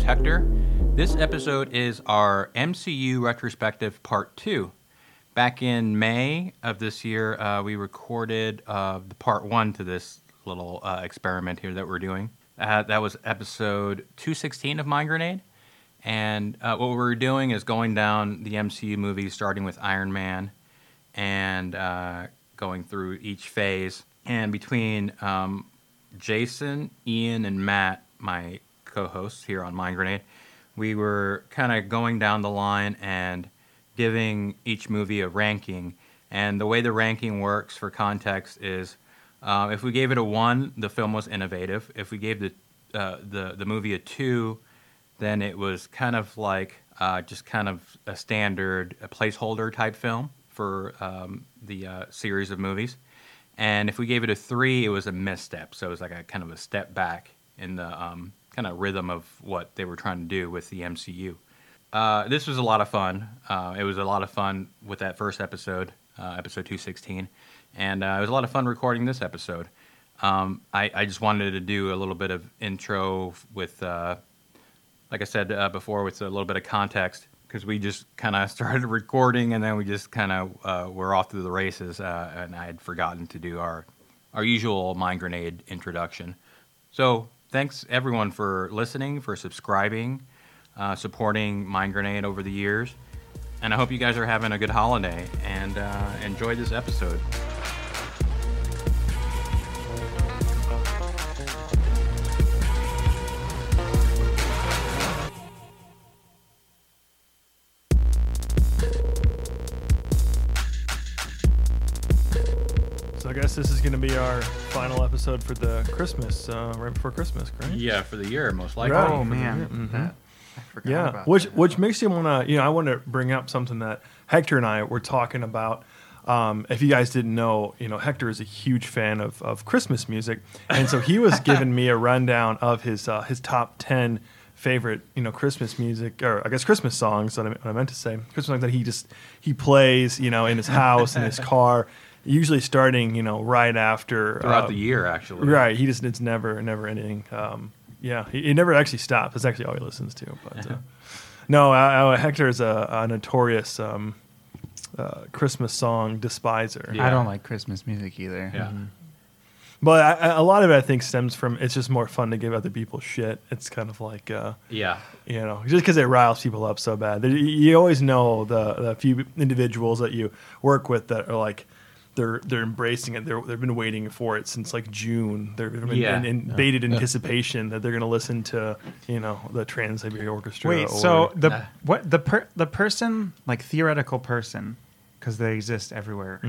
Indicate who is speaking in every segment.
Speaker 1: Hector. This episode is our MCU retrospective part two. Back in May of this year, uh, we recorded uh, the part one to this little uh, experiment here that we're doing. Uh, that was episode 216 of Mind Grenade. And uh, what we're doing is going down the MCU movies, starting with Iron Man and uh, going through each phase. And between um, Jason, Ian, and Matt, my co hosts here on Mind Grenade, we were kind of going down the line and giving each movie a ranking. And the way the ranking works for context is uh, if we gave it a one, the film was innovative. If we gave the, uh, the, the movie a two, then it was kind of like uh, just kind of a standard a placeholder type film for um, the uh, series of movies. And if we gave it a three, it was a misstep. So it was like a kind of a step back in the um, kind of rhythm of what they were trying to do with the MCU. Uh, this was a lot of fun. Uh, it was a lot of fun with that first episode, uh, episode 216. And uh, it was a lot of fun recording this episode. Um, I, I just wanted to do a little bit of intro with. Uh, like I said uh, before, with a little bit of context, because we just kind of started recording and then we just kind of uh, were off to the races, uh, and I had forgotten to do our our usual mind grenade introduction. So thanks everyone for listening, for subscribing, uh, supporting Mind Grenade over the years, and I hope you guys are having a good holiday and uh, enjoy this episode.
Speaker 2: So I guess this is going to be our final episode for the Christmas, uh, right before Christmas, correct?
Speaker 1: Yeah, for the year most likely.
Speaker 2: Right.
Speaker 3: Oh
Speaker 2: for the
Speaker 3: man,
Speaker 2: year. Mhm.
Speaker 3: that, I forgot
Speaker 2: Yeah,
Speaker 3: about
Speaker 2: which
Speaker 3: that.
Speaker 2: which makes you want to, you know, I want to bring up something that Hector and I were talking about. Um, if you guys didn't know, you know, Hector is a huge fan of, of Christmas music, and so he was giving me a rundown of his uh, his top ten favorite, you know, Christmas music or I guess Christmas songs that I, what I meant to say, Christmas songs that he just he plays, you know, in his house in his car, usually starting, you know, right after
Speaker 1: Throughout
Speaker 2: uh,
Speaker 1: the year, actually.
Speaker 2: Right. He just it's never never ending. Um, yeah, he, he never actually stops. That's actually all he listens to. But uh, no, I, I, Hector is a, a notorious um, uh, Christmas song despiser.
Speaker 1: Yeah. Mm-hmm.
Speaker 3: I don't like Christmas music either.
Speaker 1: Yeah.
Speaker 2: But I, I- a lot of it, I think, stems from it's just more fun to give other people shit. It's kind of like. Uh,
Speaker 1: Yeah.
Speaker 2: you know, just because it riles people up so bad. There- You always know the, the few individuals that you work with that are like, they're they're embracing it. They're, they've been waiting for it since like June. They're in,
Speaker 1: Yeah.
Speaker 2: in, in bated anticipation that they're going to listen to, you know, the Trans Siberian Orchestra.
Speaker 3: Wait,
Speaker 2: or-
Speaker 3: so the
Speaker 1: Nah.
Speaker 3: what the per, the person like theoretical person because they exist everywhere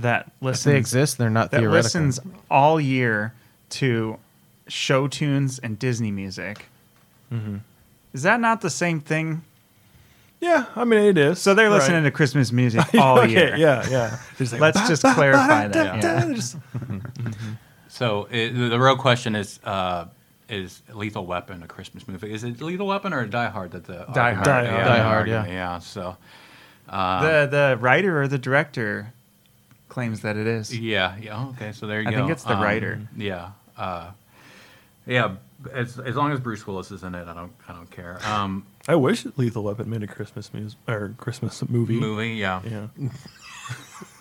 Speaker 3: that
Speaker 4: If
Speaker 3: listens
Speaker 4: they exist, they're not
Speaker 3: Mm-hmm. that
Speaker 4: theoretical.
Speaker 3: listens all year to show tunes and Disney music. Is that not the same thing?
Speaker 2: yeah, I mean it is.
Speaker 3: So they're listening to Christmas music all year.
Speaker 2: Yeah, yeah. They're just like,
Speaker 3: Let's
Speaker 2: "Bah,
Speaker 3: just
Speaker 2: bah, bah, da,
Speaker 3: clarify that,
Speaker 2: da,"
Speaker 3: yeah.
Speaker 2: they're just-
Speaker 1: So i the the real question is: uh, Is Lethal Weapon a Christmas movie? Is it Lethal Weapon or Die Hard that the
Speaker 3: Die Hard.
Speaker 2: Die
Speaker 1: yeah,
Speaker 2: Hard.
Speaker 4: Die Hard,
Speaker 1: argument,
Speaker 4: yeah.
Speaker 1: yeah. So
Speaker 3: the the writer or the director claims that it is.
Speaker 1: yeah, yeah. oh, Okay, so there you
Speaker 3: I
Speaker 1: go. Um,
Speaker 3: think it's the writer.
Speaker 1: Yeah, uh, yeah. As, as long as Bruce Willis is in it, I don't I don't care. Um,
Speaker 2: I wish Lethal Weapon made a Christmas music or Christmas movie.
Speaker 1: movie, yeah,
Speaker 2: Yeah.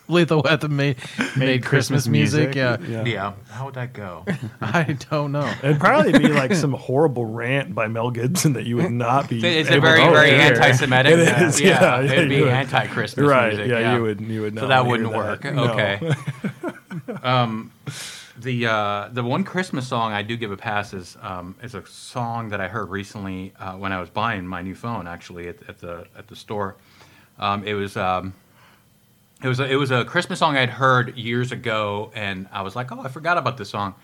Speaker 4: Lethal Weapon made, made Christmas music. Yeah.
Speaker 1: yeah. How would that go?
Speaker 4: I don't know.
Speaker 2: It'd probably be like some horrible rant by Mel Gibson that you would not be.
Speaker 1: It's a
Speaker 2: able
Speaker 1: very
Speaker 2: to
Speaker 1: very
Speaker 2: hear.
Speaker 1: anti-Semitic.
Speaker 2: It is, yeah. yeah,
Speaker 1: it'd
Speaker 2: you
Speaker 1: be
Speaker 2: would-
Speaker 1: anti-Christmas
Speaker 2: Right?
Speaker 1: music.
Speaker 2: yeah, you would. You would. Not
Speaker 1: so that
Speaker 2: wanna
Speaker 1: wouldn't
Speaker 2: hear
Speaker 1: work.
Speaker 2: that. No.
Speaker 1: Okay. um, the uh, the one Christmas song I do give a pass is um, is a song that I heard recently uh, when I was buying my new phone actually at, at the at the store. Um, it was um, it was a, it was a Christmas song I'd heard years ago, and I was like, oh, I forgot about this song,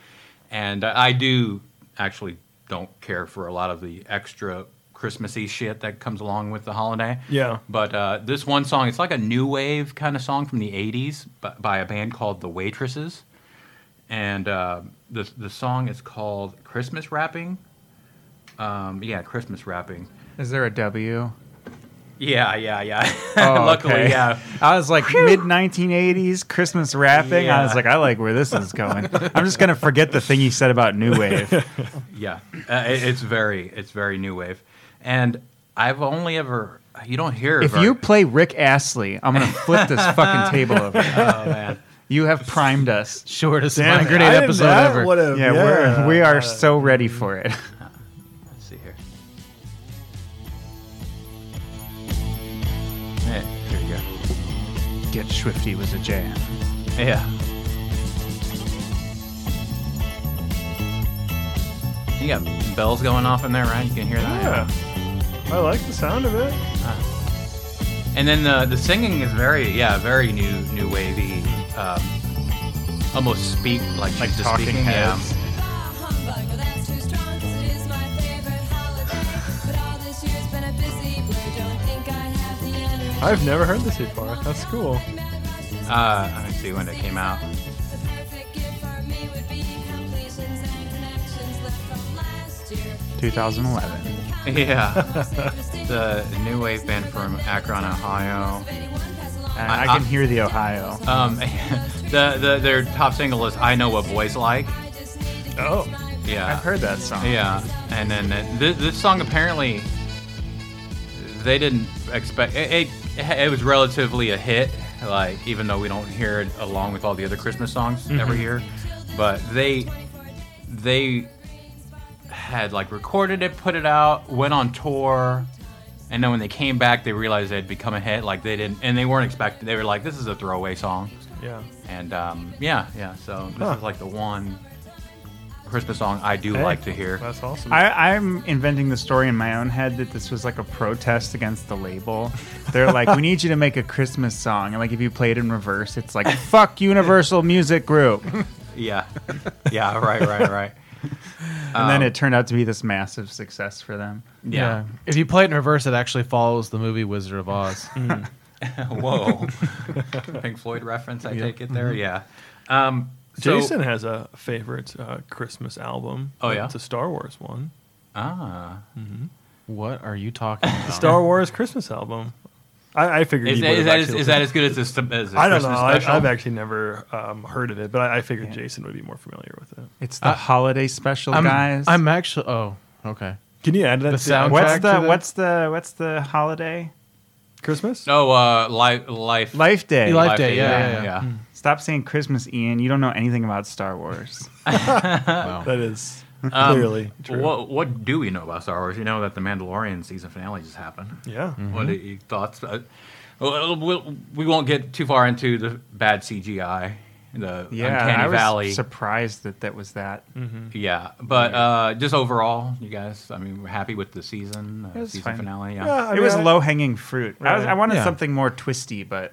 Speaker 1: and I, I do actually don't care for a lot of the extra Christmassy shit that comes along with the holiday.
Speaker 2: Yeah.
Speaker 1: But uh, this one song, it's like a new wave kind of song from the '80s by, by a band called the Waitresses, and uh, the the song is called Christmas Wrapping. Um, yeah, Christmas Wrapping.
Speaker 3: Is there a W?
Speaker 1: Yeah, yeah, yeah.
Speaker 3: Oh,
Speaker 1: Luckily,
Speaker 3: okay.
Speaker 1: yeah.
Speaker 3: I was like mid 1980s Christmas wrapping. I was
Speaker 1: Yeah.
Speaker 3: like, I like where this is going. I'm just gonna forget the thing he said about new wave.
Speaker 1: Yeah, uh, it, it's very it's very new wave. And I've only ever you don't hear
Speaker 3: If
Speaker 1: very-
Speaker 3: you play Rick Astley, I'm gonna flip this fucking table over.
Speaker 1: oh man.
Speaker 3: You have primed us.
Speaker 4: Shortest
Speaker 2: Damn
Speaker 4: Mind
Speaker 2: it,
Speaker 4: Grenade
Speaker 2: I didn't-
Speaker 4: episode
Speaker 2: that
Speaker 4: ever.
Speaker 2: would've-
Speaker 3: Yeah,
Speaker 2: yeah.
Speaker 3: we're we are so ready for it.
Speaker 1: Let's see here. Yeah, here you go.
Speaker 3: Get Swifty was a jam.
Speaker 1: Yeah. You got bells going off in there, right? You can hear that.
Speaker 2: Yeah. I like the sound of it.
Speaker 1: And then the the singing is very yeah very new new wavy, um, almost speak like
Speaker 3: Like
Speaker 1: she's just
Speaker 3: talking
Speaker 1: speaking. um, yeah.
Speaker 3: heads.
Speaker 2: I've never heard this before. That's cool.
Speaker 1: Uh, let me see when it came out. Yeah. the new wave band from Akron, Ohio.
Speaker 3: And I,
Speaker 1: I-
Speaker 3: can hear the Ohio.
Speaker 1: Um, the, the their top single is "I Know What Boys Like."
Speaker 2: Oh.
Speaker 1: Yeah.
Speaker 3: I've heard that song.
Speaker 1: Yeah, and then it, this, this song apparently they didn't expect it, it. It was relatively a hit, like even though we don't hear it along with all the other Christmas songs every
Speaker 2: Mm-hmm.
Speaker 1: year, but they they had like recorded it, put it out, went on tour. And then when they came back, they realized they had become a hit. Like they didn't, and they weren't expecting. They were like, "This is a throwaway song."
Speaker 2: Yeah.
Speaker 1: And um, yeah, yeah. So this
Speaker 2: Huh.
Speaker 1: is like the one Christmas song I do
Speaker 2: Hey,
Speaker 1: like to hear.
Speaker 2: That's awesome.
Speaker 3: I, I'm inventing the story in my own head that this was like a protest against the label. They're like, we need you to make a Christmas song. And like, if you play it in reverse, it's like, fuck Universal Music Group. And
Speaker 1: Yeah, yeah. Right, right, right.
Speaker 3: then
Speaker 1: Um,
Speaker 3: it turned out to be this massive success for them.
Speaker 1: Yeah.
Speaker 4: If you play it in reverse, it actually follows the movie Wizard of Oz.
Speaker 1: Whoa. Pink Floyd reference. I take it there. Yeah. Um, so-
Speaker 2: Jason has a favorite uh, Christmas album.
Speaker 1: Oh, yeah?
Speaker 2: It's a Star Wars one.
Speaker 1: Ah.
Speaker 4: what are you talking about?
Speaker 2: The Star Wars Christmas album. I, I figured
Speaker 1: Uh-huh. Is,
Speaker 2: he
Speaker 1: that,
Speaker 2: would've
Speaker 1: is, that, as,
Speaker 2: actually
Speaker 1: is that as good as this? As a
Speaker 2: I don't know.
Speaker 1: Christmas
Speaker 2: I,
Speaker 1: special?
Speaker 2: I've actually never um, heard of it, but I, I figured Jason would be more familiar with it.
Speaker 3: It's the holiday special,
Speaker 4: I'm,
Speaker 3: guys.
Speaker 4: I'm actually. Oh, okay.
Speaker 2: Can you add that
Speaker 4: The
Speaker 2: to uh,
Speaker 4: soundtrack
Speaker 3: what's
Speaker 4: to
Speaker 3: the
Speaker 4: the-
Speaker 3: what's the what's the holiday?
Speaker 2: Christmas?
Speaker 1: No. Uh, life. Life. Mm-hmm.
Speaker 3: Life Day.
Speaker 4: Life Day, yeah, yeah, yeah.
Speaker 3: Stop saying Christmas, Ian. You don't know anything about Star Wars.
Speaker 4: Wow.
Speaker 2: That is
Speaker 1: Um,
Speaker 2: clearly true.
Speaker 1: What What do we know about Star Wars? You know that the Mandalorian season finale just happened.
Speaker 2: Yeah.
Speaker 1: What are your thoughts? Uh, well, we'll- we won't get too far into the bad CGI, the
Speaker 3: yeah,
Speaker 1: uncanny
Speaker 3: I was
Speaker 1: valley.
Speaker 3: surprised that that was that.
Speaker 1: yeah, but uh, just overall, you guys, I mean, we're happy with the season, uh,
Speaker 3: was
Speaker 1: season
Speaker 3: fine.
Speaker 1: finale. Yeah.
Speaker 2: Oh, Yeah, I
Speaker 3: it
Speaker 2: mean,
Speaker 3: was
Speaker 2: I-
Speaker 3: low hanging fruit. I, was,
Speaker 2: Right.
Speaker 3: I wanted
Speaker 4: Yeah.
Speaker 3: something more twisty, but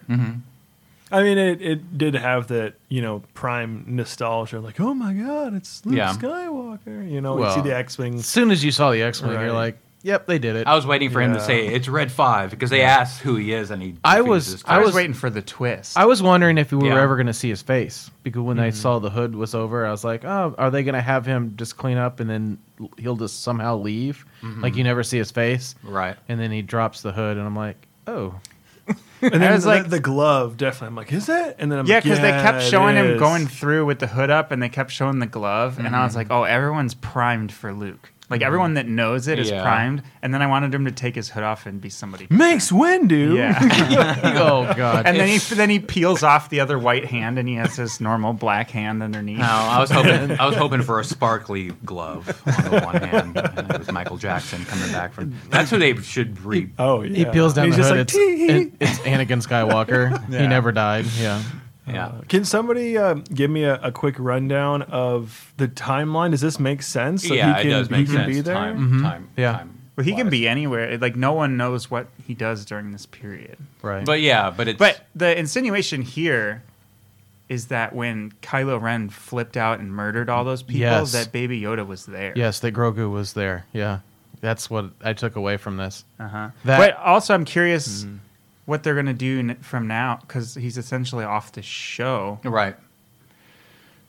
Speaker 2: I mean, it, it did have that, you know, prime nostalgia. Like, oh my God, it's Luke
Speaker 1: Yeah.
Speaker 2: Skywalker. You know,
Speaker 4: Well,
Speaker 2: you see the X Wing.
Speaker 4: As soon as you saw the X Wing,
Speaker 2: Right.
Speaker 4: you're like, yep, they did it.
Speaker 1: I was waiting for him to
Speaker 2: Yeah.
Speaker 1: say it's Red Five because they asked who he is, and he.
Speaker 4: I was-
Speaker 1: refuses to.
Speaker 3: I,
Speaker 4: I
Speaker 3: was,
Speaker 4: was-
Speaker 3: waiting for the twist.
Speaker 4: I was wondering if we were
Speaker 1: Yeah.
Speaker 4: ever going to see his face because when I saw the hood was over, I was like, "Oh, are they going to have him just clean up and then l- he'll just somehow leave? Like you never see his face,
Speaker 1: right.
Speaker 4: and then he drops the hood, and I'm like, "Oh,
Speaker 2: And then
Speaker 3: I was
Speaker 2: the,
Speaker 3: like-
Speaker 2: the glove, definitely. I'm like, is it? And then I'm
Speaker 3: yeah,
Speaker 2: like,
Speaker 3: because they kept
Speaker 2: it
Speaker 3: showing him
Speaker 2: is."
Speaker 3: going through with the hood up, and they kept showing the glove, and I was
Speaker 4: Mm-hmm.
Speaker 3: like, oh, everyone's primed for Luke. Like everyone that knows it is
Speaker 1: Yeah.
Speaker 3: primed, and then I wanted him to take his hood off and be somebody.
Speaker 2: Mace Windu.
Speaker 3: Yeah,
Speaker 4: oh god!"
Speaker 3: and then he then he peels off the other white hand, and he has his normal black hand underneath.
Speaker 1: No, I was hoping I was hoping for a sparkly glove on the one hand. And it was Michael Jackson coming back from. That's who they should re.
Speaker 2: Oh, yeah.
Speaker 4: He peels down
Speaker 2: He's
Speaker 4: the
Speaker 2: just
Speaker 4: hood.
Speaker 2: like,
Speaker 4: it's,
Speaker 2: "Tee-hee."
Speaker 4: it- it's Anakin Skywalker. He
Speaker 3: Yeah.
Speaker 4: never died. Yeah,
Speaker 1: Yeah.
Speaker 2: Can somebody uh, give me a, a quick rundown of the timeline? Does this make sense?
Speaker 1: yeah, it does make
Speaker 2: he
Speaker 1: sense.
Speaker 2: can be there.
Speaker 1: Time, time,
Speaker 4: Yeah.
Speaker 1: time
Speaker 3: Well, he can
Speaker 1: wise.
Speaker 3: be anywhere. Like no one knows what he does during this period.
Speaker 4: right.
Speaker 1: But yeah, but it's
Speaker 3: But the insinuation here is that when Kylo Ren flipped out and murdered all those people,
Speaker 4: Yes.
Speaker 3: that Baby Yoda was there.
Speaker 4: yes, that Grogu was there. Yeah, that's what I took away from this.
Speaker 3: Uh-huh.
Speaker 4: That- Mm-hmm.
Speaker 3: but also, I'm curious what they're gonna do n- from now because he's essentially off the show.
Speaker 1: right.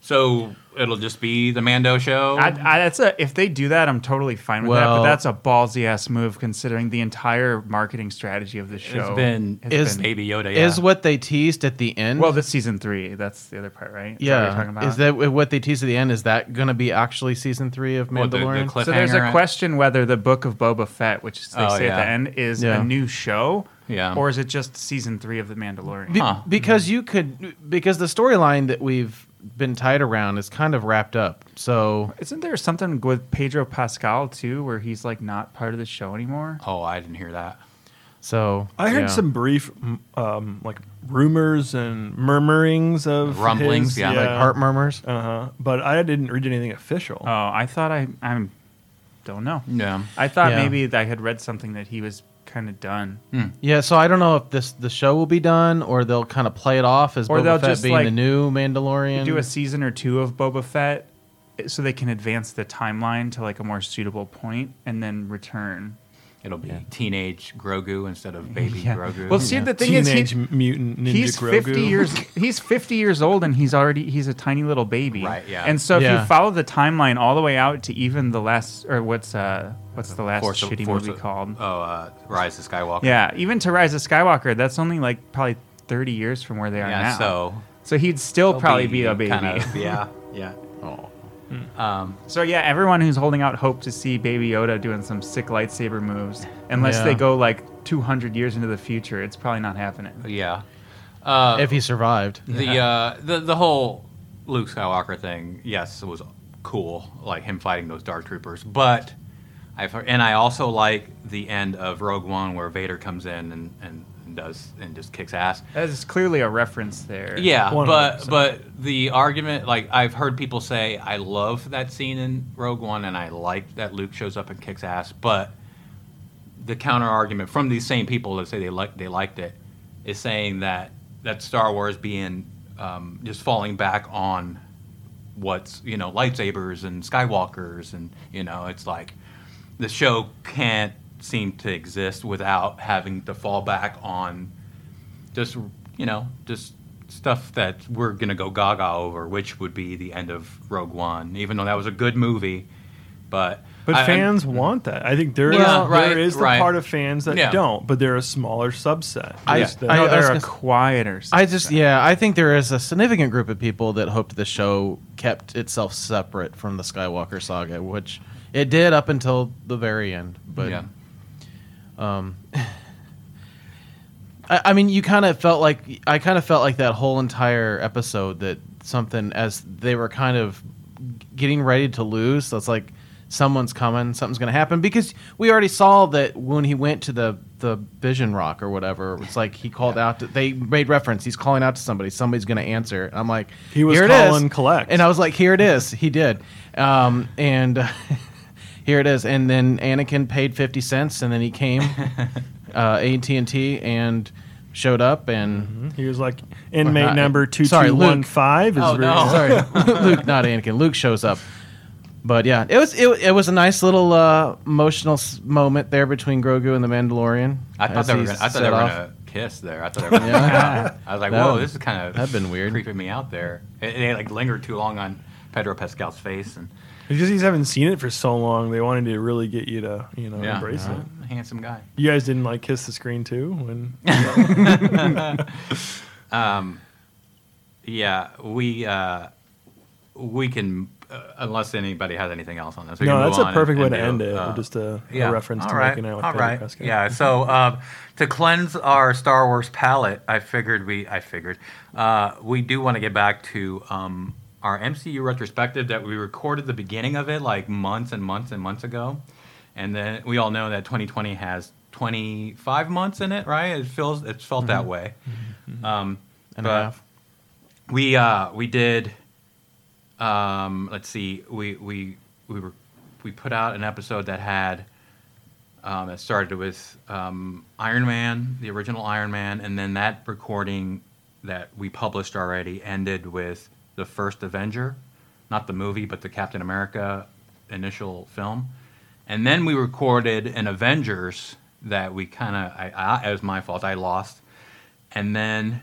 Speaker 1: So it'll just be the Mando show.
Speaker 3: I, I, that's a, if they do that, I'm totally fine with that. But
Speaker 4: Oh. Well-
Speaker 3: that's a ballsy ass move considering the entire marketing strategy of the show.
Speaker 1: been-
Speaker 3: has
Speaker 4: Is-
Speaker 1: Baby Yoda yeah.
Speaker 4: Is what they teased at the end?
Speaker 3: well, that's season three. That's the other part, right? Is that what you're talking
Speaker 4: yeah.
Speaker 3: about?
Speaker 4: Is that uh, what they teased at the end? Is that going to be actually season three of
Speaker 1: What, the- the
Speaker 4: Mandalorian?
Speaker 1: clip-
Speaker 3: so there's
Speaker 1: cliffhanger
Speaker 3: a
Speaker 1: at-
Speaker 3: question whether the book of Boba Fett, which is- they
Speaker 1: Oh,
Speaker 3: say
Speaker 1: yeah.
Speaker 3: at the end, is
Speaker 4: Yeah.
Speaker 3: a new show,
Speaker 1: Yeah.
Speaker 3: or is it just season three of the Mandalorian?
Speaker 4: Be-
Speaker 1: Huh.
Speaker 4: Because you could, because the storyline that we've been tied around is kind of wrapped up. So
Speaker 3: Isn't there something with Pedro Pascal too, where he's like not part of the show anymore?
Speaker 1: oh, I didn't hear that.
Speaker 4: So
Speaker 2: I heard
Speaker 4: yeah.
Speaker 2: some brief, m- um, like rumors and murmurings of
Speaker 1: Rumblings,
Speaker 2: his-
Speaker 1: yeah.
Speaker 4: like heart murmurs.
Speaker 2: Uh huh. But I didn't read anything official.
Speaker 3: Oh, I thought I I'm don't know.
Speaker 1: Yeah.
Speaker 3: I thought
Speaker 4: Yeah.
Speaker 3: maybe that I had read something that he was kind of done,
Speaker 1: Mm-hmm.
Speaker 4: Yeah, so I don't know if this the show will be done or they'll kind of play it off as
Speaker 3: Or
Speaker 4: Boba
Speaker 3: they'll
Speaker 4: Fett
Speaker 3: just,
Speaker 4: being
Speaker 3: like,
Speaker 4: the new Mandalorian.
Speaker 3: do a season or two of Boba Fett, eh, so they can advance the timeline to like a more suitable point and then return.
Speaker 1: It'll be teenage Grogu instead of baby
Speaker 3: Yeah.
Speaker 1: Grogu.
Speaker 3: Well, see,
Speaker 1: Yeah.
Speaker 3: the thing is, he-
Speaker 2: Teenage Mutant Ninja
Speaker 3: he's
Speaker 2: Grogu.
Speaker 3: 50 years he's 50 years old and he's already he's a tiny little baby
Speaker 1: Right, yeah.
Speaker 3: and so if
Speaker 4: Yeah.
Speaker 3: you follow the timeline all the way out to even the last or what's uh what's the last
Speaker 1: Force-
Speaker 3: shitty
Speaker 1: Force-
Speaker 3: movie called
Speaker 1: Oh, uh, Rise of Skywalker.
Speaker 3: yeah even to rise of skywalker that's only like probably 30 years from where they are
Speaker 1: Yeah,
Speaker 3: now
Speaker 1: so
Speaker 3: so he'd still
Speaker 1: it'll
Speaker 3: probably be, a baby
Speaker 1: kind of- yeah, yeah. Um,
Speaker 4: Oh.
Speaker 3: so yeah everyone who's holding out hope to see baby yoda doing some sick lightsaber moves unless
Speaker 4: Yeah.
Speaker 3: they go like 200 years into the future it's probably not happening
Speaker 1: Yeah.
Speaker 4: if he survived.
Speaker 1: The uh, the the whole Luke Skywalker thing, yes, it was cool, like him fighting those Dark Troopers. But I've heard, and I also like the end of Rogue One where Vader comes in and, and, and does and just kicks ass.
Speaker 3: that's clearly a reference there
Speaker 1: Yeah, but
Speaker 2: 100%.
Speaker 1: but the argument, like I've heard people say, I love that scene in Rogue One, and I like that Luke shows up and kicks ass. But the counter argument from these same people that say they like they liked it is saying that that Star Wars being um, just falling back on what's you know lightsabers and Skywalkers, and you know it's like the show can't seem to exist without having to fall back on just you know just stuff that we're gonna go gaga over, which would be the end of Rogue One, even though that was a good movie, but
Speaker 2: But
Speaker 1: I- I'm-
Speaker 2: fans want that. I think there is
Speaker 1: Yeah, right,
Speaker 2: there is the
Speaker 1: right.
Speaker 2: part of fans that
Speaker 1: Yeah.
Speaker 2: don't, but they're a smaller subset.
Speaker 4: I-
Speaker 2: There's the-
Speaker 4: I-
Speaker 3: no,
Speaker 4: was
Speaker 3: they're
Speaker 4: gonna
Speaker 3: a
Speaker 4: s-
Speaker 3: quieter
Speaker 4: I just yeah, I think there is a significant group of people that hoped the show kept itself separate from the Skywalker saga, which it did up until the very end. But
Speaker 1: yeah.
Speaker 4: I, I mean, you kind of felt like I kind of felt like that whole entire episode that something as they were kind of getting ready to lose. So it's like someone's coming, something's going to happen because we already saw that when he went to the the Vision Rock or whatever. It's like he called out. To, they made reference. He's calling out to somebody. Somebody's going to answer. And I'm like,
Speaker 2: He was
Speaker 4: "Here it is."
Speaker 2: calling collect.
Speaker 4: and I was like, here it is. He did, um, and. Here it is, and then Anakin paid fifty cents, and then he came uh, AT and T and showed up and
Speaker 2: he was like inmate
Speaker 4: not-
Speaker 2: number two
Speaker 4: sorry,
Speaker 2: two
Speaker 4: Luke.
Speaker 2: one five is
Speaker 1: Oh,
Speaker 2: really-
Speaker 1: no.
Speaker 4: sorry Luke not Anakin Luke shows up but yeah it was it, it was a nice little uh, emotional s- moment there between Grogu and the Mandalorian
Speaker 1: I thought
Speaker 4: as
Speaker 1: they were
Speaker 4: he
Speaker 1: gonna, I thought they
Speaker 4: set
Speaker 1: were
Speaker 4: off.
Speaker 1: gonna kiss there. I thought they were gonna I was like,
Speaker 4: That
Speaker 1: whoa,
Speaker 4: would-
Speaker 1: this is kind of
Speaker 4: that'd been weird.
Speaker 1: creeping me out there. It, it like lingered too long on Pedro Pascal's face and
Speaker 2: because these haven't seen it for so long. They wanted to really get you to you know
Speaker 1: yeah,
Speaker 2: embrace
Speaker 1: yeah.
Speaker 2: it.
Speaker 1: handsome guy.
Speaker 2: You guys didn't like kiss the screen too when
Speaker 1: Yeah, we uh, we can uh, unless anybody has anything else on this. we can
Speaker 2: no,
Speaker 1: move
Speaker 2: that's a
Speaker 1: on
Speaker 2: perfect way
Speaker 1: and-
Speaker 2: to
Speaker 1: and
Speaker 2: end
Speaker 1: do,
Speaker 2: it.
Speaker 1: uh,
Speaker 2: just a, a
Speaker 1: yeah.
Speaker 2: reference to
Speaker 1: All right.
Speaker 2: making out with
Speaker 1: All
Speaker 2: Pedro
Speaker 1: right.
Speaker 2: Pascal.
Speaker 1: Yeah. So um, to cleanse our Star Wars palette, I figured we I figured uh, we do want to get back to um, our MCU retrospective that we recorded the beginning of it like months and months and months ago, and then we all know that 2020 has 25 months in it, right? It feels it's felt that
Speaker 2: Mm-hmm.
Speaker 1: way. Um,
Speaker 4: and a
Speaker 1: but-
Speaker 4: half.
Speaker 1: we uh we did um let's see we we we were we put out an episode that had um that started with um Iron Man the original Iron Man and then that recording that we published already ended with the first Avenger not the movie but the Captain America initial film and then we recorded an Avengers that we kind of I, I it was my fault I lost and then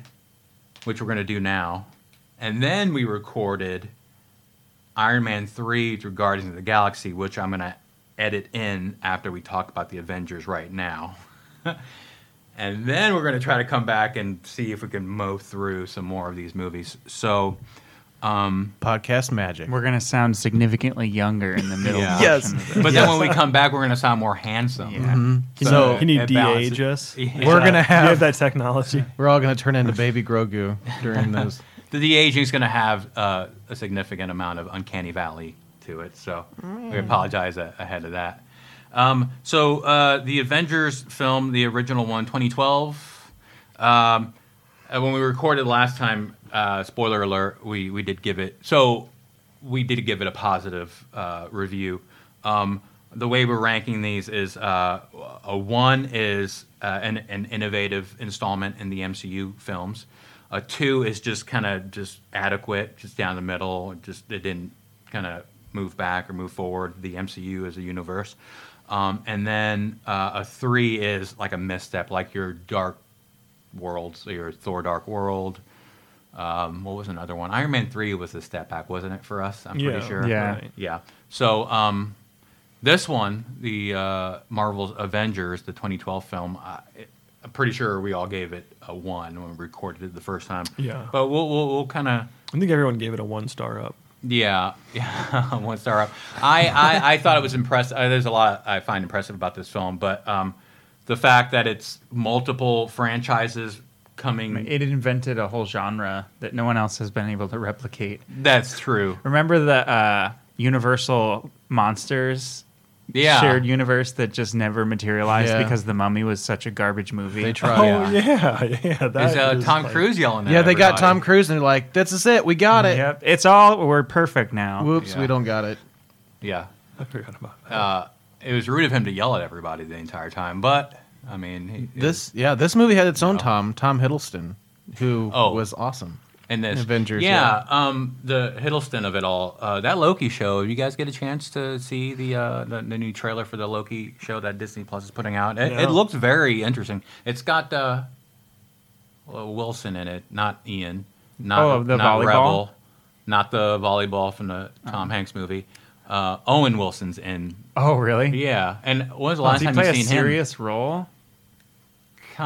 Speaker 1: which we're going to do now. And then we recorded Iron Man 3 through Guardians of the Galaxy, which I'm going to edit in after we talk about the Avengers right now. and then we're going to try to come back and see if we can mow through some more of these movies. So,
Speaker 4: Podcast magic.
Speaker 3: We're gonna sound significantly younger in the middle.
Speaker 1: Yeah.
Speaker 4: Yes. Mm-hmm.
Speaker 3: portion of this.
Speaker 1: but then when we come back, we're going to sound more handsome.
Speaker 3: Yeah.
Speaker 2: Can
Speaker 1: So,
Speaker 2: you, can you
Speaker 1: it
Speaker 2: de-age
Speaker 1: balances-
Speaker 2: us?
Speaker 1: Yeah.
Speaker 4: We're gonna
Speaker 2: Do you
Speaker 4: have
Speaker 2: have that technology.
Speaker 4: We're all gonna turn into baby Grogu during this.
Speaker 1: the, the aging is going to have uh, a significant amount of uncanny valley to it. So we apologize a- ahead of that. Um, so uh, the Avengers film, the original one, 2012. Um, uh, when we recorded last time, uh, spoiler alert, we, we did give it so we did give it a positive uh, review. Um, the way we're ranking these is uh, a one is uh, an, an innovative installment in the MCU films. A two is just kind of just adequate, just down the middle. Just it didn't kind of move back or move forward. The MCU as a universe, um, and then uh, a three is like a misstep, like your Dark World, so your Thor: Dark World. Um, what was another one? Iron Man three was a step back, wasn't it for us? I'm pretty sure.
Speaker 3: Yeah.
Speaker 2: right.
Speaker 1: Yeah. So um, this one, the uh, Marvel's Avengers, the 2012 film, I, I'm pretty sure we all gave it a one when we recorded it the first time.
Speaker 2: Yeah.
Speaker 1: But we'll we'll, we'll kind of
Speaker 2: I think everyone gave it a one star up.
Speaker 1: yeah yeah one star up. I I, I thought it was impressive. Uh, there's a lot I find impressive about this film, but um, the fact that it's multiple franchises coming.
Speaker 3: It invented a whole genre that no one else has been able to replicate.
Speaker 1: that's true.
Speaker 3: Remember the uh, Universal monsters
Speaker 1: Yeah.
Speaker 3: shared universe that just never materialized
Speaker 4: Yeah.
Speaker 3: because The Mummy was such a garbage movie.
Speaker 4: They tried.
Speaker 1: yeah.
Speaker 2: Oh yeah, yeah. that
Speaker 1: Is uh,
Speaker 2: is
Speaker 1: Tom
Speaker 2: like-
Speaker 1: Cruise yelling? At
Speaker 4: yeah, they got Tom
Speaker 1: everybody.
Speaker 4: Cruise and they're like, "This is it. We got it."
Speaker 3: Yep, it's all we're perfect now.
Speaker 4: Whoops,
Speaker 1: Yeah.
Speaker 4: we don't got it.
Speaker 1: Yeah,
Speaker 2: I forgot about that.
Speaker 1: uh, it was rude of him to yell at everybody the entire time. But I mean, he, he
Speaker 4: This yeah, this movie had its own
Speaker 1: No.
Speaker 4: Tom, Tom Hiddleston, who
Speaker 1: Oh.
Speaker 4: was awesome.
Speaker 1: in this
Speaker 4: Avengers,
Speaker 1: yeah, Um, the Hiddleston of it all, uh, that Loki show. You guys get a chance to see the, uh, the the new trailer for the Loki show that Disney Plus is putting out. It,
Speaker 2: No.
Speaker 1: it looks very interesting. It's got uh, well, Wilson in it, not Ian, not
Speaker 3: Oh, the
Speaker 1: not
Speaker 3: volleyball?
Speaker 1: Rebel, not the volleyball from the Tom Hanks movie. Uh, Owen Wilson's in.
Speaker 3: Oh, really?
Speaker 1: Yeah, and when was the
Speaker 3: Does
Speaker 1: last
Speaker 3: he
Speaker 1: time
Speaker 3: play
Speaker 1: you
Speaker 3: a
Speaker 1: seen him?
Speaker 3: serious role?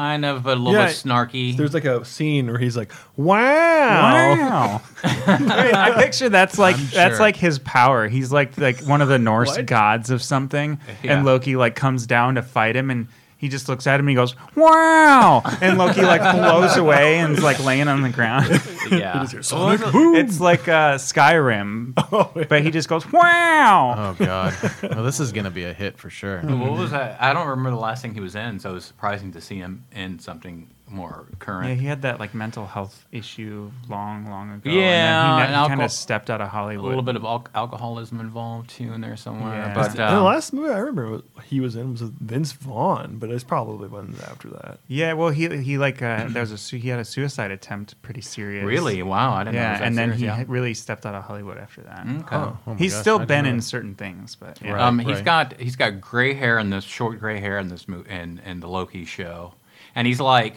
Speaker 1: kind of a little
Speaker 2: Yeah,
Speaker 1: bit snarky.
Speaker 2: There's like a scene where he's like, "Wow,
Speaker 3: Wow. I, mean, I picture that's like
Speaker 1: I'm
Speaker 3: that's
Speaker 1: sure.
Speaker 3: like his power. He's like like one of the Norse
Speaker 2: What?
Speaker 3: gods of something,
Speaker 1: Yeah.
Speaker 3: and Loki like comes down to fight him, and he just looks at him and he goes, "Wow!" And Loki like blows away and is like laying on the ground.
Speaker 1: yeah.
Speaker 2: It is your sonic
Speaker 1: Well,
Speaker 3: It's like uh, Skyrim,
Speaker 2: Oh,
Speaker 3: but he just goes, "Wow!"
Speaker 4: Oh god, well, this is gonna be a hit for sure.
Speaker 1: What
Speaker 3: Mm-hmm.
Speaker 1: was that? I don't remember the last thing he was in, so it was surprising to see him in something more
Speaker 3: Yeah,
Speaker 1: current.
Speaker 3: he had that like mental health issue long, long ago.
Speaker 1: Yeah,
Speaker 3: and then
Speaker 1: and
Speaker 3: he kind
Speaker 1: alcohol-
Speaker 3: of stepped out of
Speaker 1: a
Speaker 3: Hollywood.
Speaker 1: little bit of al- alcoholism involved too in there somewhere.
Speaker 3: Yeah.
Speaker 1: But
Speaker 2: And the
Speaker 1: um,
Speaker 2: last movie I remember was, he was in was Vince Vaughn, but it's probably one after that.
Speaker 3: Yeah, well, he he like uh, there was a su- he had a suicide attempt, pretty serious.
Speaker 1: um, really, wow, I didn't know. it
Speaker 3: Yeah,
Speaker 1: was that
Speaker 3: and then
Speaker 1: serious,
Speaker 3: he
Speaker 1: yeah.
Speaker 3: had really stepped out of Hollywood after that.
Speaker 1: Okay.
Speaker 4: Oh my
Speaker 3: He's
Speaker 4: gosh,
Speaker 3: still
Speaker 4: I didn't
Speaker 3: been
Speaker 4: know
Speaker 3: in
Speaker 4: that.
Speaker 3: certain things, but yeah.
Speaker 4: Right.
Speaker 1: um, he's
Speaker 4: right.
Speaker 1: got he's got gray hair in this short gray hair in this mo- in in the Loki show, and he's like.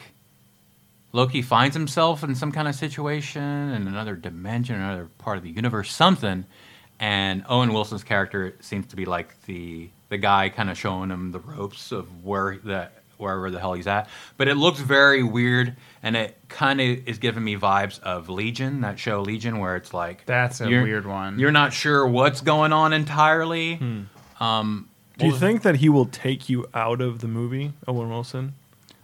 Speaker 1: Loki finds himself in some kind of situation in another dimension, another part of the universe, something, and Owen Wilson's character seems to be like the the guy kind of showing him the ropes of where the wherever the hell he's at. But it looks very weird, and it kind of is giving me vibes of Legion, that show Legion, where it's like
Speaker 3: That's a
Speaker 1: you're-
Speaker 3: weird one. Hmm.
Speaker 1: You're not sure what's going on entirely.
Speaker 2: Do you
Speaker 1: Well,
Speaker 2: think that he will take you out of the movie, Owen Wilson?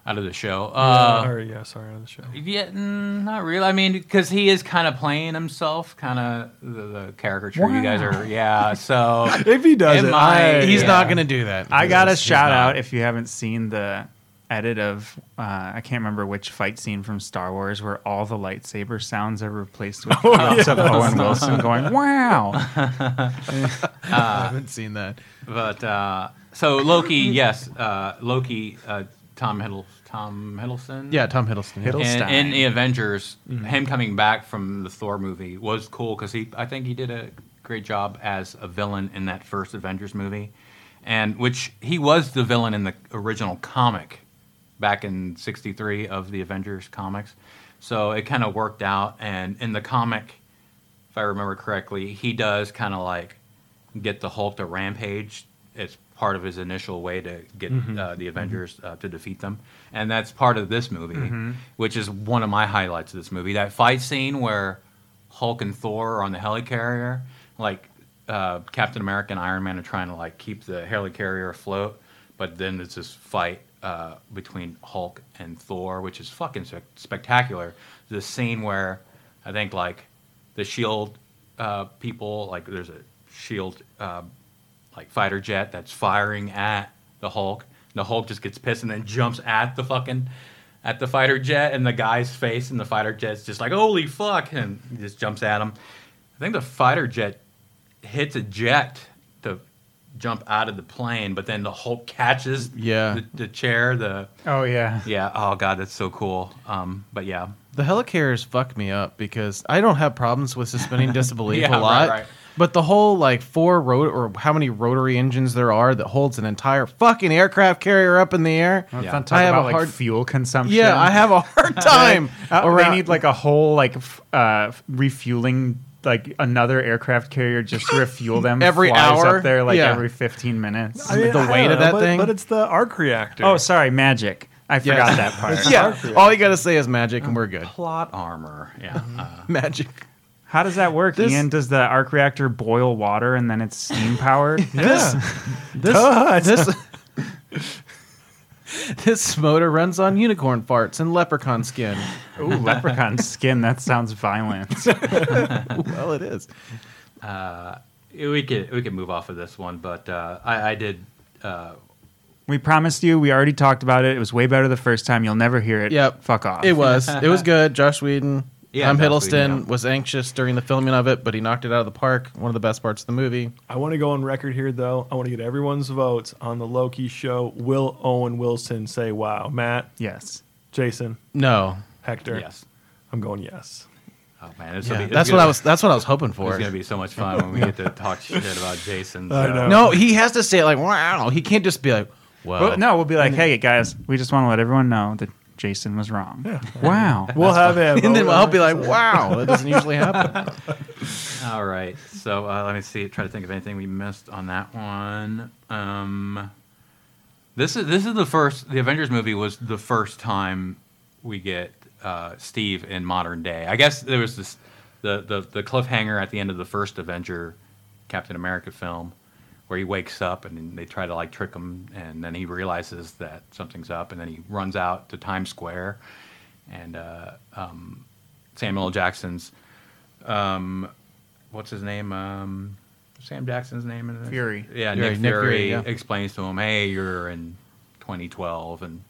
Speaker 1: out of the show. Uh,
Speaker 2: or, yeah, sorry, out of the show.
Speaker 1: yeah, mm, not really. I mean, because he is kind of playing himself, kind of the, the caricature. You guys are, yeah. So
Speaker 2: If he does
Speaker 1: Am
Speaker 2: it,
Speaker 1: I-
Speaker 2: I-
Speaker 4: He's
Speaker 1: Yeah.
Speaker 4: not gonna do that.
Speaker 3: I got a shout
Speaker 1: not.
Speaker 3: out if you haven't seen the edit of uh, I can't remember which fight scene from Star Wars where all the lightsaber sounds are replaced with
Speaker 4: Oh,
Speaker 3: clips of Owen Wilson going wow.
Speaker 4: I haven't seen that.
Speaker 1: but uh, so Loki, yes, uh, Loki, uh, Tom Hiddle, Tom Hiddleston,
Speaker 4: Yeah, Tom Hiddleston. yeah.
Speaker 3: Hiddleston.
Speaker 1: And
Speaker 3: Hiddlestein.
Speaker 1: in the Avengers, him coming back from the Thor movie was cool because he, I think he did a great job as a villain in that first Avengers movie, and which he was the villain in the original comic back in '63 of the Avengers comics, so it kind of worked out. And in the comic, if I remember correctly, he does kind of like get the Hulk to rampage. It's part of his initial way to get uh, the Avengers uh, to defeat them, and that's part of this movie, which is one of my highlights of this movie. That fight scene where Hulk and Thor are on the helicarrier, like uh, Captain America and Iron Man are trying to like keep the helicarrier afloat, but then there's this fight uh, between Hulk and Thor, which is fucking spec spectacular. The scene where I think like the Shield E uh, people, like there's a Shield uh, like fighter jet that's firing at the Hulk. And the Hulk just gets pissed and then jumps at the fucking at the fighter jet, and the guy's face, and the fighter jet's just like holy fuck, and he just jumps at him. I think the fighter jet hits a jet to jump out of the plane, but then the Hulk catches
Speaker 4: Yeah.
Speaker 1: the, the chair. The
Speaker 3: Oh yeah.
Speaker 1: yeah, oh god, that's so cool. Um, but yeah,
Speaker 4: The helicarriers fuck me up because I don't have problems with suspending disbelief
Speaker 1: Yeah,
Speaker 4: a lot.
Speaker 1: right, right.
Speaker 4: But the whole like four rotor or how many rotary engines there are that holds an entire fucking aircraft carrier up in the air.
Speaker 3: Let's
Speaker 1: Yeah.
Speaker 3: not
Speaker 4: I
Speaker 3: talk
Speaker 4: have
Speaker 3: about
Speaker 4: a
Speaker 3: like
Speaker 4: hard-
Speaker 3: fuel consumption.
Speaker 4: Yeah, I have a hard time.
Speaker 3: Uh,
Speaker 4: around-
Speaker 3: they need like a whole like f- uh, refueling like another aircraft carrier just to refuel them
Speaker 4: Every
Speaker 3: flies
Speaker 4: hour?
Speaker 3: up there like
Speaker 4: Yeah.
Speaker 3: every 15 minutes.
Speaker 2: I mean,
Speaker 4: the
Speaker 2: I
Speaker 4: weight
Speaker 2: don't
Speaker 4: of
Speaker 2: know,
Speaker 4: that
Speaker 2: but,
Speaker 4: thing?
Speaker 2: But it's the arc reactor.
Speaker 3: oh, sorry, magic. I
Speaker 4: Yeah.
Speaker 3: forgot that part.
Speaker 4: yeah, all you gotta say is magic and we're good.
Speaker 1: plot armor. Yeah, uh,
Speaker 4: Magic.
Speaker 3: How does that work,
Speaker 4: This-
Speaker 3: Ian? Does the arc reactor boil water and then it's steam powered?
Speaker 4: This this this motor runs on unicorn farts and leprechaun skin.
Speaker 3: Ooh, leprechaun skin. That sounds violent.
Speaker 4: well, it is.
Speaker 1: we could we could move off of this one, but uh, I, I did. Uh,
Speaker 3: We promised you. We already talked about it. It was way better the first time. You'll never hear it.
Speaker 4: Yep.
Speaker 3: Fuck off.
Speaker 4: It was. It was good. Josh Whedon.
Speaker 1: Yeah,
Speaker 4: Tom
Speaker 1: Joss
Speaker 4: Hiddleston
Speaker 1: Whedon, yeah.
Speaker 4: was anxious during the filming of it, but he knocked it out of the park. One of the best parts of the movie.
Speaker 2: I want to go on record here, though. I want to get everyone's votes on the Loki show. Will Owen Wilson say wow? Matt,
Speaker 3: Yes.
Speaker 2: Jason,
Speaker 4: No,
Speaker 2: Hector.
Speaker 1: yes.
Speaker 2: I'm going yes.
Speaker 1: Oh man, this will
Speaker 4: yeah,
Speaker 1: be, it's
Speaker 4: that's what
Speaker 1: gonna-
Speaker 4: I was. That's what I was hoping
Speaker 1: It's
Speaker 4: for.
Speaker 1: gonna be so much fun when we get to talk shit about Jason.
Speaker 2: I
Speaker 1: so-
Speaker 2: know.
Speaker 4: No, he has to say it like wow. He can't just be like well.
Speaker 3: Well, no, we'll be like, hey guys, we just want to let everyone know that Jason was wrong. Wow.
Speaker 2: We'll have him.
Speaker 4: And then I'll be like, wow, that doesn't usually happen.
Speaker 1: All right. So uh, let me see. Try to think of anything we missed on that one. Um, this is this is the first. The Avengers movie was the first time we get uh, Steve in modern day. I guess there was this the, the the cliffhanger at the end of the first Avenger Captain America film where he wakes up and they try to like trick him and then he realizes that something's up and then he runs out to Times Square and uh, um, Samuel L. Jackson's um, what's his name? Um, Sam Jackson's name in this?
Speaker 3: Fury.
Speaker 1: Yeah,
Speaker 4: Fury,
Speaker 1: Nick
Speaker 4: Nick
Speaker 1: Fury,
Speaker 4: Fury, yeah.
Speaker 1: explains to him, "Hey, you're in 2012," and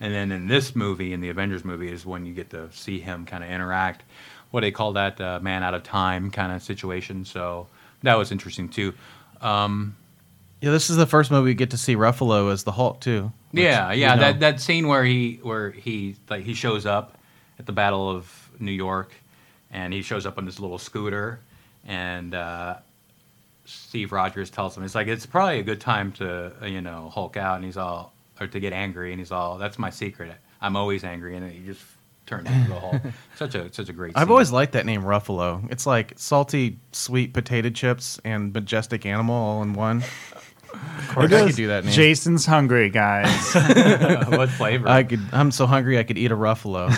Speaker 1: and then in this movie, in the Avengers movie, is when you get to see him kind of interact. What do they call that uh, man out of time kind of situation. So that was interesting too.
Speaker 4: Yeah, this is the first movie we get to see Ruffalo as the Hulk too. which
Speaker 1: yeah,
Speaker 4: we
Speaker 1: yeah.
Speaker 4: know.
Speaker 1: That that scene where he where he like he shows up at the Battle of New York, and he shows up on this little scooter, and uh, Steve Rogers tells him it's like it's probably a good time to uh, you know Hulk out, and he's all or to get angry, and he's all that's my secret. I'm always angry, and then he just turns into the Hulk. Such a such a great.
Speaker 4: I've
Speaker 1: scene.
Speaker 4: always liked that name Ruffalo. It's like salty, sweet potato chips and majestic animal all in one. Of course, I could do that name.
Speaker 3: Jason's hungry, guys.
Speaker 1: what flavor?
Speaker 4: I could. I'm so hungry. I could eat a Ruffalo.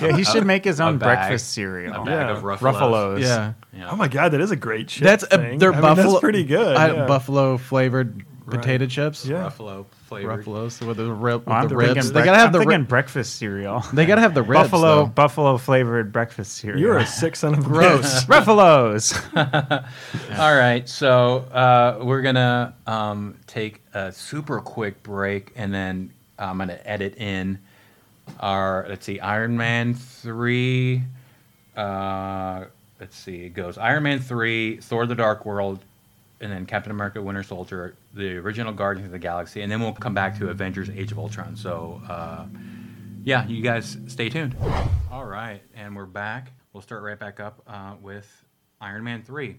Speaker 3: yeah, he should make his own
Speaker 1: bag.
Speaker 3: breakfast cereal.
Speaker 1: a bag
Speaker 2: yeah.
Speaker 1: of Ruffalos.
Speaker 3: Ruffalos.
Speaker 4: yeah,
Speaker 1: Yeah.
Speaker 2: Oh my god, that is a great shit.
Speaker 4: that's a,
Speaker 2: thing.
Speaker 4: they're
Speaker 2: I mean,
Speaker 4: buffalo.
Speaker 2: that's pretty good.
Speaker 4: I-
Speaker 2: yeah.
Speaker 4: Buffalo flavored potato
Speaker 2: Right.
Speaker 4: chips.
Speaker 2: Yeah.
Speaker 1: Ruffalo flavor.
Speaker 4: Ruffalos with the, rib,
Speaker 3: Well, Oh, I'm
Speaker 4: with the
Speaker 3: thinking
Speaker 4: ribs. They
Speaker 3: brec-
Speaker 4: gotta have the
Speaker 3: I'm thinking
Speaker 4: rib,
Speaker 3: breakfast cereal.
Speaker 4: They gotta have the ribs.
Speaker 3: buffalo
Speaker 4: though.
Speaker 3: buffalo flavored breakfast cereal.
Speaker 2: You're a sick son of a bitch.
Speaker 4: Gross.
Speaker 3: Ruffalo's.
Speaker 1: All right, so uh, we're gonna um, take a super quick break, and then uh, I'm gonna edit in our let's see, Iron Man three. Uh, let's see, it goes Iron Man three, Thor: The Dark World, and then Captain America: Winter Soldier, the original Guardians of the Galaxy, and then we'll come back to Avengers: Age of Ultron. So. Uh, yeah, you guys stay tuned. All right, and we're back. We'll start right back up uh, with Iron Man 3.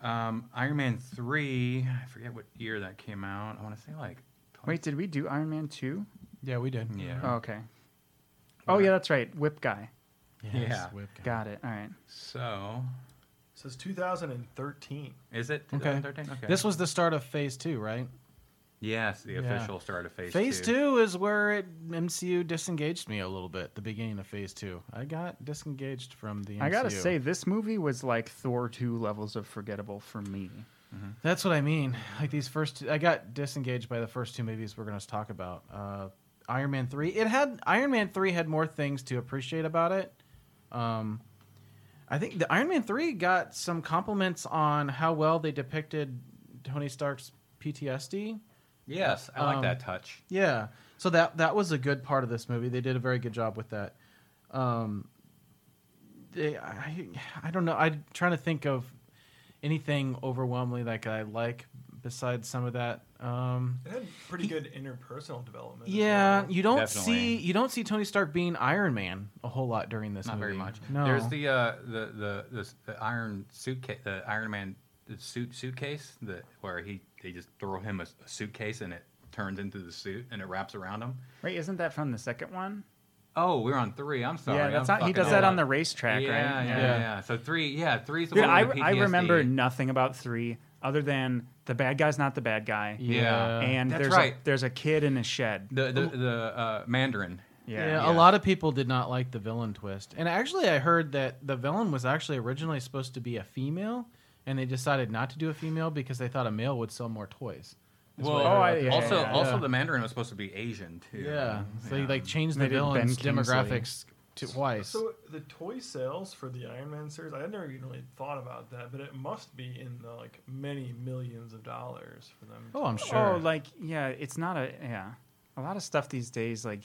Speaker 1: Um, Iron Man 3, I forget what year that came out. I want to say like. 20
Speaker 3: Wait, did we do Iron Man 2?
Speaker 4: Yeah, we did.
Speaker 1: Yeah.
Speaker 3: Oh, okay. Oh yeah, that's right. Whip guy.
Speaker 1: Yeah.
Speaker 4: whip guy.
Speaker 3: Got it. All right.
Speaker 1: So
Speaker 2: says 2013.
Speaker 1: is it
Speaker 4: Okay.
Speaker 1: 2013? Okay.
Speaker 4: This was the start of Phase Two, right?
Speaker 1: yes, the
Speaker 4: Yeah.
Speaker 1: official start of phase,
Speaker 4: Phase
Speaker 1: two.
Speaker 4: two is where it MCU disengaged me a little bit. The beginning of Phase Two, I got disengaged from the. MCU.
Speaker 3: I gotta say, this movie was like Thor two levels of forgettable for me.
Speaker 4: that's what I mean. Like these first, two, I got disengaged by the first two movies we're going to talk about. Uh, Iron Man three. It had Iron Man three had more things to appreciate about it. Um, I think the Iron Man three got some compliments on how well they depicted Tony Stark's PTSD.
Speaker 1: Yes, I like
Speaker 4: Um,
Speaker 1: that touch.
Speaker 4: Yeah. So that that was a good part of this movie. They did a very good job with that. Um, they, I I don't know. I'm trying to think of anything overwhelmingly like I like besides some of that. Um,
Speaker 2: It had pretty good interpersonal development. as
Speaker 4: yeah,
Speaker 2: well.
Speaker 4: you don't
Speaker 1: Definitely.
Speaker 4: see you don't see Tony Stark being Iron Man a whole lot during this
Speaker 1: Not
Speaker 4: movie.
Speaker 1: very much.
Speaker 4: No.
Speaker 1: There's the uh, the, the the the iron suitcase, the Iron Man suit suitcase, that where he they just throw him a, a suitcase and it turns into the suit and it wraps around him.
Speaker 3: Right? Isn't that from the second one?
Speaker 1: Oh, we're on three. I'm sorry.
Speaker 3: yeah, that's
Speaker 1: I'm
Speaker 3: not. He
Speaker 1: fucking
Speaker 3: does that
Speaker 1: all
Speaker 3: on the
Speaker 1: up.
Speaker 3: racetrack,
Speaker 1: yeah,
Speaker 3: right?
Speaker 1: Yeah, yeah,
Speaker 4: Yeah.
Speaker 1: So three, yeah, three's the
Speaker 3: Dude,
Speaker 1: one
Speaker 3: I,
Speaker 1: with the
Speaker 3: I
Speaker 1: PTSD.
Speaker 3: remember nothing about three other than the bad guy's not the bad guy.
Speaker 1: Yeah.
Speaker 3: And
Speaker 1: That's
Speaker 3: there's a,
Speaker 1: right.
Speaker 3: there's a kid in a shed.
Speaker 1: the the, the uh, Mandarin.
Speaker 4: Yeah,
Speaker 3: Yeah.
Speaker 1: Yeah.
Speaker 4: a lot of people did not like the villain twist. And actually, I heard that the villain was actually originally supposed to be a female, and they decided not to do a female because they thought a male would sell more toys. That's what
Speaker 1: Well,
Speaker 3: Oh,
Speaker 4: heard
Speaker 3: I-
Speaker 4: about the-
Speaker 3: yeah,
Speaker 1: also,
Speaker 3: yeah,
Speaker 1: also
Speaker 4: yeah.
Speaker 1: the Mandarin was supposed to be Asian too.
Speaker 4: yeah. So they like changed
Speaker 3: They
Speaker 4: the
Speaker 3: did Ben
Speaker 4: villain's
Speaker 3: Kingsley.
Speaker 4: demographics to twice.
Speaker 2: So the toy sales for the Iron Man series, I had never even really thought about that, but it must be in the like many millions of dollars for them.
Speaker 4: oh, I'm
Speaker 3: Oh,
Speaker 4: sure.
Speaker 3: like yeah, it's not a yeah. A lot of stuff these days, like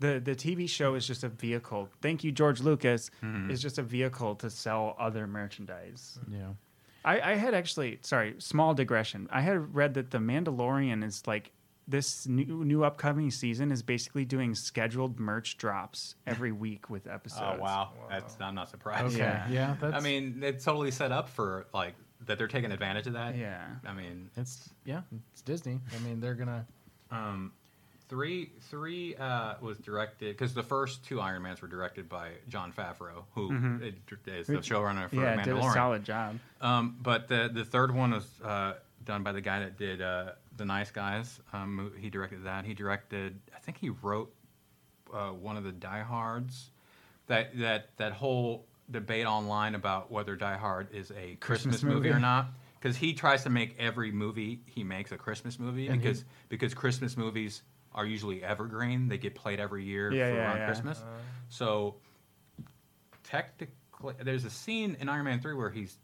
Speaker 3: the the TV show is just a vehicle. Thank you, George Lucas,
Speaker 4: Mm-hmm.
Speaker 3: is just a vehicle to sell other merchandise.
Speaker 4: yeah.
Speaker 3: I, I had actually sorry, small digression. I had read that the Mandalorian is like this new new upcoming season is basically doing scheduled merch drops every week with
Speaker 1: Oh
Speaker 3: episodes.
Speaker 1: wow, that's I'm not surprised.
Speaker 4: Okay.
Speaker 3: Yeah.
Speaker 4: Yeah. that's,
Speaker 1: I mean, it's totally set up for like that they're taking advantage of that.
Speaker 3: Yeah.
Speaker 1: I mean,
Speaker 4: it's yeah, it's Disney. I mean, they're gonna.
Speaker 1: um, three three uh, was directed because the first two Iron Mans were directed by John Favreau, who is the showrunner for
Speaker 3: Mm-hmm. Yeah, did a
Speaker 1: Mandalorian.
Speaker 3: solid job.
Speaker 1: Um, but the the third one was uh, done by the guy that did uh, the Nice Guys. Um, he directed that. He directed. I think he wrote uh, one of the Die Hards. That that that whole debate online about whether Die Hard is a Christmas,
Speaker 3: Christmas
Speaker 1: movie. or
Speaker 3: movie.
Speaker 1: not. Because he tries to make every movie he makes a Christmas movie
Speaker 4: And he-
Speaker 1: because because Christmas movies are usually evergreen. They get played every year
Speaker 3: Yeah,
Speaker 1: for
Speaker 3: yeah,
Speaker 1: around
Speaker 3: yeah.
Speaker 1: Christmas. So technically, there's a scene in Iron Man three where he's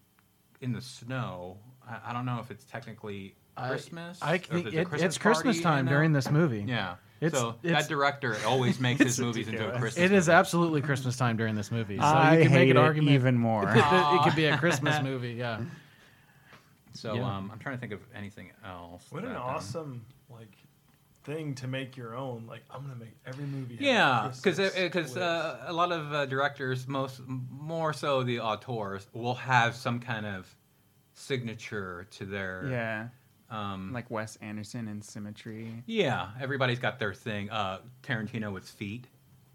Speaker 1: in the snow. I, I don't know if it's technically
Speaker 4: I-
Speaker 1: Christmas.
Speaker 4: I,
Speaker 1: or if
Speaker 4: think
Speaker 1: there's a
Speaker 4: it,
Speaker 1: party
Speaker 4: it's Christmas
Speaker 1: in
Speaker 4: time
Speaker 1: there.
Speaker 4: during
Speaker 3: uh,
Speaker 4: this movie.
Speaker 1: Yeah.
Speaker 4: It's-
Speaker 1: so
Speaker 4: it's-
Speaker 1: that director always makes his
Speaker 3: It's
Speaker 1: movies into a
Speaker 3: ridiculous.
Speaker 1: Christmas.
Speaker 4: It is
Speaker 1: movie.
Speaker 4: absolutely Christmas time during this movie. So
Speaker 3: I
Speaker 4: you can
Speaker 3: hate
Speaker 4: make an
Speaker 3: it
Speaker 4: argument
Speaker 3: even more.
Speaker 4: that it could be a Christmas movie. Yeah.
Speaker 1: So
Speaker 4: Yeah.
Speaker 1: um, I'm trying to think of anything else.
Speaker 2: What an
Speaker 1: that, um,
Speaker 2: awesome like thing to make your own. Like I'm gonna make every movie. have
Speaker 1: Yeah, because
Speaker 2: Christmas
Speaker 1: because
Speaker 2: with.
Speaker 1: uh, a lot of uh, directors, most more so the auteurs, will have some kind of signature to their.
Speaker 3: Yeah,
Speaker 1: Um,
Speaker 3: like Wes Anderson in Symmetry.
Speaker 1: yeah, everybody's got their thing. Uh, Tarantino with feet.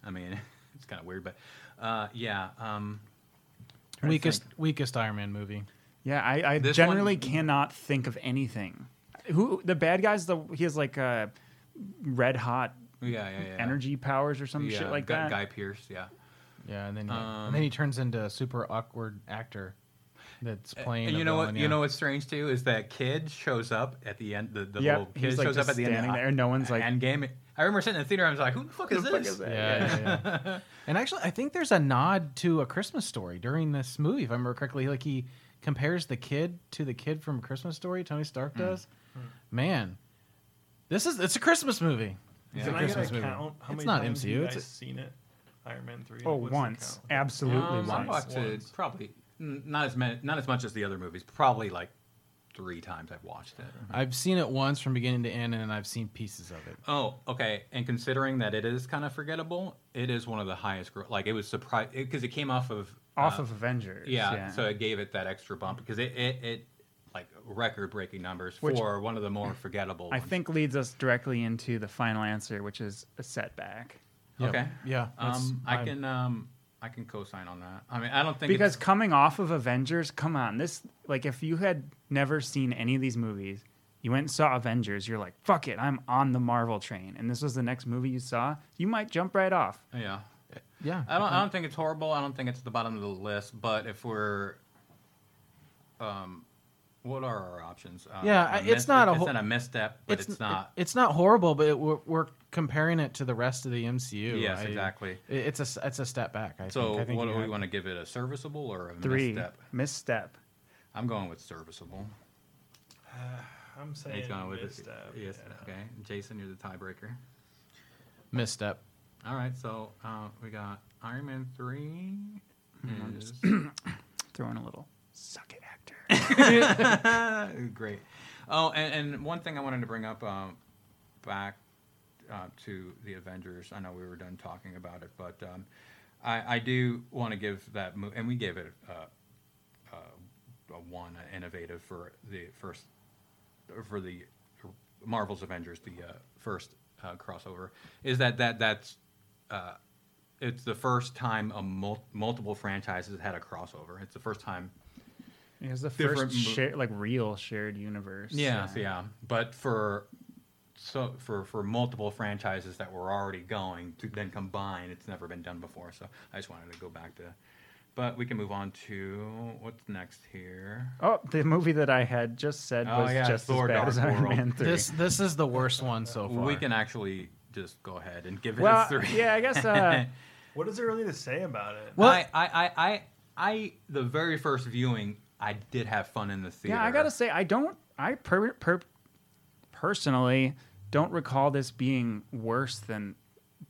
Speaker 1: I mean, it's kind of weird, but uh, yeah. Um,
Speaker 3: Trying to
Speaker 4: Weakest weakest Iron Man movie.
Speaker 3: Yeah, I, I
Speaker 1: This
Speaker 3: generally
Speaker 1: one-
Speaker 3: cannot think of anything. Who the bad guy's the he has like uh, red hot
Speaker 1: yeah, yeah, yeah.
Speaker 3: energy powers or some
Speaker 1: yeah,
Speaker 3: shit like
Speaker 1: Guy,
Speaker 3: that.
Speaker 1: Guy Pierce. Yeah.
Speaker 4: Yeah, and then he,
Speaker 1: Um,
Speaker 4: and then he turns into a super awkward actor that's playing.
Speaker 1: And
Speaker 4: a
Speaker 1: you know what?
Speaker 4: villain,
Speaker 1: You
Speaker 4: yeah.
Speaker 1: know what's strange too is that kid shows up at the end. The, the
Speaker 3: Yep,
Speaker 1: little kid
Speaker 3: he's, like,
Speaker 1: shows up
Speaker 3: just
Speaker 1: at the end.
Speaker 3: standing there, and no one's, like-
Speaker 1: end game. I remember sitting in the theater. I was like, "Who the fuck is
Speaker 3: the
Speaker 1: this?"
Speaker 3: fuck is that?
Speaker 4: Yeah, yeah, yeah. and actually, I think there's a nod to a Christmas story during this movie, if I remember correctly. Like he compares the kid to the kid from Christmas Story. Tony Stark
Speaker 1: Hmm.
Speaker 4: does. Man, this is it's a Christmas movie. It's
Speaker 1: Yeah.
Speaker 4: a
Speaker 2: Can I get
Speaker 4: Christmas
Speaker 2: a
Speaker 4: movie.
Speaker 2: count? How
Speaker 4: it's
Speaker 2: many
Speaker 4: not
Speaker 2: times have
Speaker 4: MCU.
Speaker 2: You
Speaker 4: It's
Speaker 2: guys
Speaker 4: a-
Speaker 2: seen it. Iron Man three.
Speaker 3: Oh,
Speaker 2: What's the
Speaker 3: once,
Speaker 2: count?
Speaker 3: absolutely
Speaker 1: Um, I
Speaker 3: once.
Speaker 1: watched it
Speaker 2: Once.
Speaker 1: probably n- not as many, not as much as the other movies. Probably like three times I've watched it.
Speaker 4: I've seen it once from beginning to end, and I've seen pieces of it.
Speaker 1: Oh, okay. And considering that it is kind of forgettable, it is one of the highest. Gro- like it was surprised because it, came off of
Speaker 3: Off
Speaker 1: uh,
Speaker 3: of Avengers.
Speaker 1: yeah, So it gave it that extra bump because it it, it like record breaking numbers
Speaker 3: Which-
Speaker 1: for one of the more forgettable.
Speaker 3: I
Speaker 1: ones.
Speaker 3: think leads us directly into the final answer, which is a setback.
Speaker 4: Yeah.
Speaker 1: Okay.
Speaker 4: Yeah. that's-
Speaker 1: Um, I
Speaker 4: I'm-
Speaker 1: can. Um, I can co-sign on that. I mean, I don't think
Speaker 3: because
Speaker 1: it's,
Speaker 3: coming off of Avengers, come on, this like if you had never seen any of these movies, you went and saw Avengers, you're like, fuck it, I'm on the Marvel train, and this was the next movie you saw, you might jump right off.
Speaker 1: yeah.
Speaker 4: Yeah.
Speaker 1: I don't. I don't think it's horrible. I don't think it's at the bottom of the list. But if we're, um, what are our options? Uh,
Speaker 4: Yeah,
Speaker 1: a
Speaker 4: I- it's
Speaker 1: mis-
Speaker 4: not a
Speaker 1: It's
Speaker 4: whole-
Speaker 1: not a misstep, but it's, not.
Speaker 4: It's not horrible, but it, we're, we're comparing it to the rest of the MCU.
Speaker 1: yes,
Speaker 4: I-
Speaker 1: exactly.
Speaker 4: it- It's a s- it's a step back. I
Speaker 1: So,
Speaker 4: think. I think
Speaker 1: what
Speaker 4: you
Speaker 1: do we
Speaker 4: have-
Speaker 1: want to give it? A serviceable or a
Speaker 3: Three
Speaker 1: misstep?
Speaker 3: misstep.
Speaker 1: I'm going with serviceable.
Speaker 2: I'm
Speaker 1: He's
Speaker 2: saying
Speaker 1: going with it.
Speaker 2: misstep,
Speaker 1: Yes.
Speaker 2: yeah.
Speaker 1: Okay, Jason, you're the tiebreaker.
Speaker 4: misstep.
Speaker 1: All right, so uh, we got Iron Man three.
Speaker 2: Mm-hmm.
Speaker 1: Is
Speaker 3: Throw in a little suck it, actor.
Speaker 1: great. Oh, and, and one thing I wanted to bring up um, back uh, to the Avengers. I know we were done talking about it, but um, I, I do want to give that movie, and we gave it uh, uh, a one uh, innovative for the first for the Marvel's Avengers, the uh, first uh, crossover. Is that that that's uh, it's the first time a mul- multiple franchises had a crossover. It's the first time
Speaker 3: It was the
Speaker 1: Different
Speaker 3: first
Speaker 1: mo-
Speaker 3: share, like real shared universe.
Speaker 1: Yes, yeah. But for so for for multiple franchises that were already going to then combine, it's never been done before. So I just wanted to go back to. But we can move on to what's next here.
Speaker 3: Oh, the movie that I had just said
Speaker 1: Oh,
Speaker 3: was
Speaker 1: yeah,
Speaker 3: just
Speaker 1: Thor:
Speaker 3: as bad
Speaker 1: Dark
Speaker 3: as Iron
Speaker 1: World.
Speaker 3: Man three.
Speaker 4: This this is the worst one so far.
Speaker 1: We can actually just go ahead and give it
Speaker 3: well,
Speaker 1: a three.
Speaker 3: yeah, I guess. Uh,
Speaker 2: What is there really to say about it?
Speaker 4: Well-
Speaker 1: I, I, I, I, I, the very first viewing, I did have fun in the theater.
Speaker 3: Yeah, I gotta say, I don't. I per, per, personally don't recall this being worse than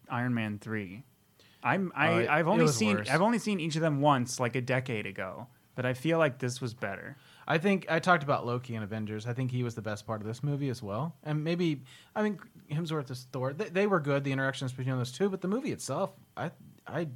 Speaker 3: Iron Man three. I'm I,
Speaker 4: Oh, it-
Speaker 3: I've
Speaker 4: it
Speaker 3: only
Speaker 4: was
Speaker 3: seen
Speaker 4: worse.
Speaker 3: I've only seen each of them once, like a decade ago. But I feel like this was better.
Speaker 4: I think I talked about Loki and Avengers. I think he was the best part of this movie as well. And maybe I mean Hemsworth as Thor. They, they were good. The interactions between those two, but the movie itself, I I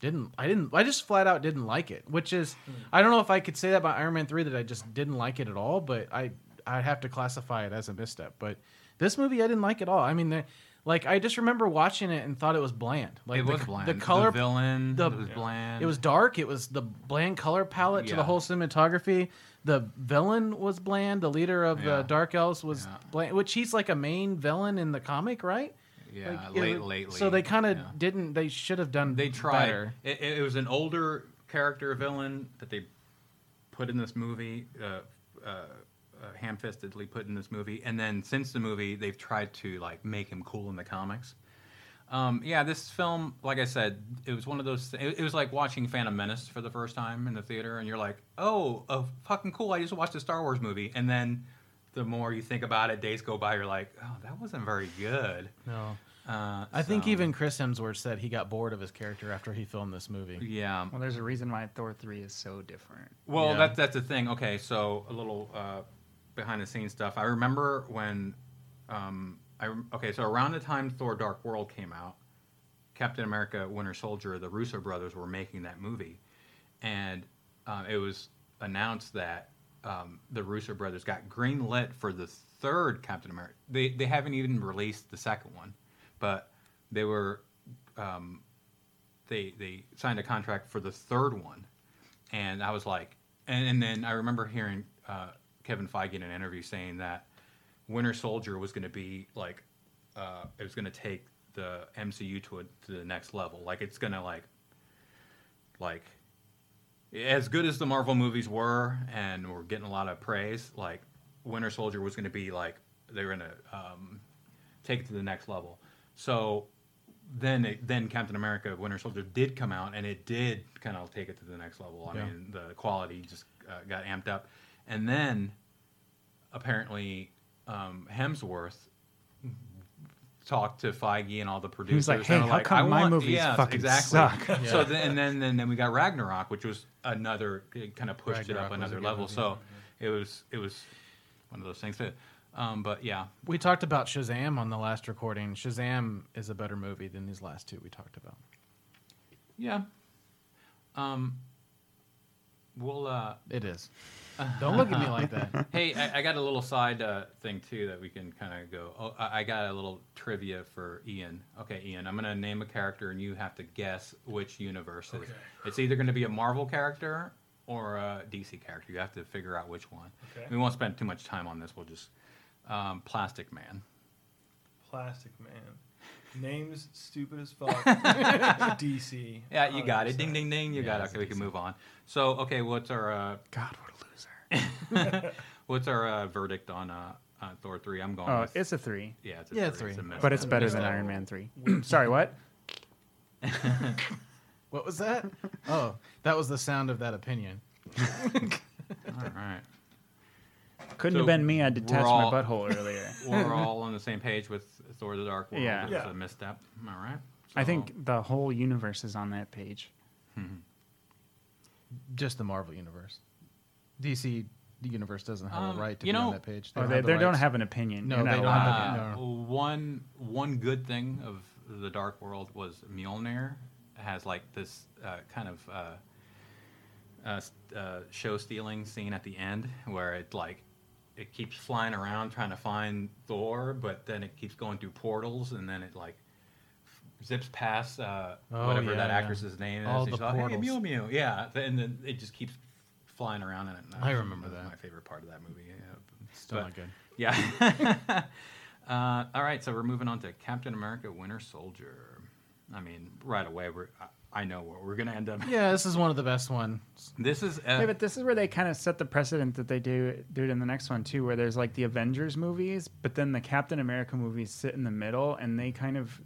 Speaker 4: didn't I didn't I just flat out didn't like it. Which is
Speaker 1: Hmm.
Speaker 4: I don't know if I could say that about Iron Man three that I just didn't like it at all. But I I have to classify it as a misstep. But this movie I didn't like at all. I mean, the- like I just remember watching it and thought it was bland. Like
Speaker 1: it
Speaker 4: the,
Speaker 1: was bland.
Speaker 4: The color
Speaker 1: the villain,
Speaker 4: the-
Speaker 1: it was bland.
Speaker 4: it was dark. It was the bland color palette to
Speaker 1: Yeah.
Speaker 4: the whole cinematography. The villain was bland. The leader of
Speaker 1: Yeah.
Speaker 4: the Dark Elves was
Speaker 1: Yeah.
Speaker 4: bland, which he's like a main villain in the comic, right?
Speaker 1: yeah,
Speaker 4: Like, it
Speaker 1: late,
Speaker 4: was-
Speaker 1: lately.
Speaker 4: So they kind of
Speaker 1: yeah.
Speaker 4: didn't. They should have done.
Speaker 1: they tried.
Speaker 4: better.
Speaker 1: It, it it was an older character villain that they put in this movie, uh, uh, uh, ham-fistedly put in this movie, and then since the movie, they've tried to like make him cool in the comics. Um, yeah, this film, like I said, it was one of those. thi- It, it was like watching Phantom Menace for the first time in the theater, and you're like, "Oh, oh, fucking cool! I just watched a Star Wars movie." And then, the more you think about it, days go by, you're like, "Oh, that wasn't very good."
Speaker 4: No,
Speaker 1: Uh,
Speaker 4: I think
Speaker 1: so,
Speaker 4: even Chris Hemsworth said he got bored of his character after he filmed this movie.
Speaker 1: yeah.
Speaker 3: Well, there's a reason why Thor three is so different.
Speaker 1: Well,
Speaker 4: Yeah.
Speaker 1: that, that's the thing. Okay, so a little uh, behind the scenes stuff. I remember when, um, I rem- okay, so around the time Thor: Dark World came out, Captain America: Winter Soldier, the Russo brothers were making that movie, and um, it was announced that um, the Russo brothers got greenlit for the third Captain America. They they haven't even released the second one, but they were um, they they signed a contract for the third one, and I was like, and, and then I remember hearing uh, Kevin Feige in an interview saying that Winter Soldier was going to be like, uh, it was going to take the MCU to a, to the next level. Like it's going to like, like, as good as the Marvel movies were, and we're getting a lot of praise. Like Winter Soldier was going to be like they were going to um, take it to the next level. So then it, then Captain America Winter Soldier did come out and it did kind of take it to the next level. I
Speaker 4: Yeah.
Speaker 1: mean, the quality just uh, got amped up. And then apparently um, Hemsworth talked to Feige and all the producers.
Speaker 3: like,
Speaker 1: They were
Speaker 3: "Hey, how come
Speaker 1: I
Speaker 3: my
Speaker 1: want-
Speaker 3: movies
Speaker 1: yes,
Speaker 3: fucking
Speaker 1: exactly.
Speaker 3: suck?"
Speaker 1: So then, and then, and then we got Ragnarok, which was another it kind of pushed it
Speaker 4: Ragnarok
Speaker 1: up
Speaker 4: was a
Speaker 1: another
Speaker 4: good
Speaker 1: level.
Speaker 4: movie.
Speaker 1: So it was it was one of those things. That, um, but yeah,
Speaker 4: We talked about Shazam on the last recording. Shazam is a better movie than these last two we talked about.
Speaker 1: yeah. Um, We'll. Uh,
Speaker 4: It is. Don't look at me like that.
Speaker 1: hey, I, I got a little side uh, thing too that we can kind of go. Oh, I, I got a little trivia for Ian. Okay, Ian, I'm gonna name a character, and you have to guess which universe it is. It's either gonna be a Marvel character or a DC character. You have to figure out which one.
Speaker 2: Okay.
Speaker 1: We won't spend too much time on this. We'll just um, Plastic Man.
Speaker 2: Plastic Man. Name's stupid as fuck. DC.
Speaker 1: Yeah, Oh, you got it. Ding, ding, ding. You got it. Okay, we can move on. So, okay, what's our uh,
Speaker 3: God, what a loser.
Speaker 1: what's our uh, verdict on uh, on Thor three? I'm going.
Speaker 3: Oh,
Speaker 1: with,
Speaker 3: it's a three,
Speaker 1: yeah, it's a
Speaker 4: Yeah,
Speaker 1: three.
Speaker 4: three.
Speaker 1: a miss.
Speaker 3: but it's better than Iron Man three. Sorry, what?
Speaker 4: What was that? Oh, that was the sound of that opinion.
Speaker 1: all right.
Speaker 3: Couldn't
Speaker 1: So
Speaker 3: have been me. I detached
Speaker 1: we're all-
Speaker 3: my butthole earlier.
Speaker 1: We're all on the same page with Thor: The Dark World.
Speaker 3: Yeah.
Speaker 1: It was
Speaker 2: Yeah.
Speaker 1: a misstep. All right.
Speaker 3: I
Speaker 1: So-
Speaker 3: think the whole universe is on that page.
Speaker 4: Just the Marvel universe. DC universe doesn't have
Speaker 1: Um,
Speaker 4: a right to
Speaker 1: you
Speaker 4: be
Speaker 1: know-
Speaker 4: on that page.
Speaker 3: They oh,
Speaker 4: don't
Speaker 3: they,
Speaker 4: have the
Speaker 3: they don't
Speaker 4: rights.
Speaker 3: have an opinion.
Speaker 4: No,
Speaker 3: You're not
Speaker 4: they don't
Speaker 3: allowed
Speaker 4: have
Speaker 3: to-
Speaker 4: an
Speaker 1: Uh,
Speaker 4: No.
Speaker 1: One one good thing of the Dark World was Mjolnir has like this uh, kind of uh, uh, s- uh, show stealing scene at the end where it like it keeps flying around trying to find Thor, but then it keeps going through portals and then it like zips past uh,
Speaker 4: Oh,
Speaker 1: whatever
Speaker 4: yeah,
Speaker 1: that
Speaker 4: yeah.
Speaker 1: actress's name is.
Speaker 4: All
Speaker 1: and
Speaker 4: the
Speaker 1: she's like, "Hey,
Speaker 4: portals."
Speaker 1: Mew Mew," yeah, and then it just keeps flying around. And uh,
Speaker 4: I remember that.
Speaker 1: was my favorite part of that movie. Yeah.
Speaker 4: Still
Speaker 1: But-
Speaker 4: not good.
Speaker 1: yeah. uh, all right, so we're moving on to Captain America: Winter Soldier. I mean, right away, we're I- I know where we're gonna end up.
Speaker 4: Yeah, this is one of the best ones.
Speaker 1: This is uh,
Speaker 3: Yeah, but this is where they kind of set the precedent that they do do it in the next one too, where there's like the Avengers movies, but then the Captain America movies sit in the middle, and they kind of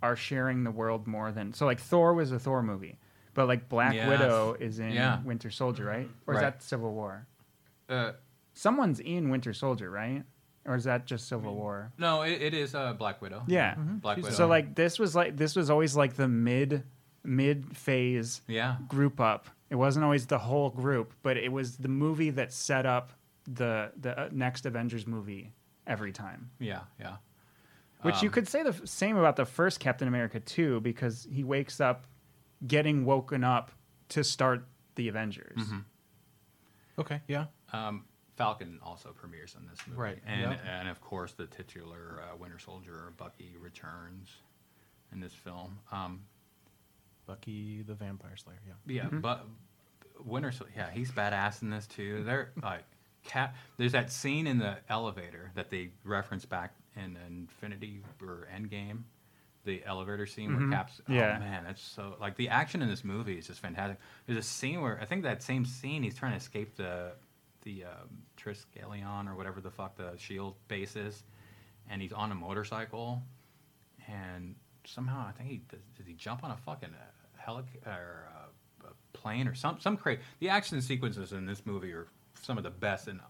Speaker 3: are sharing the world more than so. Like Thor was a Thor movie, but like Black
Speaker 1: Yeah.
Speaker 3: Widow is in
Speaker 1: Yeah.
Speaker 3: Winter Soldier, right? Or is
Speaker 1: Right.
Speaker 3: that Civil War?
Speaker 1: uh,
Speaker 3: Someone's in Winter Soldier, right? Or is that just Civil War?
Speaker 1: no, it, it is uh, Black Widow.
Speaker 3: Yeah.
Speaker 1: Black Widow.
Speaker 3: So like this was like this was always like the mid mid phase
Speaker 1: yeah,
Speaker 3: group up. It wasn't always the whole group, but it was the movie that set up the the uh, next Avengers movie every time.
Speaker 1: yeah, yeah,
Speaker 3: Which
Speaker 4: Um.
Speaker 3: you could say the f- same about the first Captain America too, because he wakes up getting woken up to start the Avengers.
Speaker 4: Mm-hmm. Okay, yeah.
Speaker 1: um, Falcon also premieres in this movie,
Speaker 4: Right,
Speaker 1: And
Speaker 4: yep.
Speaker 1: and of course, the titular uh, Winter Soldier Bucky returns in this film. Um,
Speaker 4: Bucky the Vampire Slayer, yeah.
Speaker 1: Yeah, but Winter Soldier, yeah, he's badass in this too. They're like Cap. There's that scene in the elevator that they reference back in Infinity or Endgame, the elevator scene where Cap's. Oh
Speaker 3: Yeah.
Speaker 1: man, that's so like the action in this movie is just fantastic. There's a scene where I think that same scene he's trying to escape the the um, Triskelion or whatever the fuck the Shield base is, and he's on a motorcycle and somehow I think he does, did he jump on a fucking uh, helic or uh, a plane or some some crazy. The action sequences in this movie are some of the best. And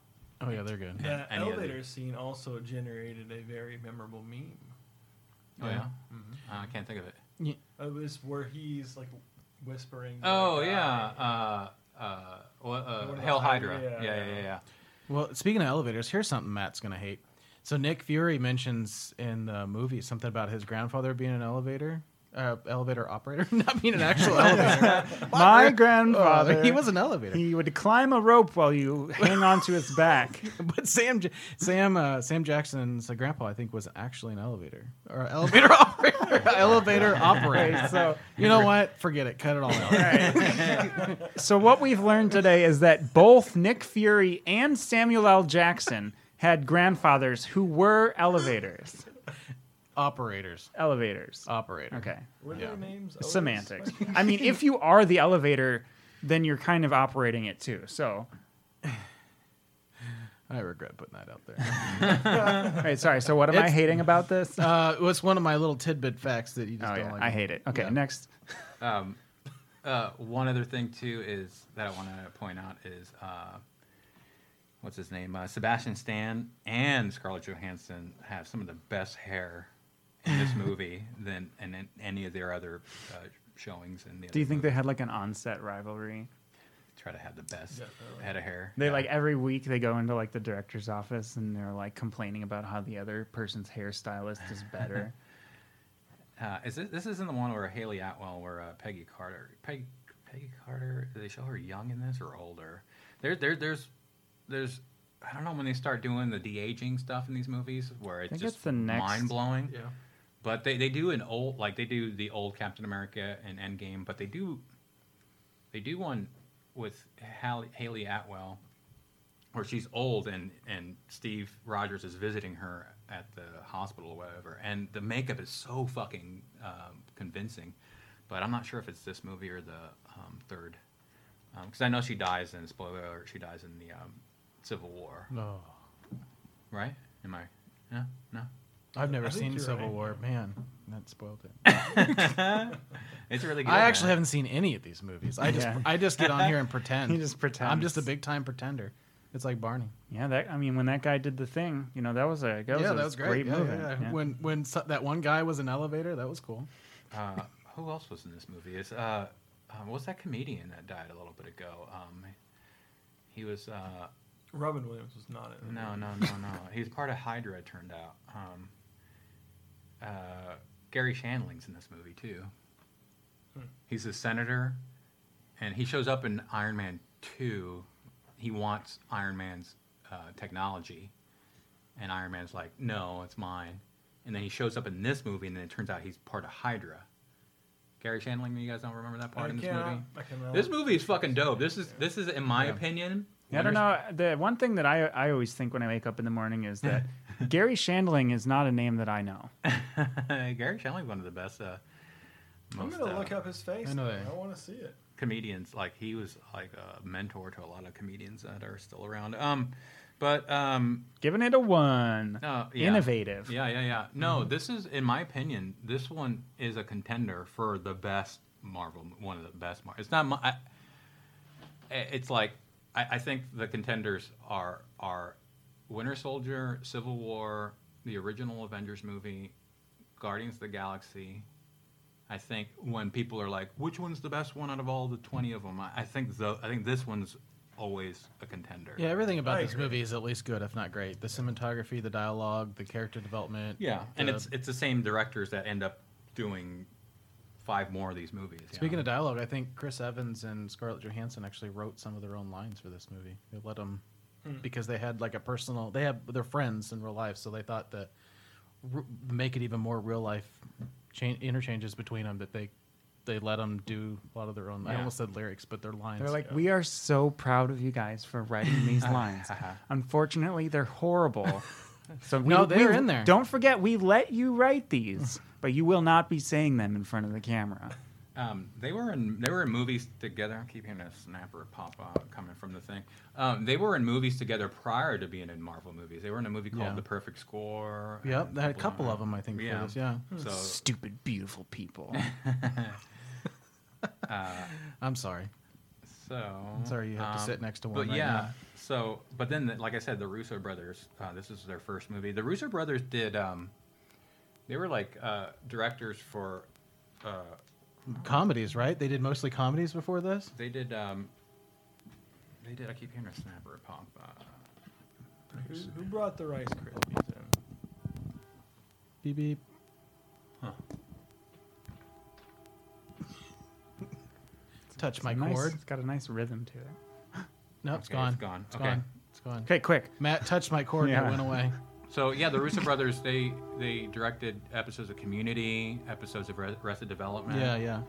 Speaker 4: Oh yeah, they're good.
Speaker 1: Yeah,
Speaker 2: That
Speaker 1: any other-
Speaker 2: elevator scene also generated a very memorable meme.
Speaker 1: oh yeah,
Speaker 4: Yeah.
Speaker 1: Uh, I can't think of it.
Speaker 2: It was Oh, where he's like whispering. to
Speaker 1: Oh
Speaker 2: the guy.
Speaker 1: yeah, uh, uh, what, uh,
Speaker 2: uh, about
Speaker 1: Hail
Speaker 2: Hydra?
Speaker 1: Hydra. Yeah,
Speaker 2: Yeah,
Speaker 1: yeah, yeah.
Speaker 2: yeah.
Speaker 1: yeah.
Speaker 4: Well, speaking of elevators, here's something Matt's gonna hate. So Nick Fury mentions in the movie something about his grandfather being an elevator, uh, elevator operator, not being an actual elevator.
Speaker 3: My grandfather,
Speaker 4: Oh, he was an elevator.
Speaker 3: he would climb a rope while you hang onto his back.
Speaker 4: but Sam, J- Sam, uh, Sam Jackson's grandpa, I think, was actually an elevator or elevator operator. elevator operator. So you know what? Forget it. Cut it all out.
Speaker 3: So what we've learned today is that both Nick Fury and Samuel L. Jackson had grandfathers who were elevators.
Speaker 4: Operators.
Speaker 3: Elevators.
Speaker 4: Operator.
Speaker 3: Okay.
Speaker 2: What are
Speaker 4: Yeah.
Speaker 2: their names? Otis?
Speaker 3: Semantics. I mean, if you are the elevator, then you're kind of operating it too. So,
Speaker 4: I regret putting that out there.
Speaker 3: all right, sorry. So what am I
Speaker 4: It's-
Speaker 3: hating about this? Oh,
Speaker 4: Uh, it was one of my little tidbit facts that you just don't
Speaker 3: yeah,
Speaker 4: like.
Speaker 3: I hate it. Okay,
Speaker 4: Yeah.
Speaker 3: next.
Speaker 1: Uh, one other thing too is that I want to point out is uh, what's his name? Uh, Sebastian Stan and Scarlett Johansson have some of the best hair in this movie than and in any of their other uh, showings. In the
Speaker 3: Do you
Speaker 1: other
Speaker 3: think they
Speaker 1: movies.
Speaker 3: had like an onset rivalry?
Speaker 1: try to have the best head of hair?
Speaker 3: They
Speaker 1: Yeah.
Speaker 3: like every week they go into like the director's office and they're like complaining about how the other person's hairstylist is better.
Speaker 1: Uh, is this, this isn't the one where Haley Atwell, where uh, Peggy Carter, Peg, Peggy Carter? Do they show her young in this or older? There, there, there's, there's. I don't know when they start doing the de aging stuff in these movies where it's
Speaker 3: think
Speaker 1: just
Speaker 3: it's the next-
Speaker 1: mind blowing.
Speaker 2: Yeah.
Speaker 1: But they, they do an old like they do the old Captain America and Endgame, but they do they do one with Halle, Haley Atwell where she's old and and Steve Rogers is visiting her at the hospital or whatever, and the makeup is so fucking um, convincing. But I'm not sure if it's this movie or the um, third, because I know she dies in spoiler alert. She dies in the um, Civil War,
Speaker 4: No,
Speaker 1: right? Am I? Yeah, no.
Speaker 4: I've never
Speaker 2: I think
Speaker 4: seen
Speaker 2: you're
Speaker 4: Civil
Speaker 2: right.
Speaker 4: War. Man, that spoiled it.
Speaker 1: It's really good.
Speaker 4: I actually
Speaker 1: man.
Speaker 4: haven't seen any of these movies. I just
Speaker 3: Yeah.
Speaker 4: I just get on here and pretend.
Speaker 3: He just pretends.
Speaker 4: I'm just a big time pretender. It's like Barney.
Speaker 3: Yeah, that I mean, when that guy did the thing, you know, that was a that was a great,
Speaker 4: Yeah,
Speaker 3: movie.
Speaker 4: yeah, yeah.
Speaker 3: Yeah.
Speaker 4: When when so- that one guy was an elevator, that was cool.
Speaker 1: Uh, who else was in this movie? Is uh, uh, what was that comedian that died a little bit ago? Um, he was uh,
Speaker 2: Robin Williams was not in it.
Speaker 1: no, no, no, no. He's part of Hydra. It turned out. Um, uh, Gary Shandling's in this movie too. He's a senator, and he shows up in Iron Man Two. He wants Iron Man's uh, technology, and Iron Man's like, "No, it's mine." And then he shows up in this movie, and then it turns out he's part of Hydra. Gary Shandling, you guys don't remember that part
Speaker 2: I
Speaker 1: in this
Speaker 2: cannot-
Speaker 1: movie?
Speaker 2: I cannot-
Speaker 1: This movie is fucking dope. This is this is, in my opinion.
Speaker 3: I don't know. The one thing that I I always think when I wake up in the morning is that Gary Shandling is not a name that I know.
Speaker 1: Gary Shandling's one of the best. Uh,
Speaker 2: I'm
Speaker 1: most,
Speaker 2: gonna
Speaker 1: uh,
Speaker 2: look up his face.
Speaker 4: I know that.
Speaker 2: I want to see it.
Speaker 1: comedians like he was like a mentor to a lot of comedians that are still around um but um
Speaker 3: Giving it a one.
Speaker 4: Uh,
Speaker 1: no, yeah.
Speaker 3: Innovative.
Speaker 1: yeah yeah yeah no this is in my opinion this one is a contender for the best marvel one of the best Mar- it's not my I, eh, it's like I, I think the contenders are are winter soldier civil war the original avengers movie guardians of the galaxy I think when people are like, which one's the best one out of all the twenty of them? I, I think the, I think this one's always a contender.
Speaker 4: Yeah, everything about
Speaker 2: I
Speaker 4: this
Speaker 2: agree.
Speaker 4: movie is at least good, if not great. The cinematography, the dialogue, the character development.
Speaker 1: yeah, and
Speaker 4: the-
Speaker 1: it's it's the same directors that end up doing five more of these movies. yeah.
Speaker 4: Speaking of dialogue, I think Chris Evans and Scarlett Johansson actually wrote some of their own lines for this movie. They let them
Speaker 1: Hmm.
Speaker 4: because they had like a personal. They had their friends in real life, so they thought that r- make it even more real life change, interchanges between them that they they let them do a lot of their own. I
Speaker 1: Yeah.
Speaker 4: almost said lyrics, but their lines.
Speaker 3: They're like, we are so proud of you guys for writing these lines. Unfortunately, they're horrible. So we,
Speaker 4: No, they're
Speaker 3: we-
Speaker 4: in there.
Speaker 3: Don't forget, we let you write these, but you will not be saying them in front of the camera.
Speaker 1: um, they were in they were in movies together. I keep hearing a snapper pop out coming from the thing. Um, they were in movies together prior to being in Marvel movies. They were in a movie called
Speaker 4: Yeah.
Speaker 1: The Perfect Score.
Speaker 4: Yep,
Speaker 1: and
Speaker 4: they had a couple of them, I think.
Speaker 1: Yeah.
Speaker 4: For this, yeah.
Speaker 1: So
Speaker 3: Stupid, beautiful people.
Speaker 4: I'm sorry.
Speaker 1: So um,
Speaker 4: sorry you have to sit next to one
Speaker 1: But
Speaker 4: right
Speaker 1: yeah,
Speaker 4: now.
Speaker 1: so but then like I said, the Russo brothers. Uh, this is their first movie. The Russo brothers did. Um, they were like uh, directors for. Uh,
Speaker 4: Comedies, right? They did mostly comedies before this.
Speaker 1: they did. Um, they did. I keep hearing a snapper pop. Uh,
Speaker 2: Who, who brought the Rice Krispies in?
Speaker 4: Beep beep. Touch my
Speaker 3: Nice-
Speaker 4: cord.
Speaker 3: It's got a nice rhythm to it.
Speaker 4: No, it's
Speaker 1: Okay,
Speaker 4: gone.
Speaker 1: it's gone.
Speaker 4: It's
Speaker 1: Okay.
Speaker 4: gone. It's gone.
Speaker 3: Okay, quick.
Speaker 4: Matt touched my cord and
Speaker 3: Yeah.
Speaker 4: it went away.
Speaker 1: So yeah, the Russo brothers. They they directed episodes of Community, episodes of Re- Arrested Development.
Speaker 4: Yeah, yeah.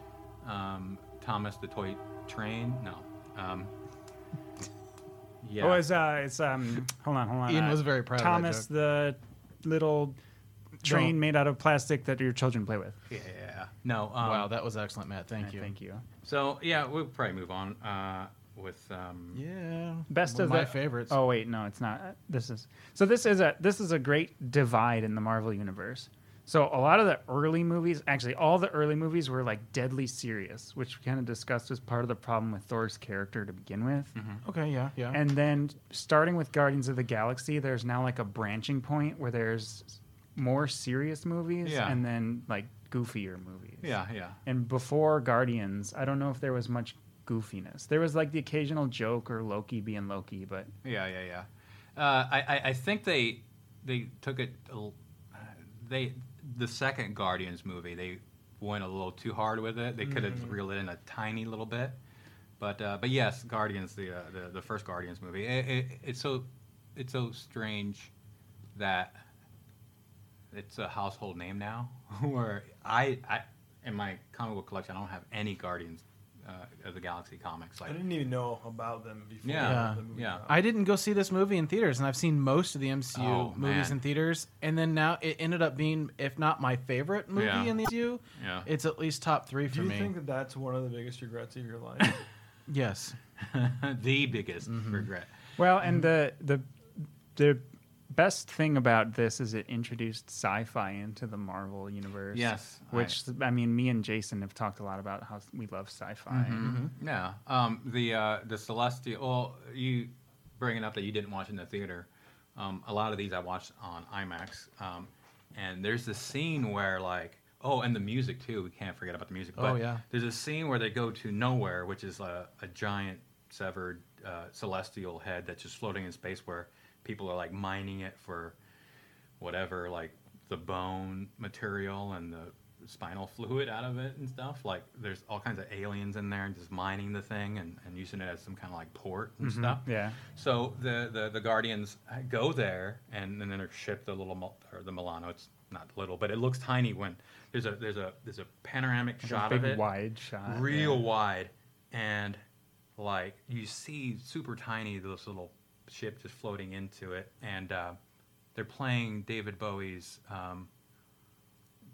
Speaker 1: Um, Thomas the Toy Train. No. Um, yeah.
Speaker 3: Oh, it's uh, it's um. Hold on, hold on.
Speaker 4: Ian
Speaker 3: uh,
Speaker 4: was very proud of that
Speaker 3: Thomas, the little train
Speaker 4: Don't-
Speaker 3: made out of plastic that your children play with.
Speaker 1: yeah. No. Um,
Speaker 4: wow, that was excellent, Matt. Thank
Speaker 3: Uh,
Speaker 4: you.
Speaker 3: Thank you.
Speaker 1: So yeah, we'll probably move on uh, with um,
Speaker 4: Yeah.
Speaker 3: Best
Speaker 4: One
Speaker 3: of
Speaker 4: my
Speaker 3: the-
Speaker 4: favorites.
Speaker 3: Oh wait, no, it's not. Uh, This is so. This is a this is a great divide in the Marvel universe. So a lot of the early movies, actually all the early movies, were like deadly serious, which we kind of discussed was part of the problem with Thor's character to begin with.
Speaker 4: Okay, yeah,
Speaker 1: Oh.
Speaker 4: yeah.
Speaker 3: And then starting with Guardians of the Galaxy, there's now like a branching point where there's more serious movies
Speaker 1: Yeah.
Speaker 3: and then like goofier movies.
Speaker 1: yeah, yeah,
Speaker 3: And before Guardians, I don't know if there was much goofiness. There was like the occasional joke or Loki being Loki, but
Speaker 1: yeah, yeah, yeah. Uh, I, I I think they they took it a l- they the second Guardians movie they went a little too hard with it. They could have reeled it in a tiny little bit. But uh, but yes, Guardians, the, uh, the the first Guardians movie. It, it, it's so it's so strange that it's a household name now. Where I, I in my comic book collection, I don't have any Guardians uh, of the Galaxy comics.
Speaker 2: I
Speaker 1: Like
Speaker 2: didn't even know about them before.
Speaker 1: Yeah.
Speaker 2: the movie
Speaker 1: Yeah.
Speaker 2: dropped.
Speaker 4: I didn't go see this movie in theaters, and I've seen most of the MCU
Speaker 1: Oh,
Speaker 4: movies
Speaker 1: man.
Speaker 4: in theaters. And then now it ended up being, if not my favorite movie
Speaker 1: Yeah.
Speaker 4: in the MCU,
Speaker 1: Yeah.
Speaker 4: it's at least top three for
Speaker 2: Do you
Speaker 4: me.
Speaker 2: think that that's one of the biggest regrets of your life?
Speaker 4: yes.
Speaker 1: the biggest regret.
Speaker 3: Well, and the
Speaker 1: Mm-hmm.
Speaker 3: the the best thing about this is it introduced sci-fi into the Marvel universe.
Speaker 1: Yes, I-
Speaker 3: which I mean, me and Jason have talked a lot about how we love sci-fi.
Speaker 1: Mm-hmm.
Speaker 4: Mm-hmm.
Speaker 1: Yeah. Um, the uh, the Celestial. Well, you bringing up that you didn't watch in the theater. Um, a lot of these I watched on IMAX. Um, and there's this scene where like. Oh, and the music too. We can't forget about the music.
Speaker 4: Oh,
Speaker 1: But
Speaker 4: yeah.
Speaker 1: There's a scene where they go to nowhere, which is a, a giant severed uh, celestial head that's just floating in space, where people are like mining it for whatever, like the bone material and the spinal fluid out of it and stuff. Like there's all kinds of aliens in there and just mining the thing and, and using it as some kind of like port and stuff.
Speaker 3: Mm-hmm. Yeah.
Speaker 1: So the, the, the Guardians uh, go there and, and then they're shipped the little Mil- or the Milano. It's not little, but it looks tiny when there's a there's a there's a panoramic
Speaker 3: Like
Speaker 1: shot
Speaker 3: a big
Speaker 1: of it
Speaker 3: wide shot.
Speaker 1: real
Speaker 3: yeah.
Speaker 1: wide, and like you see super tiny this little ship just floating into it, and uh, they're playing David Bowie's um,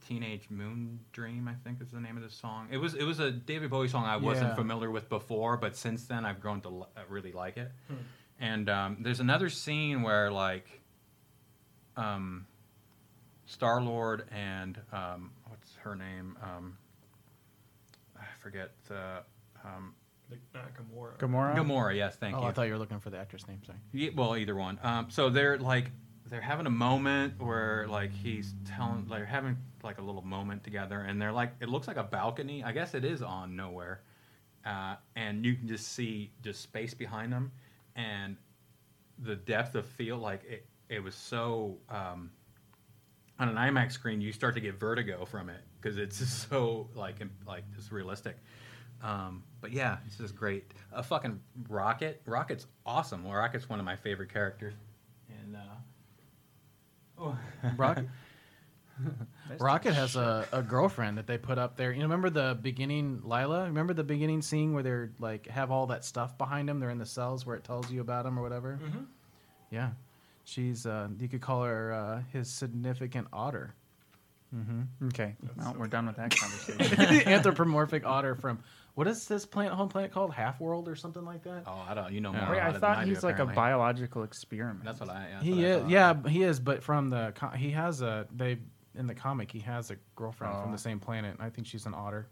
Speaker 1: "Teenage Moon Dream," I think is the name of the song. It was it was a David Bowie song I wasn't
Speaker 4: Yeah.
Speaker 1: familiar with before, but since then I've grown to li- uh, really like it.
Speaker 4: Hmm.
Speaker 1: And um, there's another scene where like. Um, Star Lord and um, what's her name? Um, I forget the um,
Speaker 2: Like, Not Gamora.
Speaker 3: Gamora.
Speaker 1: Gamora. Yes, thank
Speaker 4: oh,
Speaker 1: you.
Speaker 4: I thought you were looking for the actress name. Sorry.
Speaker 1: Ye- well, either one. Um, so they're like they're having a moment where like he's telling they're having like a little moment together, and they're like it looks like a balcony. I guess it is on nowhere, uh, and you can just see just space behind them, and the depth of field. Like it, it was so. Um, on an IMAX screen, you start to get vertigo from it because it's just so like im- like just realistic. Um, but yeah, it's just great. A fucking rocket. Rocket's awesome. Well, Rocket's one of my favorite characters. And uh, oh,
Speaker 4: Rocket,
Speaker 3: That's
Speaker 4: Rocket has a, a girlfriend that they put up there. You remember the beginning, Lila? Remember the beginning scene where they're like have all that stuff behind them? They're in the cells where it tells you about them or whatever. Yeah, she's. Uh, you could call her uh, his significant otter,
Speaker 3: Okay. Well, we're done with that conversation.
Speaker 4: anthropomorphic otter from what is this planet home planet called? Half World or something like that.
Speaker 1: oh, I don't. You know more.
Speaker 3: Wait,
Speaker 1: about
Speaker 3: I
Speaker 1: it than
Speaker 3: thought
Speaker 1: do,
Speaker 3: he's like a
Speaker 1: apparently.
Speaker 3: biological experiment.
Speaker 1: That's what I. that's what
Speaker 4: he
Speaker 1: I
Speaker 4: is.
Speaker 1: thought.
Speaker 4: Yeah, he is. But from the co- he has a they in the comic he has a girlfriend from
Speaker 3: Oh.
Speaker 4: the same planet. I think she's an otter.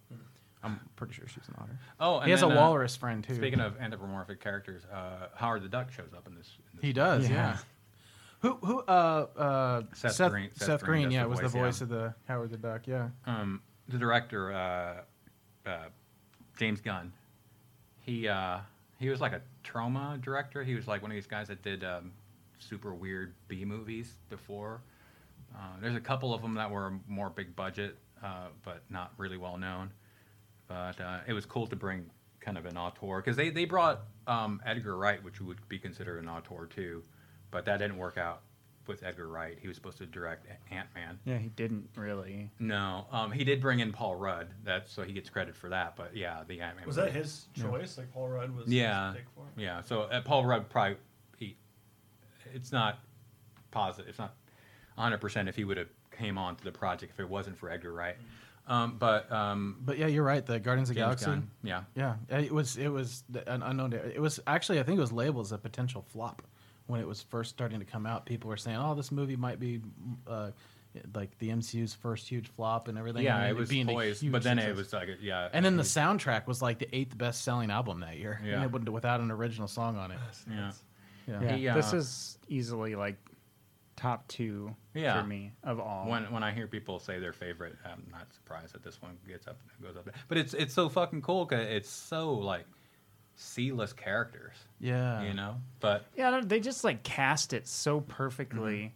Speaker 4: I'm pretty sure she's an otter.
Speaker 1: Oh, Hmm. and
Speaker 4: he has
Speaker 1: then,
Speaker 4: a
Speaker 1: uh,
Speaker 4: walrus friend too.
Speaker 1: Speaking of anthropomorphic characters, uh, Howard the Duck shows up in this. In this
Speaker 4: He does, yeah.
Speaker 3: Yeah.
Speaker 4: Who who uh uh
Speaker 1: Seth Green-
Speaker 4: Seth,
Speaker 1: Seth Green
Speaker 4: Green,
Speaker 1: does
Speaker 4: yeah,
Speaker 1: the
Speaker 4: was the
Speaker 1: voice, yeah.
Speaker 4: voice of the Howard the Duck, yeah.
Speaker 1: um, the director uh, uh, James Gunn. He uh, he was like a trauma director. He was like one of these guys that did um, super weird B movies before. Uh, there's a couple of them that were more big budget, uh, but not really well known. But uh, it was cool to bring kind of an auteur because they they brought um, Edgar Wright, which would be considered an auteur too, but that didn't work out with Edgar Wright. He was supposed to direct Ant Man.
Speaker 3: yeah, he didn't really.
Speaker 1: No, um, he did bring in Paul Rudd. That's so he gets credit for that. But yeah, the Ant Man
Speaker 2: Was that his choice? Like Paul Rudd was
Speaker 1: Yeah,
Speaker 2: his pick for him?
Speaker 1: yeah. So uh, Paul Rudd probably he, it's not positive. It's not 100 percent if he would have came on to the project if it wasn't for Edgar Wright.
Speaker 2: Mm-hmm.
Speaker 1: Um, but um,
Speaker 4: But yeah, you're right. The Guardians of the
Speaker 1: James
Speaker 4: Galaxy.
Speaker 1: Gunn, yeah,
Speaker 4: Yeah, it was it was an unknown. It was actually I think it was labeled as a potential flop when it was first starting to come out. People were saying, "Oh, this movie might be uh, like the MCU's first huge flop and everything."
Speaker 1: yeah,
Speaker 4: and
Speaker 1: it
Speaker 4: then
Speaker 1: was
Speaker 4: being a
Speaker 1: poised,
Speaker 4: huge
Speaker 1: but then it
Speaker 4: success.
Speaker 1: was like a- yeah,
Speaker 4: And then the
Speaker 1: huge-
Speaker 4: soundtrack was like the eighth best selling album that year,
Speaker 1: Yeah.
Speaker 4: and it wouldn't- without an original song on it.
Speaker 1: yeah.
Speaker 4: Yeah.
Speaker 3: Yeah,
Speaker 1: He, uh,
Speaker 3: this is easily like top two
Speaker 1: Yeah.
Speaker 3: for me of all.
Speaker 1: When when I hear people say their favorite, I'm not surprised that this one gets up goes up. there. But it's it's so fucking cool 'cause it's so like C-list characters,
Speaker 4: Yeah.
Speaker 1: you know. But
Speaker 3: Yeah, I don't- they just like cast it so perfectly
Speaker 1: Mm-hmm.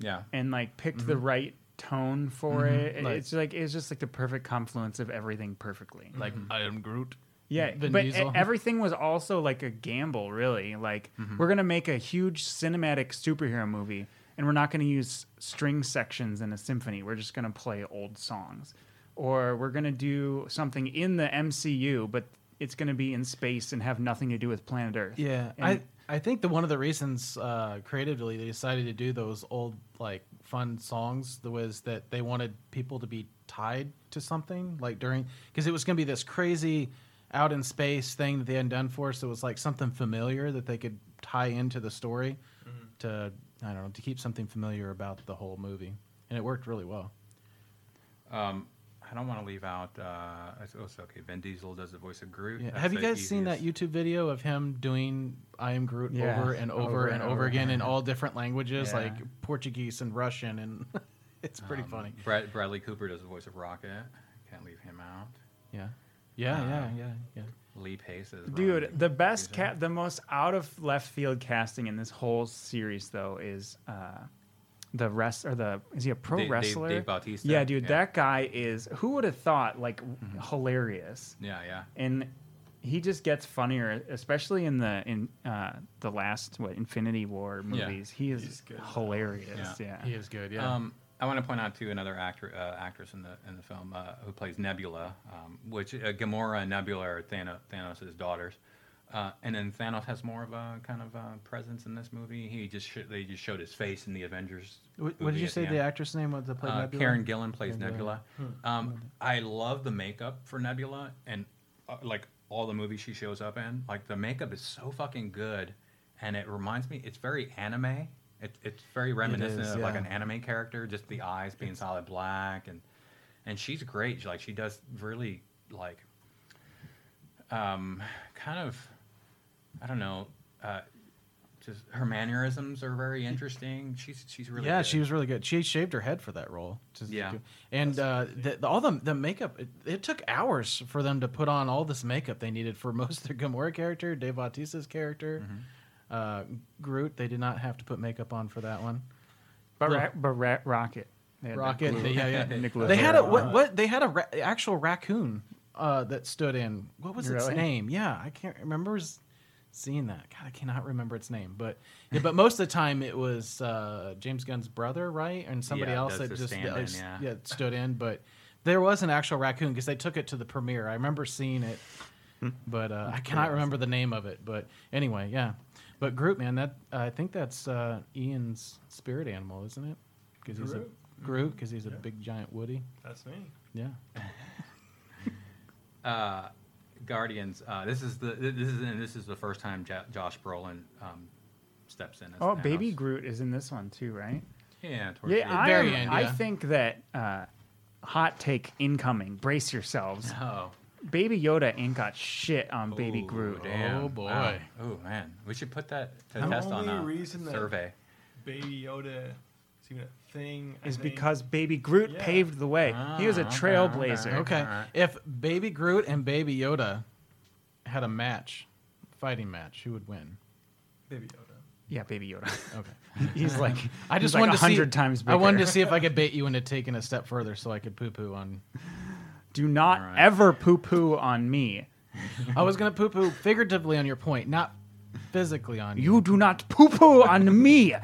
Speaker 1: yeah,
Speaker 3: and like picked the right tone for it.
Speaker 4: Like-
Speaker 3: it's like it's just like the perfect confluence of everything perfectly.
Speaker 1: like I am Groot.
Speaker 3: Yeah,
Speaker 5: Vin
Speaker 3: but e-
Speaker 5: Diesel.
Speaker 3: everything was also like a gamble, really. Like we're gonna make a huge cinematic superhero movie, and we're not gonna use string sections in a symphony. We're just gonna play old songs, or we're gonna do something in the MCU, but it's gonna be in space and have nothing to do with planet Earth.
Speaker 4: Yeah,
Speaker 3: And-
Speaker 4: I I think that one of the reasons uh, creatively they decided to do those old like fun songs the was that they wanted people to be tied to something like during because it was going to be this crazy out in space thing that they hadn't done for us. It was like something familiar that they could tie into the story
Speaker 3: Mm-hmm.
Speaker 4: to I don't know to keep something familiar about the whole movie, and it worked really well.
Speaker 1: Um, I don't want to leave out. Uh, it's also okay. Vin Diesel does the voice of Groot.
Speaker 4: Yeah.
Speaker 1: That's
Speaker 4: Have you
Speaker 1: the
Speaker 4: guys seen that
Speaker 1: easiest-
Speaker 4: YouTube video of him doing "I am Groot"
Speaker 3: Yeah.
Speaker 4: over and over, and, over, again in all different languages,
Speaker 3: Yeah.
Speaker 4: like Portuguese and Russian, and it's pretty funny.
Speaker 1: Brad, Bradley Cooper does the voice of Rocket. Can't leave him out.
Speaker 4: Yeah, yeah, yeah,
Speaker 1: Uh,
Speaker 4: yeah, yeah.
Speaker 1: Lee Pace is
Speaker 3: Dude, the best
Speaker 1: cat.
Speaker 3: cat, the most out of left field casting in this whole series though is uh, the rest or the is he a pro
Speaker 1: Dave- Dave-
Speaker 3: wrestler?
Speaker 1: Dave Bautista,
Speaker 3: Yeah, dude,
Speaker 1: yeah. Mm-hmm.
Speaker 3: that guy is who would have thought like hilarious,
Speaker 1: Yeah, yeah.
Speaker 3: and he just gets funnier, especially in the in uh, the last what Infinity War movies. He is
Speaker 2: He's good.
Speaker 3: hilarious.
Speaker 1: Yeah.
Speaker 3: Yeah.
Speaker 4: He is good. Yeah,
Speaker 1: Um, I want to point out to another actor, uh, actress in the in the film uh, who plays Nebula, um, which uh, Gamora and Nebula are Thanos, Thanos' daughters, uh, and then Thanos has more of a kind of uh presence in this movie. He just sh- they just showed his face in the Avengers.
Speaker 4: what,
Speaker 1: movie
Speaker 4: did you
Speaker 1: at
Speaker 4: say
Speaker 1: the
Speaker 4: the
Speaker 1: end.
Speaker 4: actress name was? That played
Speaker 1: Uh,
Speaker 4: Nebula?
Speaker 1: Karen Gillan plays
Speaker 4: Karen Gillan. Hmm.
Speaker 1: Nebula. Um, I love the makeup for Nebula and uh, like all the movies she shows up in. Like the makeup is so fucking good, and it reminds me. It's very anime. It, it's very reminiscent
Speaker 4: is,
Speaker 1: of like
Speaker 4: yeah.
Speaker 1: an anime character. Just the eyes being solid black, and and she's great. She- Like she does really like um, kind of I don't know. Uh, just her mannerisms are very interesting. She's she's really
Speaker 4: yeah,
Speaker 1: good.
Speaker 4: she was really good. She shaved her head for that role. to-
Speaker 1: Yeah.
Speaker 4: to- and uh, the, the, all the the makeup. It, it took hours for them to put on all this makeup they needed for most of the Gamora character, Dave Bautista's character,
Speaker 1: Mm-hmm.
Speaker 4: uh, Groot. They did not have to put makeup on for that one.
Speaker 3: But,
Speaker 4: Look.
Speaker 3: Ra- but Ra- Rocket. They had that
Speaker 4: Rocket.
Speaker 3: glue.
Speaker 4: they- yeah, yeah.
Speaker 3: Nicholas
Speaker 4: they had a
Speaker 3: Rocket.
Speaker 4: what, what? They had a ra- actual raccoon uh, that stood in. What was its
Speaker 3: Really?
Speaker 4: name? Yeah, I can't remember s- seeing that. God, I cannot remember its name. But yeah, but most of the time it was uh, James Gunn's brother, right, and somebody
Speaker 1: Yeah,
Speaker 4: else
Speaker 1: that's
Speaker 4: that
Speaker 1: the
Speaker 4: just
Speaker 1: stand-in,
Speaker 4: uh, s-
Speaker 1: yeah.
Speaker 4: yeah stood in. But there was an actual raccoon because they took it to the premiere. I remember seeing it. But uh, I cannot remember the name of it. But anyway, yeah. But Groot, man, that I think that's uh, Ian's spirit animal, isn't it? Because he's a
Speaker 2: Groot. Mm-hmm.
Speaker 4: Groot, because he's a
Speaker 2: Yeah.
Speaker 4: big giant Woody.
Speaker 2: That's me.
Speaker 4: Yeah.
Speaker 1: uh, Guardians. Uh, this is the this is and this is the first time Jo- Josh Brolin um, steps in. As
Speaker 3: Oh,
Speaker 1: Thanos.
Speaker 3: Baby Groot is in this one too, right?
Speaker 1: Yeah, towards
Speaker 3: Yeah,
Speaker 1: the
Speaker 3: I,
Speaker 4: very
Speaker 3: am-
Speaker 4: end,
Speaker 3: I
Speaker 4: yeah.
Speaker 3: think that uh, hot take incoming. Brace yourselves.
Speaker 1: end. Oh,
Speaker 3: Baby Yoda ain't got shit on Baby
Speaker 1: Ooh,
Speaker 3: Groot.
Speaker 1: damn.
Speaker 4: Oh, boy.
Speaker 1: Wow. Oh man, we should put that to
Speaker 2: The
Speaker 1: test on a
Speaker 2: only reason that-
Speaker 1: survey.
Speaker 2: Baby Yoda is even a thing. I
Speaker 3: Is
Speaker 2: think.
Speaker 3: because Baby Groot
Speaker 2: Yeah.
Speaker 3: paved the way. he was a
Speaker 1: Ah, okay,
Speaker 3: trailblazer.
Speaker 1: Okay,
Speaker 4: Okay.
Speaker 1: alright.
Speaker 4: If Baby Groot and Baby Yoda had a match, fighting match, who would win?
Speaker 2: Baby Yoda.
Speaker 3: Yeah, Baby Yoda.
Speaker 4: Okay.
Speaker 3: He's like
Speaker 4: I
Speaker 3: he's
Speaker 4: just
Speaker 3: like
Speaker 4: wanted to see.
Speaker 3: hundred times. Bigger.
Speaker 4: I wanted to see if I could bait you into taking a step further, so I could poo poo on.
Speaker 3: Do not
Speaker 1: Alright.
Speaker 3: ever poo poo on me.
Speaker 4: I was gonna poo poo figuratively on your point, not physically on you.
Speaker 3: You do not poo poo on me.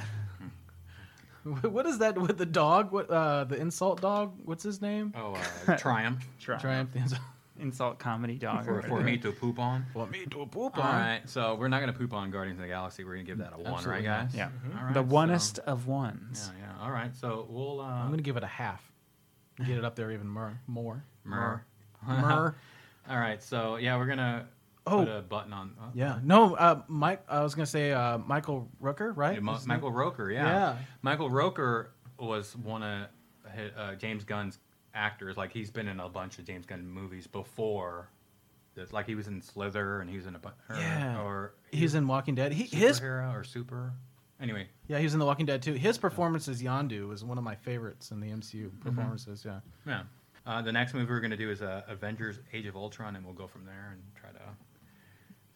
Speaker 4: What is that with the dog? What uh, the insult dog? What's his name?
Speaker 1: Oh, uh, Triumph
Speaker 4: Triumph the insult.
Speaker 3: Insult comedy dog.
Speaker 1: for, for me to poop on.
Speaker 4: Want me to poop
Speaker 1: All right, so we're not gonna poop on Guardians of the Galaxy. We're gonna give that a one,
Speaker 4: Absolutely
Speaker 1: right, guys?
Speaker 4: not.
Speaker 3: Yeah.
Speaker 1: All right,
Speaker 3: the
Speaker 1: so-
Speaker 3: oneest of ones.
Speaker 1: Yeah, yeah. All right, so we'll. Uh,
Speaker 4: I'm gonna give it a half. Get it up there even more. More.
Speaker 1: Mer.
Speaker 4: Mer.
Speaker 1: All right, so yeah, we're gonna
Speaker 4: Oh.
Speaker 1: put a button on. oh,
Speaker 4: Yeah. No, uh, Mike. I was gonna say uh, Michael Rooker, right?
Speaker 1: Yeah, Ma-
Speaker 4: His name?
Speaker 1: Michael Roker, yeah.
Speaker 4: Yeah.
Speaker 1: Michael Roker was one of hi- uh, James Gunn's actors. Like he's been in a bunch of James Gunn movies before. This. Like he was in Slither, and he was in a bunch.
Speaker 4: Yeah.
Speaker 1: Or
Speaker 4: He's in Walking Dead. He, his
Speaker 1: superhero or super. Anyway,
Speaker 4: yeah, he was in The Walking Dead too. His performance as Yondu was one of my favorites in the MCU
Speaker 1: Mm-hmm.
Speaker 4: performances. Yeah.
Speaker 1: yeah. Uh, the next movie we're gonna do is uh, Avengers: Age of Ultron, and we'll go from there and try to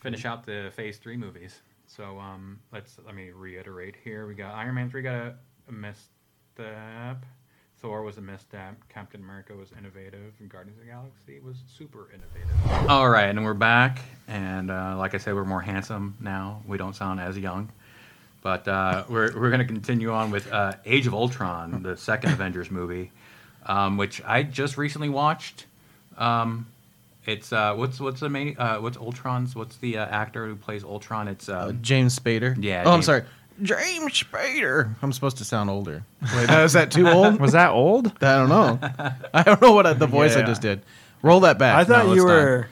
Speaker 1: finish out the Phase Three movies. So um, let's let me reiterate here. We got Iron Man three got a, a misstep. Thor was a misstep. Captain America was innovative, and Guardians of the Galaxy was super innovative. All right, and we're back, and uh, like I said, we're more handsome now. We don't sound as young, but uh, we're we're going to continue on with uh, Age of Ultron, the second Avengers movie, um, which I just recently watched. Um, it's uh, what's what's the main uh, what's Ultron's what's the uh, actor who plays Ultron? It's
Speaker 4: Uh,
Speaker 1: uh,
Speaker 4: James Spader.
Speaker 1: Yeah,
Speaker 4: Oh, I'm
Speaker 1: James-
Speaker 4: sorry. James Spader. I'm supposed to sound older. Wait, is that too old?
Speaker 3: Was that old?
Speaker 4: I don't know. I don't know what I, the voice I
Speaker 2: Yeah.
Speaker 4: just did. Roll that back.
Speaker 2: I thought
Speaker 4: No,
Speaker 2: you
Speaker 4: it's not.
Speaker 2: were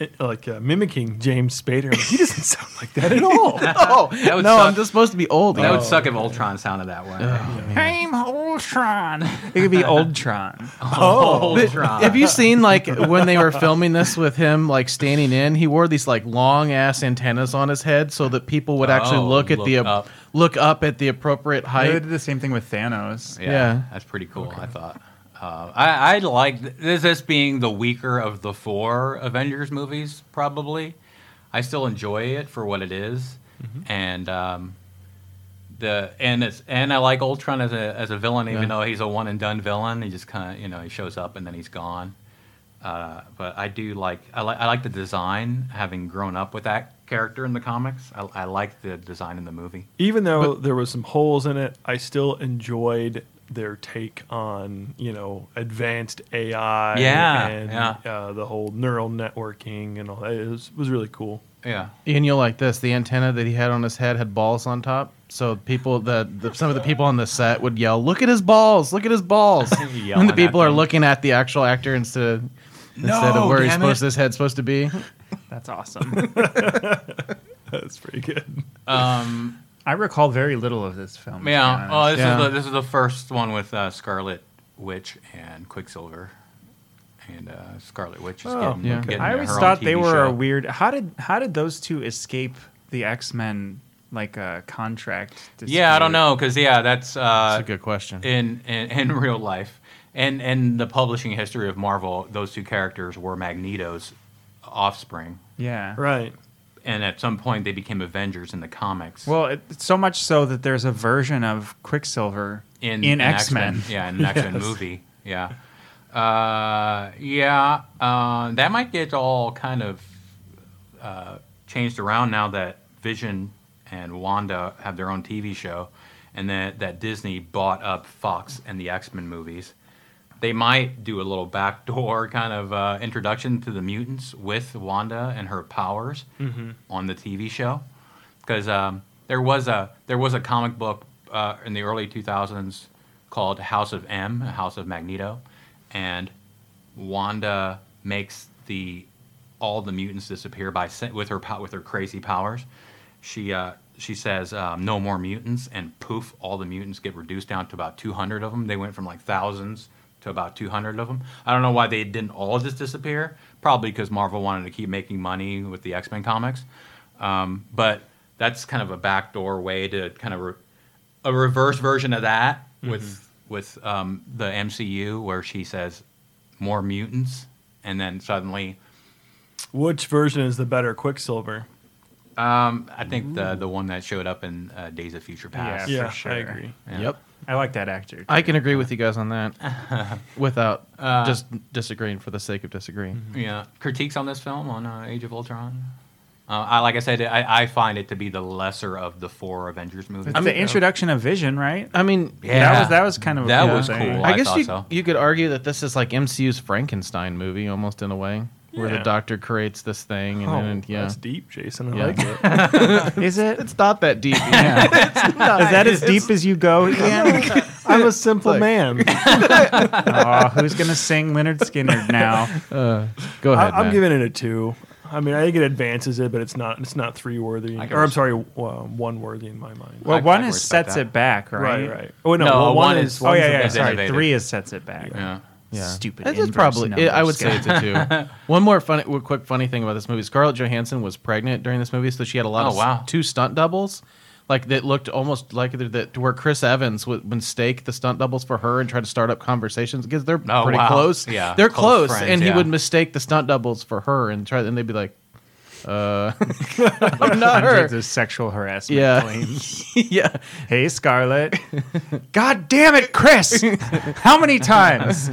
Speaker 2: it- like uh, mimicking James Spader. I'm like, he doesn't sound like that at all.
Speaker 4: Oh
Speaker 1: That would
Speaker 4: no,
Speaker 1: suck.
Speaker 4: I'm just supposed to be old.
Speaker 1: that would
Speaker 2: Oh,
Speaker 1: suck if Ultron sounded that way.
Speaker 3: I'm Ultron. It could be Oldtron.
Speaker 1: Oh, Ultron.
Speaker 4: Have you seen like when they were filming this with him like standing in? He wore these like long ass antennas on his head so that people would actually
Speaker 1: Oh,
Speaker 4: look at the
Speaker 1: look up.
Speaker 4: look up at the appropriate
Speaker 3: They
Speaker 4: height.
Speaker 3: did the same thing with Thanos.
Speaker 1: Yeah,
Speaker 4: Yeah.
Speaker 1: that's pretty cool. I thought. Uh, I I like this as being the weaker of the four Avengers movies. Probably, I still enjoy it for what it is,
Speaker 4: Mm-hmm.
Speaker 1: and um, the and it's and I like Ultron as a as a villain, even
Speaker 4: Yeah.
Speaker 1: though he's a one and done villain. He just kind of you know he shows up and then he's gone. Uh, but I do like I like I like the design. Having grown up with that character in the comics, I, I like the design in the movie.
Speaker 2: Even though there was some holes in it, I still enjoyed their take on you know advanced AI
Speaker 1: Yeah,
Speaker 2: and
Speaker 1: yeah.
Speaker 2: Uh, the whole neural networking and all that. It was, was really cool.
Speaker 1: Yeah.
Speaker 4: And you'll like this. The antenna that he had on his head had balls on top. So people, the, the some of the people on the set would yell, "Look at his balls! Look at his balls!"
Speaker 1: Yelling
Speaker 4: and the
Speaker 1: at
Speaker 4: people are
Speaker 1: them.
Speaker 4: looking at the actual actor instead of, instead
Speaker 1: No,
Speaker 4: of where he's
Speaker 1: damn
Speaker 4: supposed
Speaker 1: it.
Speaker 4: his head's supposed to
Speaker 1: Uh,
Speaker 4: be.
Speaker 3: That's awesome.
Speaker 2: That's pretty good.
Speaker 1: Um,
Speaker 3: I recall very little of this film. to be
Speaker 1: Yeah.
Speaker 3: honest.
Speaker 1: Oh, this
Speaker 4: Yeah.
Speaker 1: is the this is the first one with uh, Scarlet Witch and Quicksilver, and uh, Scarlet Witch is
Speaker 2: Oh,
Speaker 1: getting.
Speaker 4: yeah.
Speaker 1: getting
Speaker 3: I always
Speaker 1: her own
Speaker 3: thought they
Speaker 1: TV
Speaker 3: were
Speaker 1: show.
Speaker 3: a weird. How did how did those two escape the X Men like uh, contract?
Speaker 1: Yeah, I don't
Speaker 3: dispute?
Speaker 1: know, cause yeah, that's uh,
Speaker 4: That's a good question.
Speaker 1: in, in in real life, and and the publishing history of Marvel, those two characters were Magneto's offspring,
Speaker 3: Yeah.
Speaker 2: Right.
Speaker 1: and at some point they became Avengers in the comics.
Speaker 3: Well, it, it's so much so that there's a version of Quicksilver in, X Men.
Speaker 1: Yeah, in an X Men
Speaker 2: Yes.
Speaker 1: movie. Yeah. Uh, yeah. Uh, that might get all kind of uh, changed around now that Vision and Wanda have their own TV show and that, that Disney bought up Fox and the X Men movies. They might do a little backdoor kind of uh, introduction to the mutants with Wanda and her powers on the TV show because um, there was a there was a comic book uh, in the early 2000s called House of M, House of Magneto, and Wanda makes the all the mutants disappear by sen- with her pow- with her crazy powers. She uh, she says um, no more mutants, and poof, all the mutants get reduced down to about 200 of them. They went from like thousands to about 200 of them. I don't know why they didn't all just disappear. Probably because Marvel wanted to keep making money with the X Men comics. Um, but that's kind of a backdoor way to kind of re- a reverse version of that with with um, the MCU where she says more mutants, and then suddenly
Speaker 2: Which version is the better Quicksilver?
Speaker 1: um, I think the the one that showed up in uh, Days of Future Past.
Speaker 3: Yeah,
Speaker 2: yeah,
Speaker 3: for sure.
Speaker 2: I agree.
Speaker 1: Yeah.
Speaker 4: Yep.
Speaker 3: I like that actor. too.
Speaker 4: I can agree with you guys on that, without
Speaker 1: Uh,
Speaker 4: just disagreeing for the sake of disagreeing.
Speaker 1: Yeah. Critiques on this film on uh, Age of Ultron. Uh, I, like I said, I, I find it to be the lesser of the four Avengers movies.
Speaker 3: It's the introduction of Vision, right?
Speaker 4: I mean,
Speaker 1: Yeah.
Speaker 3: That was that was kind of a
Speaker 1: That
Speaker 3: cool
Speaker 1: was
Speaker 3: thing.
Speaker 1: cool.
Speaker 4: I
Speaker 1: I
Speaker 4: guess
Speaker 1: thought
Speaker 4: you,
Speaker 1: so.
Speaker 4: you could argue that this is like MCU's Frankenstein movie, almost in a way, where the
Speaker 2: Yeah.
Speaker 4: doctor creates this thing, and,
Speaker 2: Oh,
Speaker 4: then yeah,
Speaker 2: that's deep, Jason. I
Speaker 4: Yeah.
Speaker 2: like it.
Speaker 3: Is it?
Speaker 4: it's not that deep.
Speaker 3: Yeah. Is that as deep as you go? Ian?
Speaker 2: I'm a simple
Speaker 4: Like-
Speaker 2: man.
Speaker 3: oh, who's gonna sing Leonard Skinner now?
Speaker 4: Uh, go ahead.
Speaker 2: I, I'm
Speaker 4: Matt.
Speaker 2: giving it a two. I mean, I think it advances it, but it's not it's not three worthy,
Speaker 1: I can
Speaker 2: or I'm
Speaker 1: res-
Speaker 2: sorry, w- uh, one worthy in my mind.
Speaker 3: Well,
Speaker 1: I-
Speaker 3: one
Speaker 1: I
Speaker 3: is
Speaker 1: respect
Speaker 3: sets
Speaker 1: that.
Speaker 3: it back,
Speaker 2: right,
Speaker 3: right?
Speaker 2: right. Oh no,
Speaker 1: No, one
Speaker 2: well, one,
Speaker 1: is-
Speaker 2: is.
Speaker 3: Oh
Speaker 2: one's
Speaker 3: yeah,
Speaker 2: the
Speaker 3: yeah.
Speaker 1: That's
Speaker 2: best.
Speaker 3: Sorry,
Speaker 1: innovative.
Speaker 3: three is sets it back.
Speaker 1: yeah.
Speaker 4: Yeah.
Speaker 3: Stupid
Speaker 4: It's
Speaker 3: inverse
Speaker 4: probably. It, I would
Speaker 3: numbers
Speaker 4: say it's a two. One more funny, well, quick funny thing about this movie: Scarlett Johansson was pregnant during this movie, so she had a lot
Speaker 1: Oh,
Speaker 4: of s-
Speaker 1: wow.
Speaker 4: two stunt doubles, like that looked almost like the- that. Where Chris Evans would mistake the stunt doubles for her and try to start up conversations because they're
Speaker 1: Oh,
Speaker 4: pretty
Speaker 1: wow.
Speaker 4: close.
Speaker 1: Yeah,
Speaker 4: they're
Speaker 1: close
Speaker 4: close,
Speaker 1: friends,
Speaker 4: and he
Speaker 1: yeah.
Speaker 4: would mistake the stunt doubles for her and try. And they'd be like, Uh, not her.
Speaker 3: hundreds of sexual harassment
Speaker 4: Yeah.
Speaker 3: claims.
Speaker 4: yeah.
Speaker 3: Hey, Scarlett. God damn it, Chris! How many times?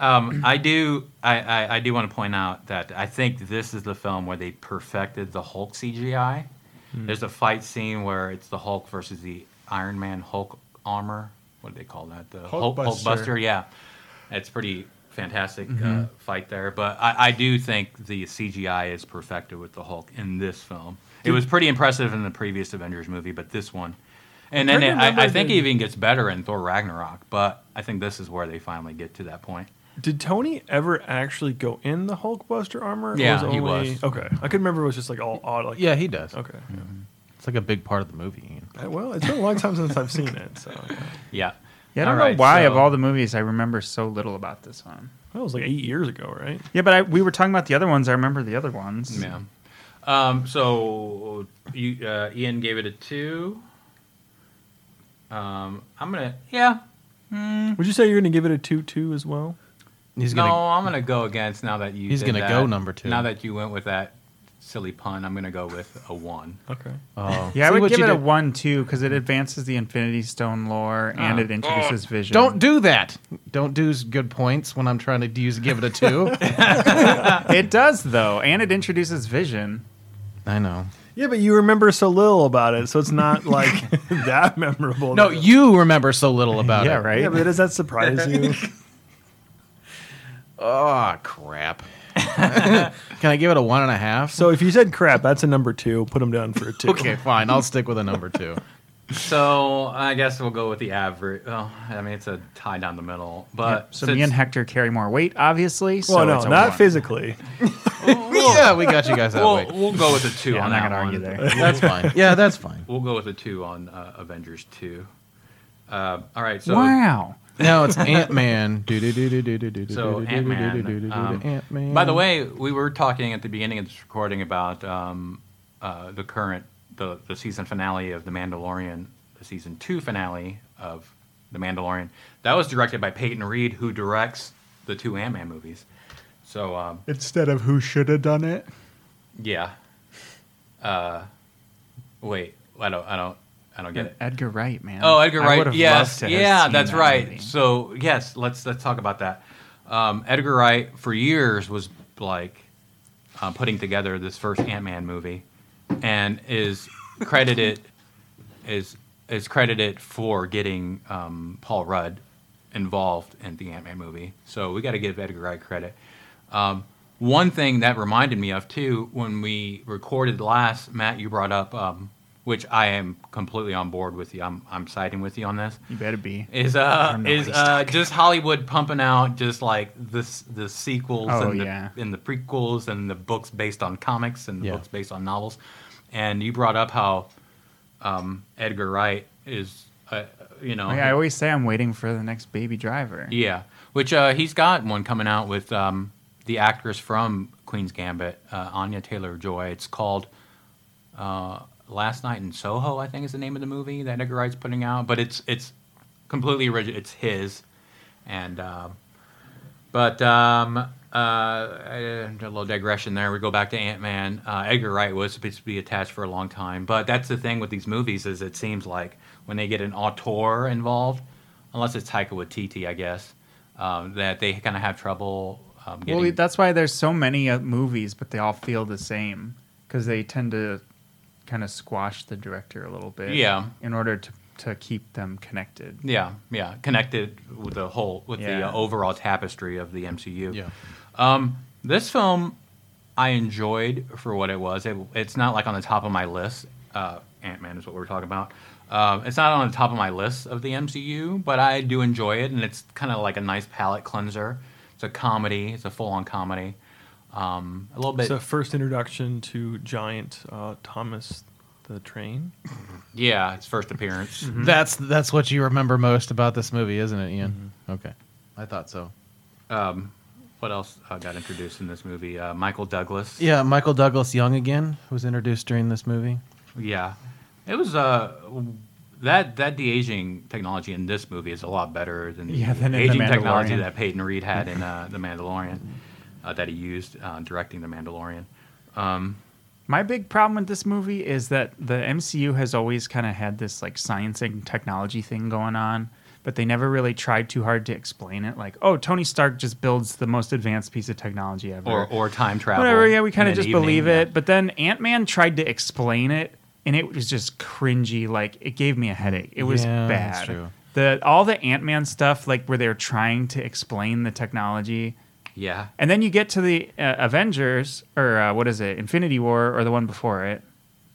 Speaker 1: Um, I do. I, I, I do want to point out that I think this is the film where they perfected the Hulk CGI.
Speaker 5: Hmm.
Speaker 1: There's a fight scene where it's the Hulk versus the Iron Man Hulk armor. What do they call that? The Hulk,
Speaker 5: Hulkbuster.
Speaker 1: Hulk Buster. Yeah, it's pretty fantastic uh,
Speaker 5: Mm-hmm.
Speaker 1: fight there. But I, I do think the CGI is perfected with the Hulk in this film. It was pretty impressive in the previous Avengers movie, but this one. And then
Speaker 5: I
Speaker 1: it, I, I
Speaker 5: remember
Speaker 1: think it
Speaker 5: the-
Speaker 1: even gets better in Thor Ragnarok, but I think this is where they finally get to that point.
Speaker 2: Did Tony ever actually go in the Hulkbuster armor?
Speaker 1: Yeah,
Speaker 2: it
Speaker 1: he was.
Speaker 2: Okay, I could remember it was just like all odd. Like,
Speaker 4: Yeah, he does.
Speaker 2: Okay.
Speaker 4: It's like a big part of the movie.
Speaker 2: I- Well, it's been a long time since I've seen it, so
Speaker 1: Yeah.
Speaker 3: Yeah, I don't
Speaker 1: All
Speaker 3: know
Speaker 1: right,
Speaker 3: why of
Speaker 1: so-
Speaker 3: all the movies I remember so little about this one.
Speaker 2: that was like eight years ago, right?
Speaker 3: Yeah, but I, we were talking about the other ones. I remember the other ones.
Speaker 1: Yeah. Um, so you, uh, Ian gave it a two. Um, I'm gonna yeah.
Speaker 2: Would you say you're going to give it a two two as well?
Speaker 4: He's
Speaker 1: no,
Speaker 4: gonna.
Speaker 1: I'm gonna go against now that you.
Speaker 4: He's
Speaker 1: did
Speaker 4: gonna
Speaker 1: that.
Speaker 4: go number two.
Speaker 1: Now that you went with that silly pun, I'm gonna go with a one.
Speaker 2: Okay.
Speaker 4: Oh.
Speaker 3: Yeah,
Speaker 4: See
Speaker 3: I would
Speaker 4: what
Speaker 3: give
Speaker 4: you
Speaker 3: it a
Speaker 4: did.
Speaker 3: one two because it advances the Infinity Stone lore and
Speaker 1: Ah.
Speaker 3: it introduces Vision.
Speaker 4: Oh. Don't do that. Don't do s- good points when I'm trying to use give it a two.
Speaker 3: it does though, and it introduces Vision.
Speaker 4: I know.
Speaker 2: Yeah, but you remember so little about it, so it's not like that memorable.
Speaker 4: No, you remember so little about
Speaker 3: yeah,
Speaker 4: it.
Speaker 3: right.
Speaker 2: Yeah, but does that surprise you?
Speaker 4: Oh crap. Can I give it a one and a half?
Speaker 2: so if you said crap, that's a number two. Put him down for a two.
Speaker 4: okay, fine. I'll stick with a number two.
Speaker 1: So I guess we'll go with the average. Well, I mean it's a tie down the middle, but
Speaker 3: So
Speaker 1: since-
Speaker 3: me and Hector carry more weight, obviously. So
Speaker 2: Well, no,
Speaker 3: it's a
Speaker 2: not
Speaker 3: one.
Speaker 2: physically.
Speaker 4: yeah, we got you guys that
Speaker 1: we'll,
Speaker 4: way.
Speaker 1: we'll go with a two
Speaker 3: Yeah,
Speaker 1: on that
Speaker 3: I'm not gonna
Speaker 1: one.
Speaker 3: argue there.
Speaker 4: That's fine. Yeah, that's fine.
Speaker 1: We'll go with a two on uh, Avengers two. Uh, all right, so
Speaker 3: wow.
Speaker 4: No, it's Ant Man.
Speaker 1: So, Ant-Man, um,
Speaker 4: Man.
Speaker 1: By the way, we were talking at the beginning of this recording about um, uh, the current the the season finale of The Mandalorian, the season two finale of The Mandalorian. That was directed by Peyton Reed, who directs the two Ant Man movies. So um,
Speaker 5: Instead of who should have done it.
Speaker 1: yeah. Uh, wait, I don't, I don't, I don't get it.
Speaker 3: Edgar Wright, man.
Speaker 1: Oh, Edgar
Speaker 3: I
Speaker 1: Wright.
Speaker 3: would've
Speaker 1: Yes,
Speaker 3: loved to have
Speaker 1: yeah,
Speaker 3: seen
Speaker 1: that's
Speaker 3: that
Speaker 1: right.
Speaker 3: movie.
Speaker 1: So yes, let's let's talk about that. Um, Edgar Wright for years was like uh, putting together this first Ant Man movie, and is credited is is credited for getting um, Paul Rudd involved in the Ant Man movie. So we got to give Edgar Wright credit. Um, one thing that reminded me of too, when we recorded last, Matt, you brought up, um, which I am completely on board with you. I'm I'm siding with you on this.
Speaker 3: You better be.
Speaker 1: Is
Speaker 3: I
Speaker 1: uh
Speaker 3: don't know
Speaker 1: is
Speaker 3: what he's
Speaker 1: uh just Hollywood pumping out just like this the sequels
Speaker 3: Oh,
Speaker 1: and the
Speaker 3: yeah.
Speaker 1: and the prequels and the books based on comics and the
Speaker 4: Yeah.
Speaker 1: books based on novels, and you brought up how um, Edgar Wright is uh, you know
Speaker 3: Like, I always say I'm waiting for the next Baby Driver.
Speaker 1: yeah, which uh, he's got one coming out with um, the actress from Queen's Gambit, uh, Anya Taylor Joy. It's called uh, Last Night in Soho, I think is the name of the movie that Edgar Wright's putting out. But it's it's completely original. It's his, and um but um, uh, a little digression there. We go back to Ant Man. Uh, Edgar Wright was supposed to be attached for a long time, but that's the thing with these movies is it seems like when they get an auteur involved, unless it's Taika Waititi, I guess, um, that they kind of have trouble um, getting.
Speaker 3: Well, that's why there's so many uh, movies, but they all feel the same because they tend to kind of squash the director a little bit.
Speaker 1: Yeah.
Speaker 3: In order to, to keep them connected.
Speaker 1: yeah, yeah, connected with the whole with the
Speaker 3: Yeah.
Speaker 1: uh, overall tapestry of the MCU.
Speaker 4: yeah.
Speaker 1: Um, this film I enjoyed for what it was. It, it's not like on the top of my list. Uh, Ant Man is what we're talking about. Um, it's not on the top of my list of the MCU, but I do enjoy it, and it's kind of like a nice palate cleanser. It's a comedy. It's a full-on comedy. Um, a little bit,
Speaker 2: So first introduction to giant uh, Thomas the train.
Speaker 1: yeah. Its first appearance.
Speaker 4: That's that's what you remember most about this movie, isn't it, Ian? Okay, I thought so.
Speaker 1: What else uh, got introduced in this movie? Uh, Michael Douglas.
Speaker 4: Yeah, Michael Douglas Young again was introduced during this movie.
Speaker 1: Yeah, it was uh that that de aging technology in this movie is a lot better than the
Speaker 3: Yeah, than in The
Speaker 1: aging technology
Speaker 3: Mandalorian.
Speaker 1: that Peyton Reed had in uh, the Mandalorian uh, that he used uh, directing the Mandalorian. Um,
Speaker 3: My big problem with this movie is that the MCU has always kind of had this like science and technology thing going on, but they never really tried too hard to explain it. Like, oh, Tony Stark just builds the most advanced piece of technology ever.
Speaker 1: or or time travel.
Speaker 3: Whatever, yeah, we kind
Speaker 1: in
Speaker 3: of
Speaker 1: an
Speaker 3: just
Speaker 1: evening,
Speaker 3: believe
Speaker 1: yeah.
Speaker 3: it. But then Ant Man tried to explain it, and it was just cringy. Like it gave me a headache. It was
Speaker 4: Yeah,
Speaker 3: bad.
Speaker 4: that's true.
Speaker 3: The all the Ant Man stuff, like where they're trying to explain the technology,
Speaker 1: Yeah.
Speaker 3: and then you get to the uh, Avengers, or uh, what is it, Infinity War, or the one before it,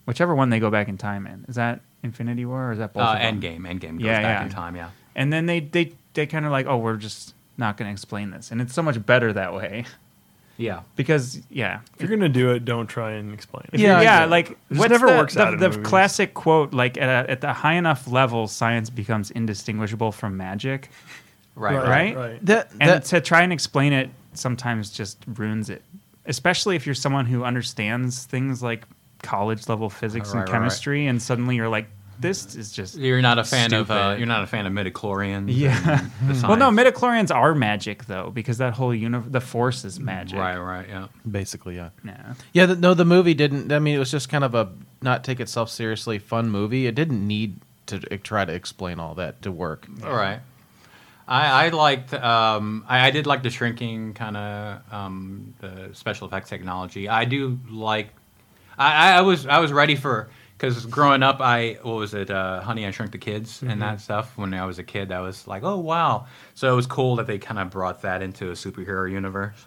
Speaker 3: whichever one they go back in time in. Is that Infinity War, or is that both?
Speaker 1: Uh,
Speaker 3: of them?
Speaker 1: Endgame. Endgame goes
Speaker 3: Yeah,
Speaker 1: back
Speaker 3: yeah.
Speaker 1: in time. Yeah.
Speaker 3: And then they they they kind of like, oh, we're just not going to explain this, and it's so much better that way
Speaker 1: Yeah.
Speaker 3: because yeah,
Speaker 2: If you're gonna do it, don't try and explain it.
Speaker 4: Yeah,
Speaker 3: yeah,
Speaker 4: yeah.
Speaker 3: like
Speaker 2: just
Speaker 3: what's
Speaker 2: never
Speaker 3: the,
Speaker 2: works
Speaker 3: the,
Speaker 2: out in
Speaker 3: the
Speaker 2: movies.
Speaker 3: classic quote like at, a, at the high enough level science becomes indistinguishable from magic
Speaker 1: Right. Right.
Speaker 3: right?
Speaker 2: Right.
Speaker 4: That,
Speaker 3: and
Speaker 4: that
Speaker 3: to try and explain it sometimes just ruins it especially if you're someone who understands things like college level physics
Speaker 1: Right,
Speaker 3: and
Speaker 1: right, right.
Speaker 3: chemistry and suddenly you're like this is just
Speaker 1: You're not a fan of uh,
Speaker 3: Stupid.
Speaker 1: you're not a fan of midichlorians.
Speaker 3: yeah
Speaker 1: and the
Speaker 3: well no
Speaker 1: science.
Speaker 3: midichlorians are magic though because that whole universe the force is magic
Speaker 1: Right. Right. Yeah.
Speaker 4: basically, yeah.
Speaker 3: yeah
Speaker 4: Yeah, the, no, the movie didn't. I mean, it was just kind of a not take itself seriously fun movie. It didn't need to e- try to explain all that to work.
Speaker 1: All right. I, I liked. Um, I, I did like the shrinking kind of um, the special effects technology. I do like. I, I- I was I was ready for because growing up, I what was it? Uh, Honey, I Shrunk the Kids and that stuff. When I was a kid, I was like, oh wow. So it was cool that they kind of brought that into a superhero universe.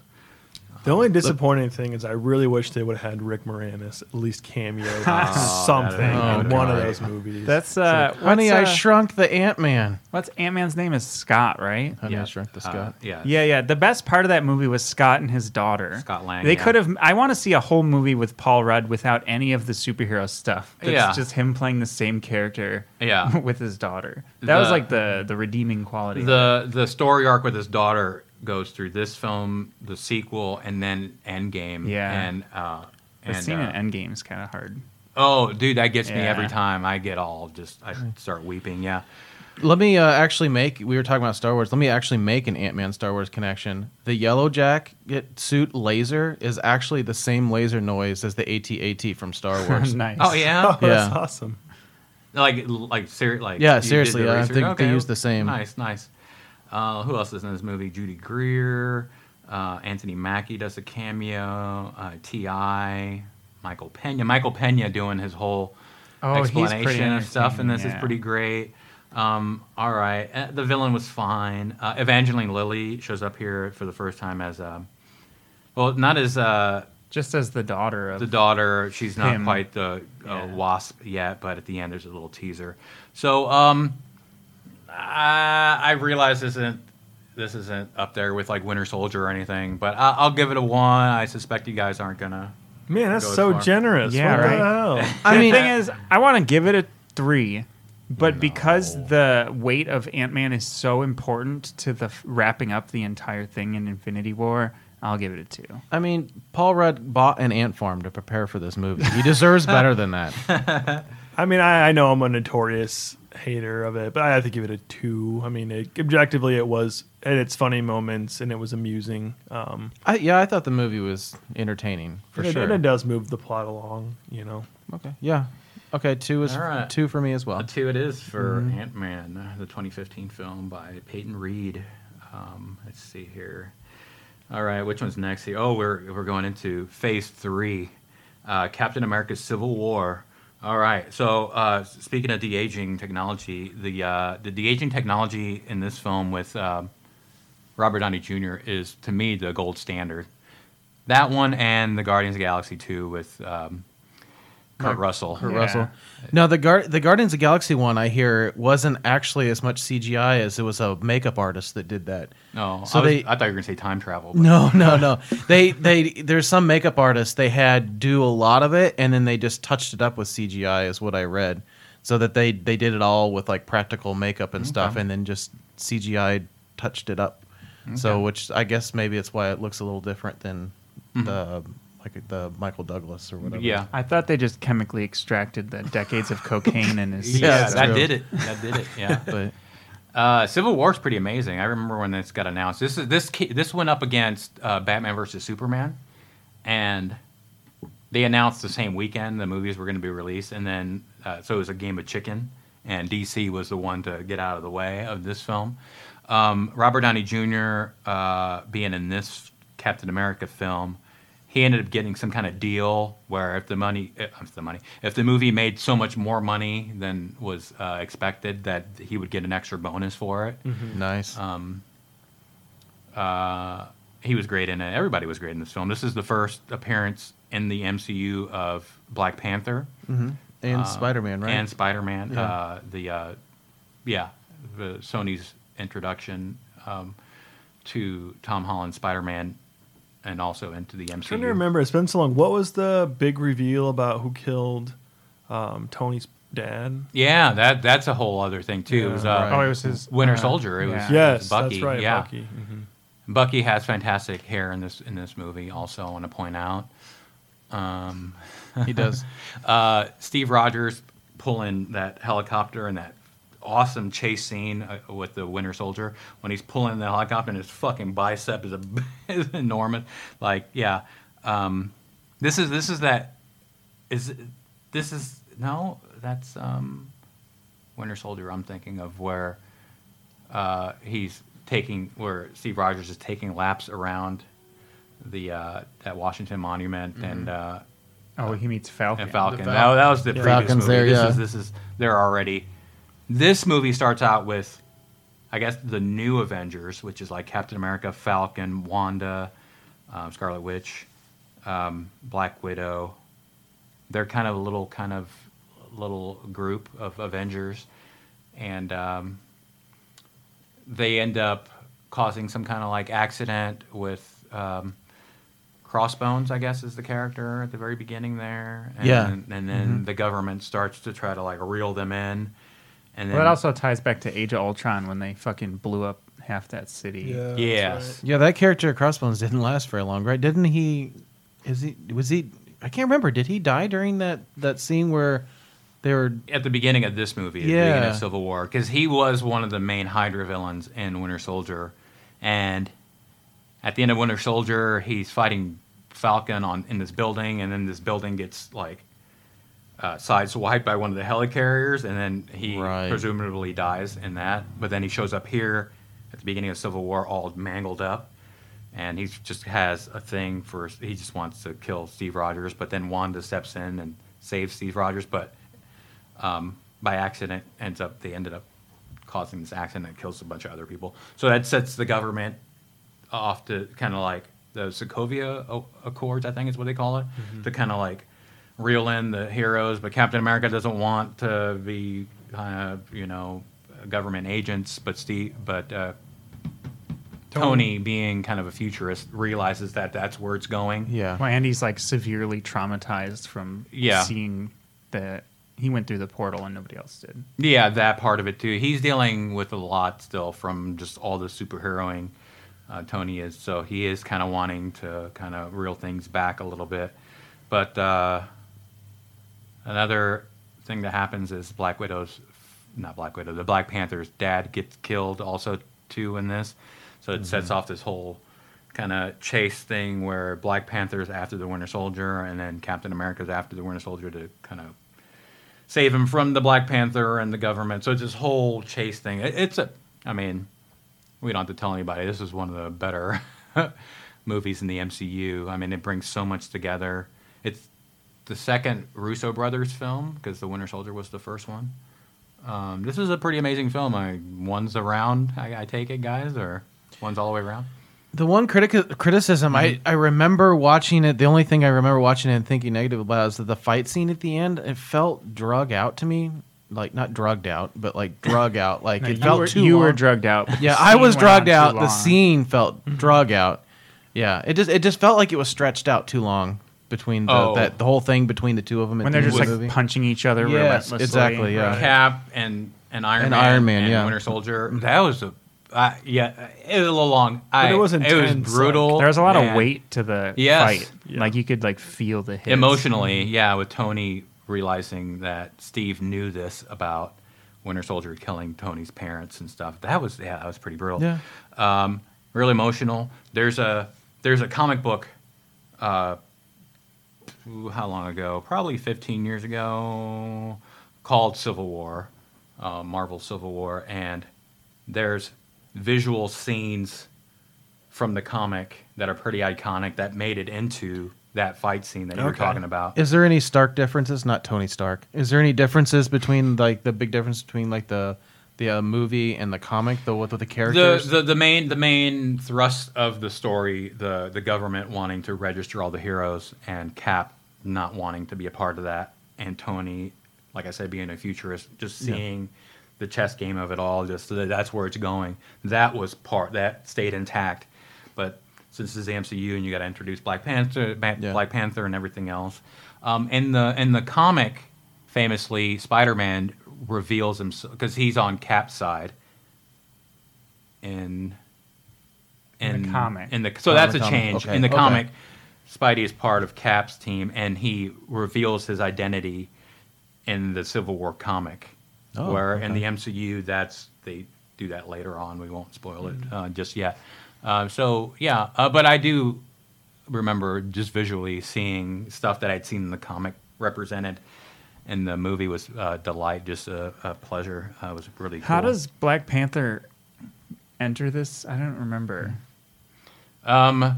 Speaker 2: The only disappointing thing is I really wish they would have had Rick Moranis at least cameo in
Speaker 1: Ah,
Speaker 3: Ah.
Speaker 2: something
Speaker 3: Oh,
Speaker 1: that'd
Speaker 2: in
Speaker 1: be
Speaker 2: one of
Speaker 1: great.
Speaker 2: those movies.
Speaker 3: that's uh
Speaker 4: Honey, I
Speaker 3: what's, uh,
Speaker 4: shrunk the Ant Man.
Speaker 3: what's ant-man's name is scott right
Speaker 4: Honey, I
Speaker 1: Yeah.
Speaker 4: shrunk the
Speaker 1: Uh,
Speaker 4: Scott.
Speaker 1: yeah.
Speaker 3: Yeah, yeah. The best part of that movie was Scott and his daughter.
Speaker 1: Scott Lang,
Speaker 3: They
Speaker 1: yeah.
Speaker 3: could have. I want to see a whole movie with Paul Rudd without any of the superhero stuff. That's
Speaker 1: Yeah.
Speaker 3: just him playing the same character.
Speaker 1: Yeah.
Speaker 3: with his daughter. That was
Speaker 1: The-
Speaker 3: like the the redeeming quality.
Speaker 1: The the story arc with his daughter goes through this film, the sequel, and then Endgame.
Speaker 3: Yeah.
Speaker 1: And uh,
Speaker 3: the
Speaker 1: and,
Speaker 3: scene
Speaker 1: uh,
Speaker 3: in Endgame is kind of hard.
Speaker 1: Oh, dude, that gets me
Speaker 3: Yeah.
Speaker 1: every time. I get all just, I start weeping. Yeah.
Speaker 4: Let me uh, actually make. We were talking about Star Wars. Let me actually make an Ant Man Star Wars connection. The yellow jacket suit laser is actually the same laser noise as the AT-AT from Star Wars.
Speaker 3: nice.
Speaker 1: Oh yeah.
Speaker 2: oh, that's
Speaker 4: yeah.
Speaker 2: awesome.
Speaker 1: like like seriously. Like,
Speaker 4: Yeah,
Speaker 1: you did
Speaker 4: seriously,
Speaker 1: the
Speaker 4: I
Speaker 1: research?
Speaker 4: think they use the same.
Speaker 1: Nice, nice. Uh, who else is in this movie? Judy Greer, uh, Anthony Mackie does a cameo. Uh, Ti, Michael Pena. Michael Pena doing his whole
Speaker 3: Oh, he's pretty
Speaker 1: explanation of stuff, and this
Speaker 3: entertaining,
Speaker 1: is
Speaker 3: yeah.
Speaker 1: pretty great. Um, all right, Uh, the villain was fine. Uh, Evangeline Lilly shows up here for the first time as, uh, well, not as. Uh,
Speaker 3: Just as the daughter of
Speaker 1: the daughter she's not
Speaker 3: Him.
Speaker 1: quite the uh,
Speaker 3: Yeah.
Speaker 1: wasp yet but at the end there's a little teaser so um i i realize this isn't this isn't up there with like winter soldier or anything but I, i'll give it a one i suspect you guys aren't gonna
Speaker 2: Man, that's
Speaker 1: Goes
Speaker 2: so
Speaker 1: far.
Speaker 2: generous.
Speaker 3: Yeah,
Speaker 2: what
Speaker 3: right.
Speaker 2: the hell?
Speaker 4: I
Speaker 3: the
Speaker 4: mean,
Speaker 3: thing is, I want to give it a three, but because the weight of Ant Man is so important to the f- wrapping up the entire thing in Infinity War, I'll give it a two.
Speaker 4: I mean, Paul Rudd bought an ant farm to prepare for this movie. He deserves better than that.
Speaker 2: I mean, I, I know I'm a notorious hater of it, but I have to give it a two. I mean, it, objectively, it was at its funny moments and it was amusing. Um,
Speaker 4: I, yeah, I thought the movie was entertaining for
Speaker 2: and it-
Speaker 4: sure.
Speaker 2: and it does move the plot along, you know.
Speaker 4: Okay. Yeah. Okay. Two is
Speaker 1: All right.
Speaker 4: two for me as
Speaker 1: a
Speaker 4: well. Mm-hmm.
Speaker 1: two it is for ant-man uh, the 2015 film by peyton reed um, let's see here all right which one's next here oh we're we're going into phase three uh, captain america's civil war all right so uh, speaking of de-aging technology the uh, the de-aging technology in this film with um robert downey jr is to me the gold standard that one and the guardians of the galaxy 2 with um, kurt russell
Speaker 4: For
Speaker 3: Yeah.
Speaker 4: Russell. No, the Gar- the Guardians of the Galaxy one I hear wasn't actually as much CGI as it was a makeup artist that did that.
Speaker 1: No,
Speaker 4: So
Speaker 1: I, was-
Speaker 4: they-
Speaker 1: I thought you were gonna say time travel. but-
Speaker 4: No, no, no. they they there's some makeup artists they had do a lot of it and then they just touched it up with CGI is what I read. So that they they did it all with like practical makeup and stuff and then just CGI touched it up. So which I guess maybe it's why it looks a little different than the like the Michael Douglas or whatever.
Speaker 1: Mm-hmm. Yeah.
Speaker 3: I thought they just chemically extracted the decades of cocaine in his.
Speaker 1: Yeah,
Speaker 4: that's
Speaker 1: that
Speaker 4: true.
Speaker 1: did it. That did it. Yeah.
Speaker 4: But
Speaker 1: uh, Civil War's pretty amazing. I remember when this got announced. This is this ki- this went up against uh, Batman versus Superman, and they announced the same weekend the movies were going to be released, and then uh, so it was a game of chicken, and DC was the one to get out of the way of this film. Um, Robert Downey Jr. Uh, being in this Captain America film, he ended up getting some kind of deal where if the money, if the money, if the movie made so much more money than was uh, expected, that he would get an extra bonus for
Speaker 4: Mm.
Speaker 1: it.
Speaker 4: Nice.
Speaker 1: Um, uh, he was great in it. Everybody was great in this film. This is the first appearance in the MCU of Black Panther
Speaker 4: and
Speaker 1: uh,
Speaker 4: Spider Man, right?
Speaker 1: And Spider Man.
Speaker 4: Yeah.
Speaker 1: Uh, the uh, yeah, the Sony's introduction um, to Tom Holland Spider Man, and also into the MCU.
Speaker 2: trying to remember. It's been so long. What was the big reveal about who killed um, Tony's dad?
Speaker 1: Yeah, that that's a whole other thing too. It was, uh,
Speaker 4: Right.
Speaker 3: Oh, it was his
Speaker 1: Winter
Speaker 3: uh,
Speaker 1: Soldier. It was-
Speaker 3: yeah.
Speaker 2: Yes,
Speaker 1: Bucky,
Speaker 2: that's right.
Speaker 1: yeah.
Speaker 2: Bucky. Mhm.
Speaker 1: Bucky has fantastic hair in this in this movie. Also, I want to point out. Um,
Speaker 4: he does.
Speaker 1: uh, Steve Rogers pulling that helicopter and that awesome chase scene uh, with the Winter Soldier when he's pulling the helicopter and his fucking bicep is, a, is enormous. Like, yeah, um, this is this is that is this is no that's um, Winter Soldier. I'm thinking of where uh, he's taking where Steve Rogers is taking laps around the uh, that Washington Monument and. Uh,
Speaker 3: Oh, he meets Falcon.
Speaker 1: and Falcon.
Speaker 4: The
Speaker 1: That,
Speaker 4: Falcon.
Speaker 1: that was the
Speaker 4: Yeah.
Speaker 1: previous
Speaker 4: Falcon's
Speaker 1: movie.
Speaker 4: there,
Speaker 1: this
Speaker 4: yeah.
Speaker 1: is this is they're already. This movie starts out with, I guess, the new Avengers, which is like Captain America, Falcon, Wanda, um, Scarlet Witch, um, Black Widow. They're kind of a little kind of little group of Avengers, and um, they end up causing some kind of like accident with. Um, Crossbones, I guess, is the character at the very beginning there. And,
Speaker 4: Yeah.
Speaker 1: And, then
Speaker 3: Mm-hmm.
Speaker 1: the government starts to try to like reel them in. And then
Speaker 3: Well, it also ties back to Age of Ultron when they fucking blew up half that city.
Speaker 5: that's
Speaker 1: yes,
Speaker 4: Yeah, that character at Crossbones didn't last very long, right? Didn't he? Is he? Was he? I can't remember. Did he die during that that scene where they were?
Speaker 1: at the beginning of this movie, at the beginning
Speaker 4: Yeah.
Speaker 1: of Civil War, because he was one of the main Hydra villains in Winter Soldier, and at the end of Winter Soldier, he's fighting Falcon on in this building, and then this building gets like uh, sideswiped by one of the helicarriers, and then he
Speaker 4: Right.
Speaker 1: presumably dies in that. But then he shows up here at the beginning of Civil War, all mangled up, and he just has a thing for he just wants to kill Steve Rogers. But then Wanda steps in and saves Steve Rogers, but um, by accident ends up they ended up causing this accident that kills a bunch of other people. So that sets the government off to kind of like the Sokovia O- Accords, I think is what they call it, to kind of like reel in the heroes. But Captain America doesn't want to be kind of you know government agents, but Steve, but uh, Tony. being kind of a futurist, realizes that that's where it's going.
Speaker 4: Yeah.
Speaker 3: Well, Andy's like severely traumatized from
Speaker 1: Yeah.
Speaker 3: seeing that he went through the portal and nobody else did.
Speaker 1: Yeah, that part of it too. He's dealing with a lot still from just all the superheroing uh, Tony is. So he is kind of wanting to kind of reel things back a little bit. But uh, another thing that happens is Black Widow's, not Black Widow, the Black Panther's dad gets killed also too in this. So it sets off this whole kind of chase thing where Black Panther's after the Winter Soldier and then Captain America's after the Winter Soldier to kind of save him from the Black Panther and the government. So it's this whole chase thing. It, it's a, I mean, we don't have to tell anybody. This is one of the better movies in the MCU. I mean, it brings so much together. It's the second Russo brothers film because The Winter Soldier was the first one. Um, this is a pretty amazing film. I, one's around, I, I take it, guys, or one's all the way around.
Speaker 4: The one critic criticism
Speaker 3: Mm-hmm.
Speaker 4: I, I remember watching it. The only thing I remember watching it and thinking negative about is that the fight scene at the end. It felt drug out to me, like not drugged out, but like drug out. Like
Speaker 3: No,
Speaker 4: it
Speaker 3: you
Speaker 4: felt
Speaker 3: were,
Speaker 4: too.
Speaker 3: you were
Speaker 4: long.
Speaker 3: drugged out. but the
Speaker 4: Yeah, I
Speaker 3: scene
Speaker 4: was
Speaker 3: went on
Speaker 4: drugged
Speaker 3: too
Speaker 4: out. The
Speaker 3: long. Mm-hmm.
Speaker 4: scene felt drug out. Yeah, it just it just felt like it was stretched out too long between the,
Speaker 1: Oh.
Speaker 4: that the whole thing between the two of them. at
Speaker 3: when
Speaker 4: the
Speaker 3: they're
Speaker 4: end
Speaker 3: just
Speaker 4: of
Speaker 3: like
Speaker 4: the movie.
Speaker 3: punching each other
Speaker 4: Yes,
Speaker 3: relentlessly.
Speaker 4: exactly, yeah.
Speaker 3: Right.
Speaker 1: Cap and, and Iron
Speaker 4: And
Speaker 1: Man.
Speaker 4: Iron Man,
Speaker 1: and
Speaker 4: yeah.
Speaker 1: Winter Soldier. That was a, uh, yeah, it was a little long. I,
Speaker 2: it was
Speaker 1: It was
Speaker 2: intense, like-
Speaker 1: brutal.
Speaker 3: There was a lot of
Speaker 1: and-
Speaker 3: weight to the
Speaker 1: Yes.
Speaker 3: fight. Like you could like feel the hits.
Speaker 1: emotionally yeah with tony realizing that steve knew this about winter soldier killing tony's parents and stuff that was yeah that was pretty brutal
Speaker 4: Yeah.
Speaker 1: um, really emotional there's a there's a comic book uh, ooh, how long ago? Probably 15 years ago, called Civil War, uh, Marvel Civil War, and there's visual scenes from the comic that are pretty iconic that made it into that fight scene that you were
Speaker 2: Okay.
Speaker 1: talking about.
Speaker 4: Is there any stark differences? Not Tony Stark. Is there any differences between like the big difference between like the the uh, movie and the comic? The what with
Speaker 1: the,
Speaker 4: the characters?
Speaker 1: the the main the main thrust of the story the the government wanting to register all the heroes and Cap not wanting to be a part of that and Tony like I said being a futurist just
Speaker 4: Yeah.
Speaker 1: seeing the chess game of it all just that that's where it's going that was part that stayed intact but since this is the MCU and you got to introduce Black Panther Ma-
Speaker 4: Yeah.
Speaker 1: Black Panther and everything else um, in the in the comic famously Spider Man reveals himself because he's on Cap's side in
Speaker 3: In the comic.
Speaker 1: In the so
Speaker 4: Oh,
Speaker 1: that's
Speaker 4: in the
Speaker 1: a
Speaker 4: comic.
Speaker 1: change
Speaker 4: Okay,
Speaker 1: in the
Speaker 4: okay.
Speaker 1: comic. Spidey is part of Cap's team, and he reveals his identity in the Civil War comic.
Speaker 4: Oh,
Speaker 1: where in
Speaker 4: okay.
Speaker 1: the MCU, that's they do that later on. We won't spoil it
Speaker 4: Mm-hmm.
Speaker 1: uh, just yet. Uh, so yeah, uh, but I do remember just visually seeing stuff that I'd seen in the comic represented. And the movie was uh, delight, just a, a pleasure. Uh, it was really
Speaker 3: How
Speaker 1: cool.
Speaker 3: does Black Panther enter this? I don't remember.
Speaker 1: Um,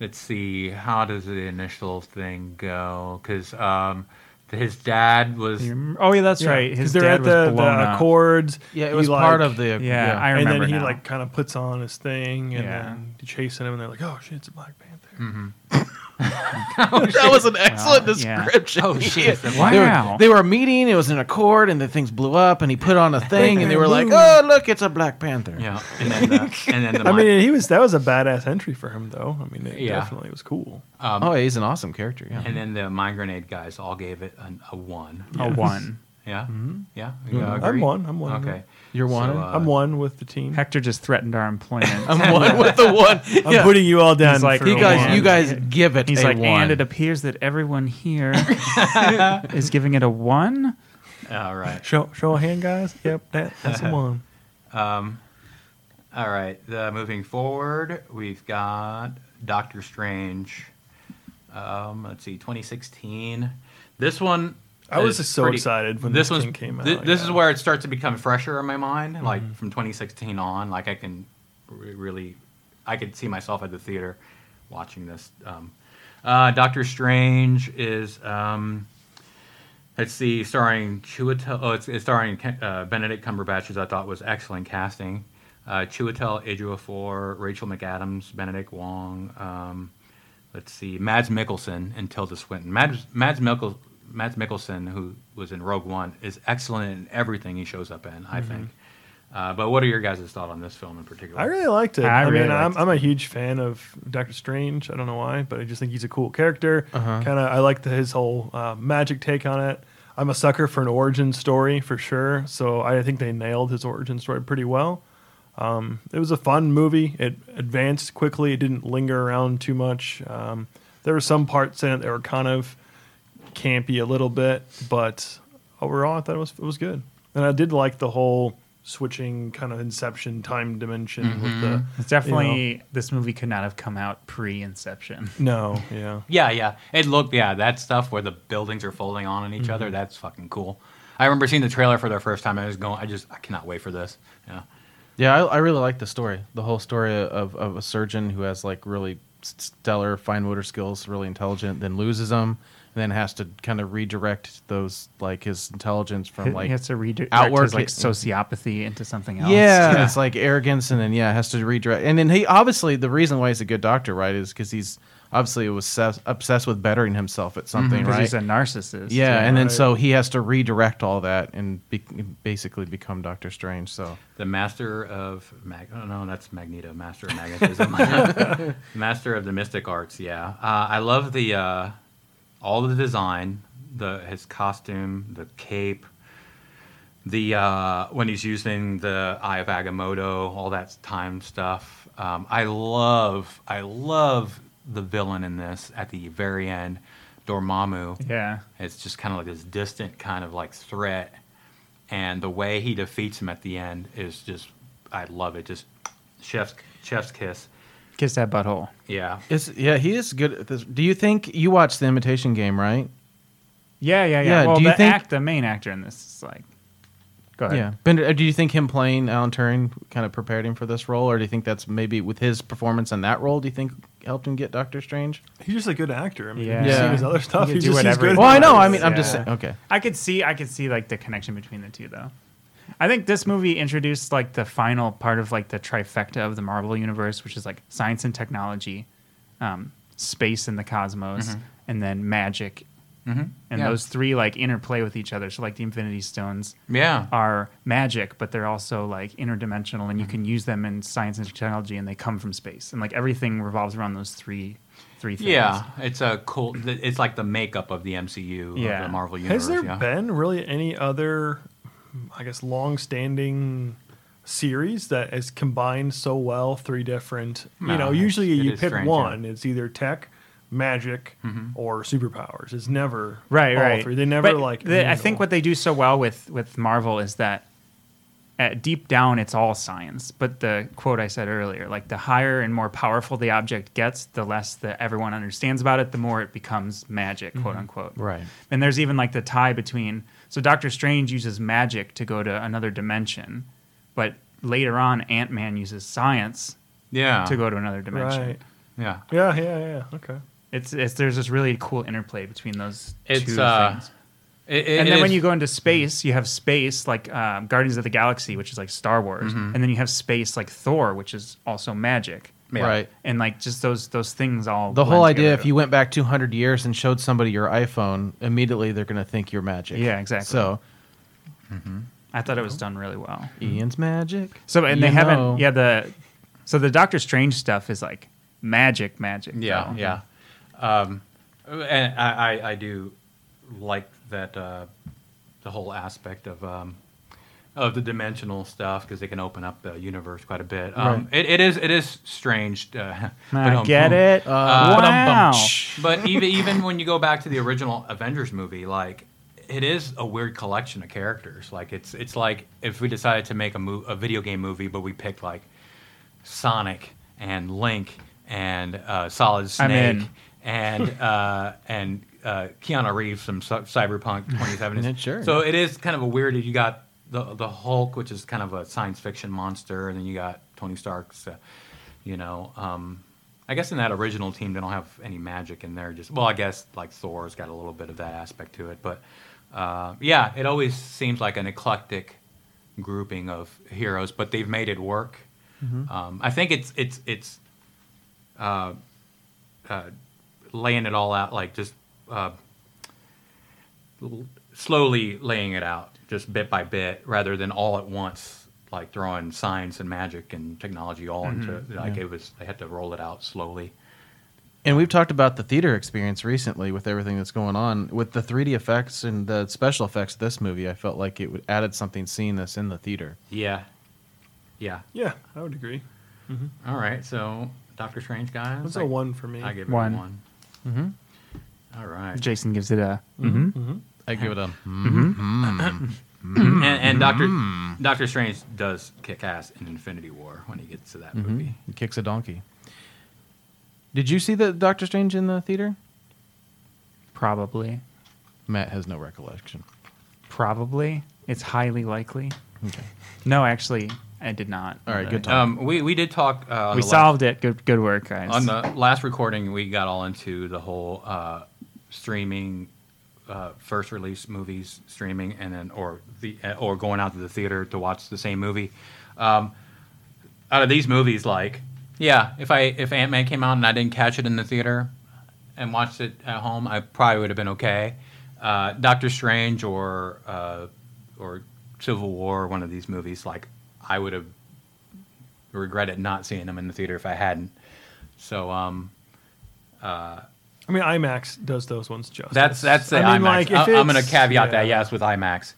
Speaker 1: let's see. How does the initial thing go? Because um, his dad was.
Speaker 3: You remember- Oh yeah, that's
Speaker 2: Yeah,
Speaker 3: right.
Speaker 2: 'cause
Speaker 3: His
Speaker 2: they're at
Speaker 3: dad was
Speaker 2: the,
Speaker 3: blown
Speaker 2: the
Speaker 3: up.
Speaker 2: Accords.
Speaker 4: yeah, it
Speaker 2: He,
Speaker 4: was
Speaker 2: like-
Speaker 4: part of the
Speaker 3: Yeah, I
Speaker 2: and
Speaker 3: remember
Speaker 2: then he
Speaker 3: now.
Speaker 2: like kind of puts on his thing, and
Speaker 3: Yeah.
Speaker 2: then they're chasing him, and they're like, "Oh shit, it's a Black Panther."
Speaker 4: that was an excellent
Speaker 3: Well, yeah.
Speaker 4: description.
Speaker 1: Oh shit!
Speaker 4: They
Speaker 3: Wow.
Speaker 4: were, they were a meeting. It was an accord, and the things blew up. And he put on a thing, and they were like,
Speaker 2: Woo.
Speaker 4: "Oh, look, it's a Black Panther."
Speaker 1: yeah, and then the, and then the
Speaker 2: I mean, he was that was a badass entry for him, though. I mean, it
Speaker 1: Yeah.
Speaker 2: definitely was cool.
Speaker 4: oh, yeah, he's an awesome character. Yeah.
Speaker 1: and then the mind grenade guys all gave it an, a one.
Speaker 3: A one.
Speaker 1: Yeah, yeah. you
Speaker 4: Mhm. I'm
Speaker 1: agree?
Speaker 2: Mm-hmm. I'm one. I'm one.
Speaker 1: Okay,
Speaker 4: You're one.
Speaker 1: So, uh,
Speaker 2: I'm one with the team.
Speaker 3: Hector just threatened our employment.
Speaker 4: I'm one with the one.
Speaker 2: I'm
Speaker 4: Yeah.
Speaker 2: putting you all down.
Speaker 3: He's like,
Speaker 2: for
Speaker 4: you
Speaker 2: a
Speaker 4: guys,
Speaker 2: one.
Speaker 4: you guys give it.
Speaker 3: He's
Speaker 4: a
Speaker 3: like,
Speaker 4: one.
Speaker 3: and it appears that everyone here is giving it a one.
Speaker 1: all right.
Speaker 2: show show a hand, guys. Yep, that, that's the one.
Speaker 1: All right. Uh, moving forward, we've got Doctor Strange. Um, let's see, 2016. This one.
Speaker 2: I was
Speaker 1: is
Speaker 2: just so
Speaker 1: pretty-
Speaker 2: excited when this
Speaker 1: one's-
Speaker 2: thing came
Speaker 1: thi-
Speaker 2: out,
Speaker 1: this is
Speaker 2: yeah. Mm-hmm.
Speaker 1: where it starts to become fresher in my mind. Like from 2016 on, like I can re- really, I could see myself at the theater watching this. Um, uh, Doctor Strange is. Um, Let's see, starring Chiwetel. Oh, it's, it's starring uh, Benedict Cumberbatch, which I thought was excellent casting. Uh, Chiwetel Ejiofor, Rachel McAdams, Benedict Wong. Um, let's see, Mads Mikkelsen and Tilda Swinton. Mads Mads, Mikkel, Mads Mikkelsen, who was in Rogue One, is excellent in everything he shows up in. I think. Uh, but what are your guys' thoughts on this film in particular?
Speaker 2: Mm-hmm. I really liked it.
Speaker 3: I
Speaker 2: I,
Speaker 3: really
Speaker 2: mean, I'm,
Speaker 3: liked
Speaker 2: I'm a huge fan of Doctor Strange. I don't know why, but I just think he's a cool character. Kind of, I like the, his whole uh, magic take on it. I'm a sucker for an origin story for sure, so I think they nailed his origin story pretty well. Um, it was a fun movie. It advanced quickly. It didn't linger around too much. Um, there were some parts in it that were kind of campy a little bit, but overall, I thought it was it was good. And I did like the whole switching kind of Inception time dimension with the
Speaker 3: It's definitely this movie could not have come out pre-Inception.
Speaker 2: no, yeah.
Speaker 1: Yeah, yeah. It looked, yeah, that stuff where the buildings are folding on on each other. That's fucking cool. I remember seeing the trailer for the first time. I was going, I just, I cannot wait for this. Yeah.
Speaker 4: Yeah, I, I really like the story. The whole story of, of a surgeon who has like really stellar fine motor skills, really intelligent, then loses them, and then has to kind of redirect those like his intelligence from
Speaker 3: He
Speaker 4: like
Speaker 3: has to redirect
Speaker 4: outward
Speaker 3: his like
Speaker 4: ca-
Speaker 3: sociopathy into something
Speaker 4: yeah,
Speaker 3: else.
Speaker 4: it's like arrogance, and then yeah, has to redirect. And then he obviously the reason why he's a good doctor, right, is because he's obviously was obsessed, obsessed with bettering himself at something,
Speaker 3: because
Speaker 4: right?
Speaker 3: he's a narcissist.
Speaker 4: yeah, and then
Speaker 2: Right.
Speaker 4: so he has to redirect all that and be- basically become Doctor Strange. So
Speaker 1: The master of mag. Oh no, that's Magneto. Master of magnetism. master of the mystic arts. Yeah, uh, I love the uh, all the design, the his costume, the cape, the uh, when he's using the Eye of Agamotto, all that time stuff. Um, I love, I love the villain in this at the very end, Dormammu.
Speaker 3: yeah,
Speaker 1: It's just kind of like this distant kind of like threat, and the way he defeats him at the end is just I love it. Just chef's chef's kiss.
Speaker 3: Kiss that butthole.
Speaker 1: Yeah.
Speaker 4: It's yeah, he is good at this. Do you think you watched the Imitation Game, right?
Speaker 3: Yeah, yeah, yeah.
Speaker 4: Yeah,
Speaker 3: well,
Speaker 4: do you
Speaker 3: the
Speaker 4: think-
Speaker 3: act, the main actor in this is like, go ahead.
Speaker 4: Yeah, Bender. Do you think him playing Alan Turing kind of prepared him for this role, or do you think that's maybe with his performance in that role? Do you think helped him get Doctor Strange?
Speaker 2: He's just a good actor. I mean,
Speaker 3: Yeah.
Speaker 2: you've seen
Speaker 4: Yeah.
Speaker 2: his other stuff.
Speaker 3: He
Speaker 2: He's
Speaker 3: could do
Speaker 2: just he's
Speaker 3: whatever
Speaker 2: good.
Speaker 3: he
Speaker 4: Well, I know.
Speaker 3: was,
Speaker 4: I mean, I'm just
Speaker 3: yeah.
Speaker 4: saying. Okay,
Speaker 3: I could see, I could see like the connection between the two though. I think this movie introduced like the final part of like the trifecta of the Marvel universe, which is like science and technology, um, space and the cosmos, and then magic. And
Speaker 1: Mm-hmm. Yeah.
Speaker 3: those three like interplay with each other. So like the Infinity Stones
Speaker 1: Yeah.
Speaker 3: are magic, but they're also like interdimensional,
Speaker 1: Mm-hmm.
Speaker 3: and you can use them in science and technology, and they come from space, and like everything revolves around those three, three things.
Speaker 1: Yeah, it's a cool. th- It's like the makeup of the MCU,
Speaker 3: Yeah.
Speaker 1: of the Marvel universe.
Speaker 2: Has there
Speaker 1: yeah.
Speaker 2: been really any other, I guess, long-standing series that has combined so well three different?
Speaker 1: No,
Speaker 2: you know,
Speaker 1: it's-
Speaker 2: usually
Speaker 1: it
Speaker 2: you
Speaker 1: is
Speaker 2: pick
Speaker 1: strange, yeah. Mm-hmm.
Speaker 2: one. It's either tech, magic, or superpowers. It's never
Speaker 3: right
Speaker 2: all
Speaker 3: right
Speaker 2: Three. They never
Speaker 3: But
Speaker 2: like.
Speaker 3: the- i
Speaker 2: mingle.
Speaker 3: think what they do so well with with marvel is that at deep down it's all science but the quote i said earlier like the higher and more powerful the object gets the less that everyone understands about it the more it becomes magic quote
Speaker 2: Mm-hmm.
Speaker 3: unquote
Speaker 4: Right.
Speaker 3: and there's even like the tie between so doctor strange uses magic to go to another dimension but later on ant-man uses science
Speaker 1: Yeah.
Speaker 3: to go to another dimension
Speaker 2: Right.
Speaker 1: Yeah.
Speaker 2: Yeah, yeah, yeah. Okay.
Speaker 3: it's, it's there's this really cool interplay between those
Speaker 1: It's
Speaker 3: two
Speaker 1: uh.
Speaker 3: things
Speaker 1: It, it-
Speaker 3: and
Speaker 1: it
Speaker 3: then when
Speaker 1: is-
Speaker 3: you go into space, you have space like um, Guardians of the Galaxy, which is like Star Wars,
Speaker 1: Mm-hmm.
Speaker 3: and then you have space like Thor, which is also magic,
Speaker 1: Yeah.
Speaker 4: right.
Speaker 3: and like just those those things all.
Speaker 4: The
Speaker 3: blend
Speaker 4: whole idea,
Speaker 3: together.
Speaker 4: if you went back 200 years and showed somebody your iPhone, immediately they're going to think you're magic.
Speaker 3: Yeah, exactly.
Speaker 4: So
Speaker 3: I thought it was done really well.
Speaker 4: Ian's magic.
Speaker 3: So and
Speaker 4: You
Speaker 3: they haven't,
Speaker 4: know.
Speaker 3: yeah. The so the Doctor Strange stuff is like magic, magic.
Speaker 1: Yeah,
Speaker 3: though.
Speaker 1: yeah. Um, and I, I, I do like that uh, the whole aspect of um, of the dimensional stuff because they can open up the universe quite a bit. Um, it, it is it is strange. Uh,
Speaker 3: I
Speaker 1: but, Uh,
Speaker 3: get it. wow.
Speaker 1: um, But even even when you go back to the original Avengers movie, like it is a weird collection of characters. Like it's it's like if we decided to make a mo- a video game movie, but we picked like Sonic and Link and uh, Solid
Speaker 3: I'm in.
Speaker 1: Snake and uh, and uh, Keanu Reeves from Cy- Cyberpunk 27.
Speaker 4: Yeah, sure.
Speaker 1: So it is kind of a weird. You got the the Hulk, which is kind of a science fiction monster, and then you got Tony Stark's. Uh, you know, um, I guess in that original team they don't have any magic in there. Just well, I guess like Thor's got a little bit of that aspect to it, but uh, yeah, it always seems like an eclectic grouping of heroes, but they've made it work.
Speaker 4: Mm-hmm.
Speaker 1: Um, I think it's it's it's uh, uh, laying it all out, like just uh, l- slowly laying it out, just bit by bit, rather than all at once, like throwing science and magic and technology all
Speaker 3: Mm-hmm.
Speaker 1: into like it was. They had to roll it out slowly.
Speaker 4: And we've talked about the theater experience recently with everything that's going on with the 3D effects and the special effects of this movie. I felt like it would- added something seeing this in the theater.
Speaker 1: Yeah, yeah.
Speaker 2: Yeah, I would agree.
Speaker 1: All right, so Doctor Strange guy.
Speaker 2: That's a one for me.
Speaker 1: I give it
Speaker 3: One. Mm-hmm.
Speaker 1: a one. All right.
Speaker 3: Jason gives it a. mhm.
Speaker 4: I give it a.
Speaker 1: and,
Speaker 3: Mm-hmm.
Speaker 1: and Doctor Doctor Strange does kick ass in Infinity War when he gets to that
Speaker 3: Mm-hmm.
Speaker 1: movie.
Speaker 4: He kicks a donkey. Did you see the Doctor Strange in the theater?
Speaker 3: Probably,
Speaker 4: Matt has no recollection.
Speaker 3: probably. It's highly likely.
Speaker 4: Okay.
Speaker 3: No, actually, I did not.
Speaker 4: All right, good
Speaker 3: But-
Speaker 4: talk.
Speaker 1: Um, we we did talk. Uh, on
Speaker 3: We
Speaker 1: the
Speaker 3: solved it. Good, good work, guys.
Speaker 1: last, on the last recording. We got all into the whole uh, streaming. Uh, first release movies streaming and then or the or going out to the theater to watch the same movie um, out of these movies like yeah if i if ant-man came out and i didn't catch it in the theater and watched it at home, I probably would have been okay. Uh, Doctor Strange or uh, or Civil War, or one of these movies, like I would have regretted not seeing them in the theater if I hadn't. So um,
Speaker 2: I mean, IMAX does those ones justice.
Speaker 1: that's that's the
Speaker 2: I mean,
Speaker 1: IMAX.
Speaker 2: like, if
Speaker 1: I, am going to
Speaker 2: it's-
Speaker 1: caveat that
Speaker 2: yeah.
Speaker 1: yes with IMAX.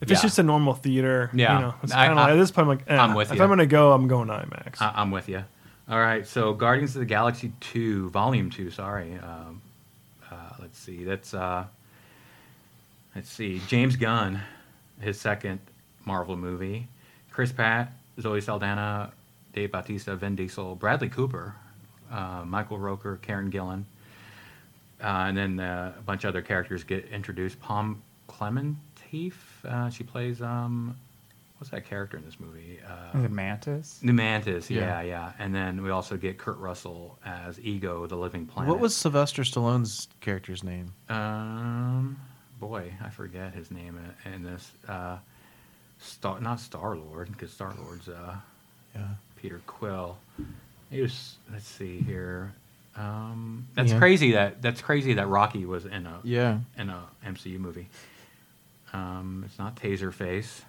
Speaker 2: If it's
Speaker 1: Yeah.
Speaker 2: just a normal theater,
Speaker 1: Yeah.
Speaker 2: you know, it's
Speaker 1: I-
Speaker 2: kind of
Speaker 1: I-
Speaker 2: like at this point, I'm like, eh,
Speaker 1: I'm with Ah.
Speaker 2: if
Speaker 1: you.
Speaker 2: I'm gonna go, I'm going IMAX.
Speaker 1: I, I'm with you. All right, so Guardians of the Galaxy two, Volume two. Sorry. Um, uh, let's see. That's uh, let's see. James Gunn, his second Marvel movie. Chris Pratt, Zoe Saldana, Dave Bautista, Vin Diesel, Bradley Cooper uh, Michael Roker, Karen Gillan, uh, and then uh, a bunch of other characters get introduced. Palm Clementeef, uh, she plays um, what's that character in this movie? Uh,
Speaker 3: The mantis.
Speaker 1: the Mantis, yeah. yeah,
Speaker 4: Yeah.
Speaker 1: And then we also get Kurt Russell as Ego, the Living Planet.
Speaker 4: What was Sylvester Stallone's character's name?
Speaker 1: Um, boy, I forget his name in, in this. Uh, Star, not Star Lord, because Star Lord's uh,
Speaker 4: Yeah.
Speaker 1: Peter Quill. He was. Let's see here. Um, that's
Speaker 4: Yeah.
Speaker 1: crazy. That that's crazy. That Rocky was in a
Speaker 4: Yeah.
Speaker 1: in a MCU movie. Um, it's not Taserface.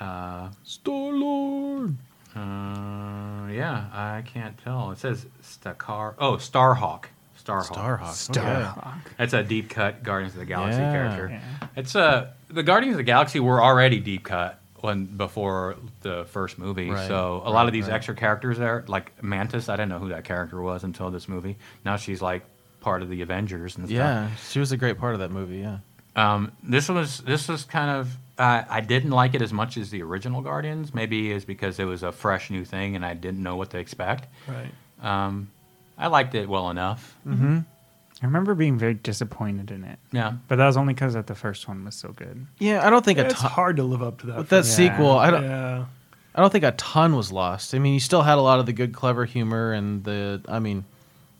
Speaker 1: Uh,
Speaker 4: Star Lord.
Speaker 1: uh, yeah, I can't tell. It says Stakar. Oh, Starhawk. Starhawk.
Speaker 4: Starhawk.
Speaker 1: That's a deep cut Guardians of the Galaxy
Speaker 4: Yeah.
Speaker 1: character.
Speaker 3: Yeah.
Speaker 1: It's uh the Guardians of the Galaxy were already deep cut when before the first movie.
Speaker 4: Right.
Speaker 1: So a lot of
Speaker 4: Right,
Speaker 1: these
Speaker 4: right.
Speaker 1: extra characters there, like Mantis, I didn't know who that character was until this movie. Now she's like part of the Avengers and stuff.
Speaker 4: Yeah. She was a great part of that movie. Yeah.
Speaker 1: Um, this was this was kind of uh, I didn't like it as much as the original Guardians. Maybe is because it was a fresh new thing and I didn't know what to expect.
Speaker 2: Right.
Speaker 1: Um, I liked it well enough.
Speaker 3: I remember being very disappointed in it,
Speaker 1: Yeah.
Speaker 3: but that was only because that the first one was so good.
Speaker 4: Yeah. I don't think a
Speaker 2: It's
Speaker 4: ton.
Speaker 2: hard to live up to that.
Speaker 4: With
Speaker 2: for
Speaker 4: that
Speaker 2: me.
Speaker 4: sequel, I don't.
Speaker 2: Yeah.
Speaker 4: I don't think a ton was lost. I mean, you still had a lot of the good, clever humor and the. I mean,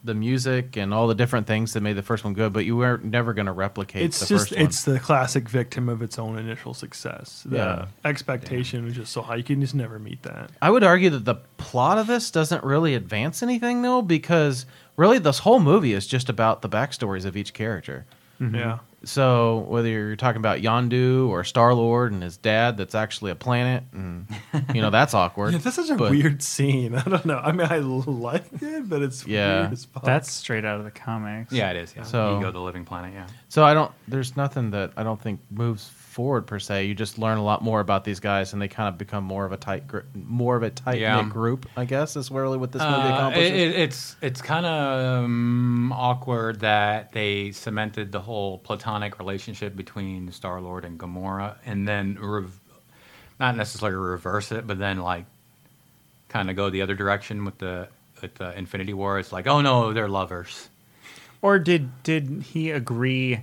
Speaker 4: the music and all the different things that made the first one good, but you were never going to replicate
Speaker 2: It's
Speaker 4: the
Speaker 2: just
Speaker 4: first one.
Speaker 2: it's the classic victim of its own initial success. The
Speaker 4: Yeah.
Speaker 2: expectation was just so high you can just never meet that.
Speaker 4: I would argue that the plot of this doesn't really advance anything, though, because really this whole movie is just about the backstories of each character.
Speaker 2: Yeah.
Speaker 4: So whether you're talking about Yondu or Star Lord and his dad, that's actually a planet, and you know that's awkward.
Speaker 2: Yeah, that's such a
Speaker 4: But-
Speaker 2: weird scene. I don't know. I mean, I like it, but it's
Speaker 4: Yeah.
Speaker 2: weird as fuck.
Speaker 3: That's straight out of the comics.
Speaker 1: Uh-huh. Yeah, it is. Yeah.
Speaker 4: So-
Speaker 1: Ego, the Living Planet. Yeah.
Speaker 4: So I don't. There's nothing that I don't think moves forward per se. You just learn a lot more about these guys, and they kind of become more of a tight, gr- more of a tight knit
Speaker 1: Yeah.
Speaker 4: group. I guess is really what this movie
Speaker 1: Uh,
Speaker 4: accomplishes.
Speaker 1: it- it- it's it's kind of um, awkward that they cemented the whole platonic relationship between Star Lord and Gamora, and then rev- not necessarily reverse it, but then like kind of go the other direction with the with the Infinity War. It's like, oh no, they're lovers.
Speaker 3: Or did did he agree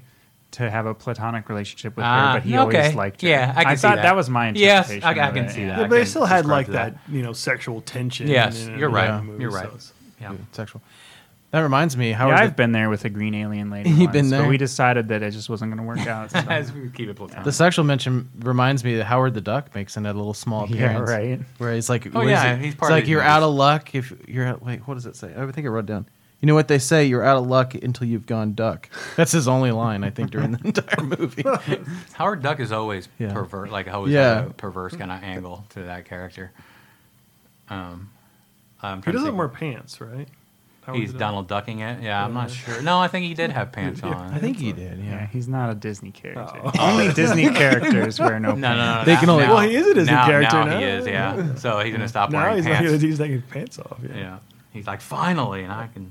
Speaker 3: to have a platonic relationship with
Speaker 1: Ah,
Speaker 3: her, but he
Speaker 1: okay.
Speaker 3: always liked her?
Speaker 1: Yeah, I can see
Speaker 3: thought
Speaker 1: that.
Speaker 3: that. was my
Speaker 1: Yes,
Speaker 3: interpretation.
Speaker 1: I- I
Speaker 3: of
Speaker 1: can
Speaker 3: it,
Speaker 1: see
Speaker 3: yeah.
Speaker 1: that.
Speaker 2: Yeah, but
Speaker 1: can
Speaker 2: it still had
Speaker 1: subscribe
Speaker 2: like
Speaker 1: to
Speaker 2: that.
Speaker 1: that.
Speaker 2: you know, sexual tension.
Speaker 1: Yes,
Speaker 2: in- in
Speaker 1: you're right.
Speaker 2: the movie,
Speaker 1: You're
Speaker 2: so
Speaker 1: right.
Speaker 2: it's-
Speaker 1: Yeah.
Speaker 4: sexual. That reminds me. How
Speaker 3: yeah,
Speaker 4: are
Speaker 3: I've
Speaker 4: the-
Speaker 3: been there with a green alien lady.
Speaker 4: You've
Speaker 3: once,
Speaker 4: been there?
Speaker 3: But we decided that it just wasn't going to work out. so-
Speaker 1: As we keep it platonic.
Speaker 4: The sexual mention reminds me that Howard the Duck makes in a little small
Speaker 3: yeah,
Speaker 4: appearance.
Speaker 3: right.
Speaker 4: Where he's like,
Speaker 1: Oh,
Speaker 4: what is
Speaker 1: yeah,
Speaker 4: it?
Speaker 1: he's
Speaker 4: It's
Speaker 1: part of
Speaker 4: like
Speaker 1: these
Speaker 4: you're
Speaker 1: movies.
Speaker 4: out of luck if you're out. Wait, what does it say? Oh, I think I wrote down. You know what they say? You're out of luck until you've gone duck. That's his only line I think during the entire movie.
Speaker 1: Howard Duck is always
Speaker 4: Yeah.
Speaker 1: pervert, like always
Speaker 4: Yeah.
Speaker 1: had a perverse kind of angle to that character. Um, I'm trying
Speaker 2: He
Speaker 1: to
Speaker 2: doesn't
Speaker 1: think.
Speaker 2: wear pants, right? How
Speaker 1: He's
Speaker 2: is it?
Speaker 1: Donald ducking it. Yeah, I'm not
Speaker 2: Yeah.
Speaker 1: sure. No, I think he did have pants on.
Speaker 4: I think he did.
Speaker 3: Yeah.
Speaker 4: Yeah.
Speaker 3: he's not a Disney character.
Speaker 2: Oh.
Speaker 3: Only Disney characters wear no.
Speaker 1: No, no, no.
Speaker 4: They
Speaker 1: now-
Speaker 4: can only-
Speaker 1: now-
Speaker 2: Well, he is a Disney
Speaker 1: now,
Speaker 2: character
Speaker 1: Now,
Speaker 2: now.
Speaker 1: he is. Yeah. So he's gonna stop
Speaker 2: Now
Speaker 1: wearing
Speaker 2: he's not
Speaker 1: pants.
Speaker 2: gonna, he's taking pants off. Yeah.
Speaker 1: yeah. He's like, finally, and I can.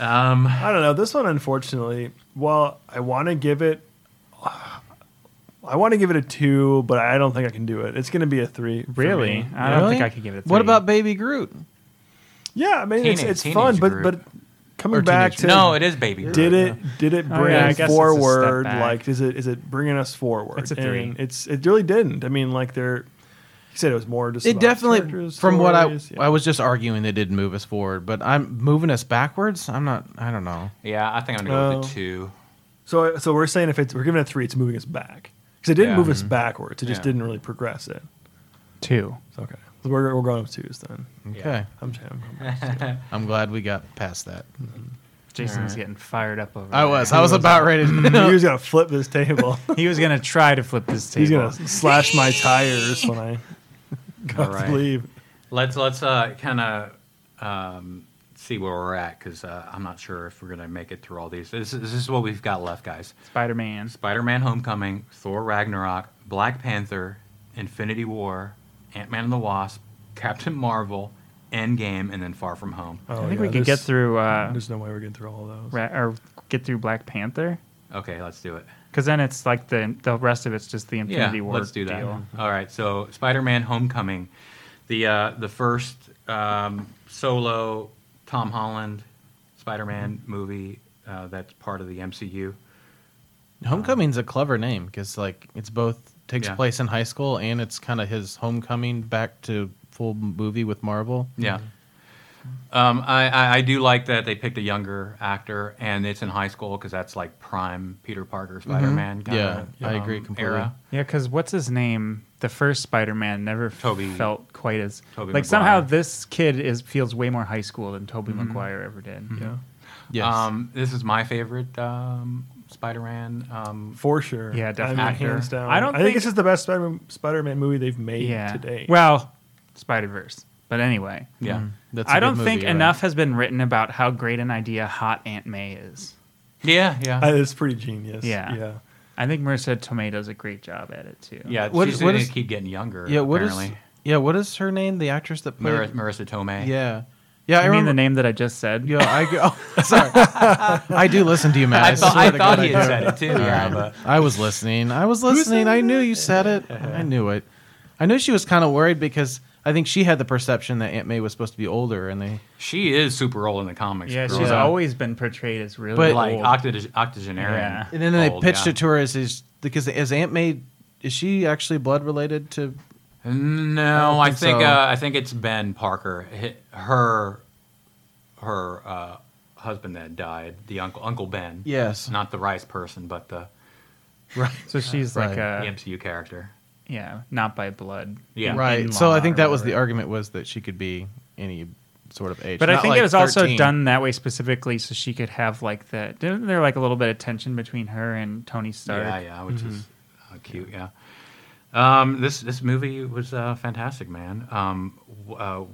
Speaker 1: um.
Speaker 2: I don't know. This one, unfortunately, well, I want to give it. I want to give it a two, but I don't think I can do it. It's going to be a three. for
Speaker 3: Really? Uh,
Speaker 2: me.
Speaker 3: I don't think
Speaker 4: Really?
Speaker 3: I could give it. a
Speaker 4: What
Speaker 3: three.
Speaker 4: about Baby Groot?
Speaker 2: Yeah, I mean
Speaker 1: Teenage-
Speaker 2: it's it's
Speaker 1: teenage
Speaker 2: fun, but
Speaker 1: group.
Speaker 2: but coming
Speaker 4: Or
Speaker 2: back
Speaker 4: teenage
Speaker 2: to
Speaker 1: No, it is baby. Groot.
Speaker 2: did it did it
Speaker 3: Oh,
Speaker 2: bring
Speaker 3: yeah, I guess it's a step
Speaker 2: forward
Speaker 3: back.
Speaker 2: like is it is it bringing us forward
Speaker 3: It's a three.
Speaker 2: And it's it really didn't i mean like they're you said it was more just
Speaker 4: It
Speaker 2: about
Speaker 4: definitely,
Speaker 2: characters,
Speaker 4: from what I
Speaker 2: stories, yeah.
Speaker 4: I was just arguing, they did move us forward, but I'm moving us backwards. I'm not. I don't know.
Speaker 1: Yeah, I think I'm gonna go with
Speaker 2: Oh.
Speaker 1: the two.
Speaker 2: so so we're saying if it's we're giving it a three it's moving us back because it didn't
Speaker 1: Yeah.
Speaker 2: move us backwards it just
Speaker 1: Yeah.
Speaker 2: didn't really progress it
Speaker 3: two?
Speaker 2: so okay so we're, we're going with twos then
Speaker 4: Okay,
Speaker 1: Yeah.
Speaker 2: i'm, i
Speaker 4: I'm glad we got past that.
Speaker 3: Jason's
Speaker 1: Alright.
Speaker 3: getting fired up over.
Speaker 4: I
Speaker 3: there.
Speaker 4: was. I was about ready. to...
Speaker 2: he was gonna flip this table
Speaker 3: He was gonna try to flip this table.
Speaker 2: he's gonna slash my tires when i go
Speaker 1: All right.
Speaker 2: to leave
Speaker 1: Let's let's uh, kind of um, see where we're at because uh, I'm not sure if we're gonna make it through all these. This, this is what we've got left, guys.
Speaker 3: Spider-Man.
Speaker 1: Spider-Man: Homecoming, Thor: Ragnarok, Black Panther, Infinity War, Ant-Man and the Wasp, Captain Marvel, Endgame, and then Far From Home.
Speaker 2: oh,
Speaker 3: I think
Speaker 2: yeah,
Speaker 3: we could get
Speaker 2: there's-
Speaker 3: through. Uh,
Speaker 2: there's no way we're getting through all those
Speaker 3: ra- or get through Black Panther.
Speaker 1: Okay, let's do it.
Speaker 3: Because then it's like the the rest of it's just the
Speaker 1: Yeah,
Speaker 3: Infinity War.
Speaker 1: let's do that.
Speaker 3: Deal.
Speaker 1: All right, so Spider-Man: Homecoming, the uh, the first um, solo Tom Holland Spider-Man
Speaker 4: Mm-hmm.
Speaker 1: movie uh, that's part of the MCU.
Speaker 4: Homecoming's a clever name because like it's both takes
Speaker 1: Yeah.
Speaker 4: place in high school and it's kind of his homecoming back to full movie with Marvel.
Speaker 1: Yeah. Mm-hmm. Um, I, I, I do like that they picked a younger actor and it's in high school because that's like prime Peter Parker Spider Man.
Speaker 4: Mm-hmm. Yeah, I agree completely.
Speaker 1: Era.
Speaker 3: Yeah, because what's his name? The first Spider-Man never
Speaker 1: Toby-
Speaker 3: felt quite as
Speaker 1: Toby
Speaker 3: like
Speaker 1: Maguire.
Speaker 3: somehow this kid is feels way more high school than Toby
Speaker 2: Mm-hmm.
Speaker 3: Maguire ever did.
Speaker 2: Yeah,
Speaker 4: Yes.
Speaker 1: Um, this is my favorite um, Spider Man. Um,
Speaker 2: for sure.
Speaker 3: Yeah, definitely.
Speaker 2: I mean,
Speaker 1: Actor.
Speaker 2: hands down.
Speaker 3: I don't
Speaker 2: I think
Speaker 3: think-
Speaker 2: this is the best Spider-Man, Spider-Man movie they've made
Speaker 3: Yeah.
Speaker 2: today.
Speaker 3: Well, Spider Verse. But anyway,
Speaker 1: yeah.
Speaker 4: That's a
Speaker 3: I
Speaker 4: good
Speaker 3: don't
Speaker 4: movie,
Speaker 3: think
Speaker 4: you're right.
Speaker 3: enough has been written about how great an idea Hot Aunt May is.
Speaker 1: Yeah, yeah.
Speaker 2: Uh, it's pretty genius.
Speaker 3: Yeah.
Speaker 2: yeah.
Speaker 3: I think Marissa Tomei does a great job at it too.
Speaker 1: yeah,
Speaker 4: What
Speaker 1: she's
Speaker 4: is- what
Speaker 1: gonna
Speaker 4: is-
Speaker 1: keep getting younger.
Speaker 4: Yeah. What is?
Speaker 1: apparently.
Speaker 4: Yeah. What is her name? The actress that played.
Speaker 1: Mar- Marissa Tomei.
Speaker 4: Yeah. Yeah. I
Speaker 3: You mean
Speaker 4: remember.
Speaker 3: the name that I just said?
Speaker 4: Yeah. I go. sorry. I do listen to you, Matt.
Speaker 1: I, thought,
Speaker 4: swear
Speaker 1: I
Speaker 4: to
Speaker 1: thought
Speaker 4: God
Speaker 1: he
Speaker 4: I
Speaker 1: had
Speaker 4: do.
Speaker 1: said it too. Yeah, but
Speaker 4: I was listening. I was listening. I knew you said it. I knew it. I knew she was kind of worried because I think she had the perception that Aunt May was supposed to be older, and they
Speaker 1: she is super old in the comics.
Speaker 3: Yeah,
Speaker 1: girl.
Speaker 3: she's
Speaker 4: Yeah.
Speaker 3: always been portrayed as really
Speaker 4: But,
Speaker 1: like
Speaker 3: old.
Speaker 1: octo- octogenarian.
Speaker 3: Yeah.
Speaker 4: and then they
Speaker 1: old,
Speaker 4: pitched
Speaker 1: yeah.
Speaker 4: it to her as is because is Aunt May is she actually blood related to?
Speaker 1: No, I
Speaker 4: I don't
Speaker 1: think,
Speaker 4: think so.
Speaker 1: uh, I think it's Ben Parker, Hi- her her uh, husband that died, the uncle Uncle Ben.
Speaker 4: Yes.
Speaker 1: not the rice person, but the,
Speaker 4: Right.
Speaker 3: so she's like
Speaker 4: Right.
Speaker 1: the
Speaker 3: a
Speaker 1: MCU character.
Speaker 3: yeah, not by blood.
Speaker 1: Yeah,
Speaker 4: Right.
Speaker 3: in
Speaker 4: So
Speaker 3: law
Speaker 4: I think
Speaker 3: or
Speaker 4: that was the
Speaker 3: whatever.
Speaker 4: argument was that she could be any sort of age.
Speaker 3: But I
Speaker 4: Not
Speaker 3: think
Speaker 4: like
Speaker 3: it was
Speaker 4: 13.
Speaker 3: also done that way specifically so she could have like the didn't there like a little bit of tension between her and Tony Stark?
Speaker 1: yeah, yeah, which is
Speaker 2: Mm-hmm.
Speaker 1: uh, cute. Yeah, um, this this movie was uh, fantastic, man. Um, w- uh,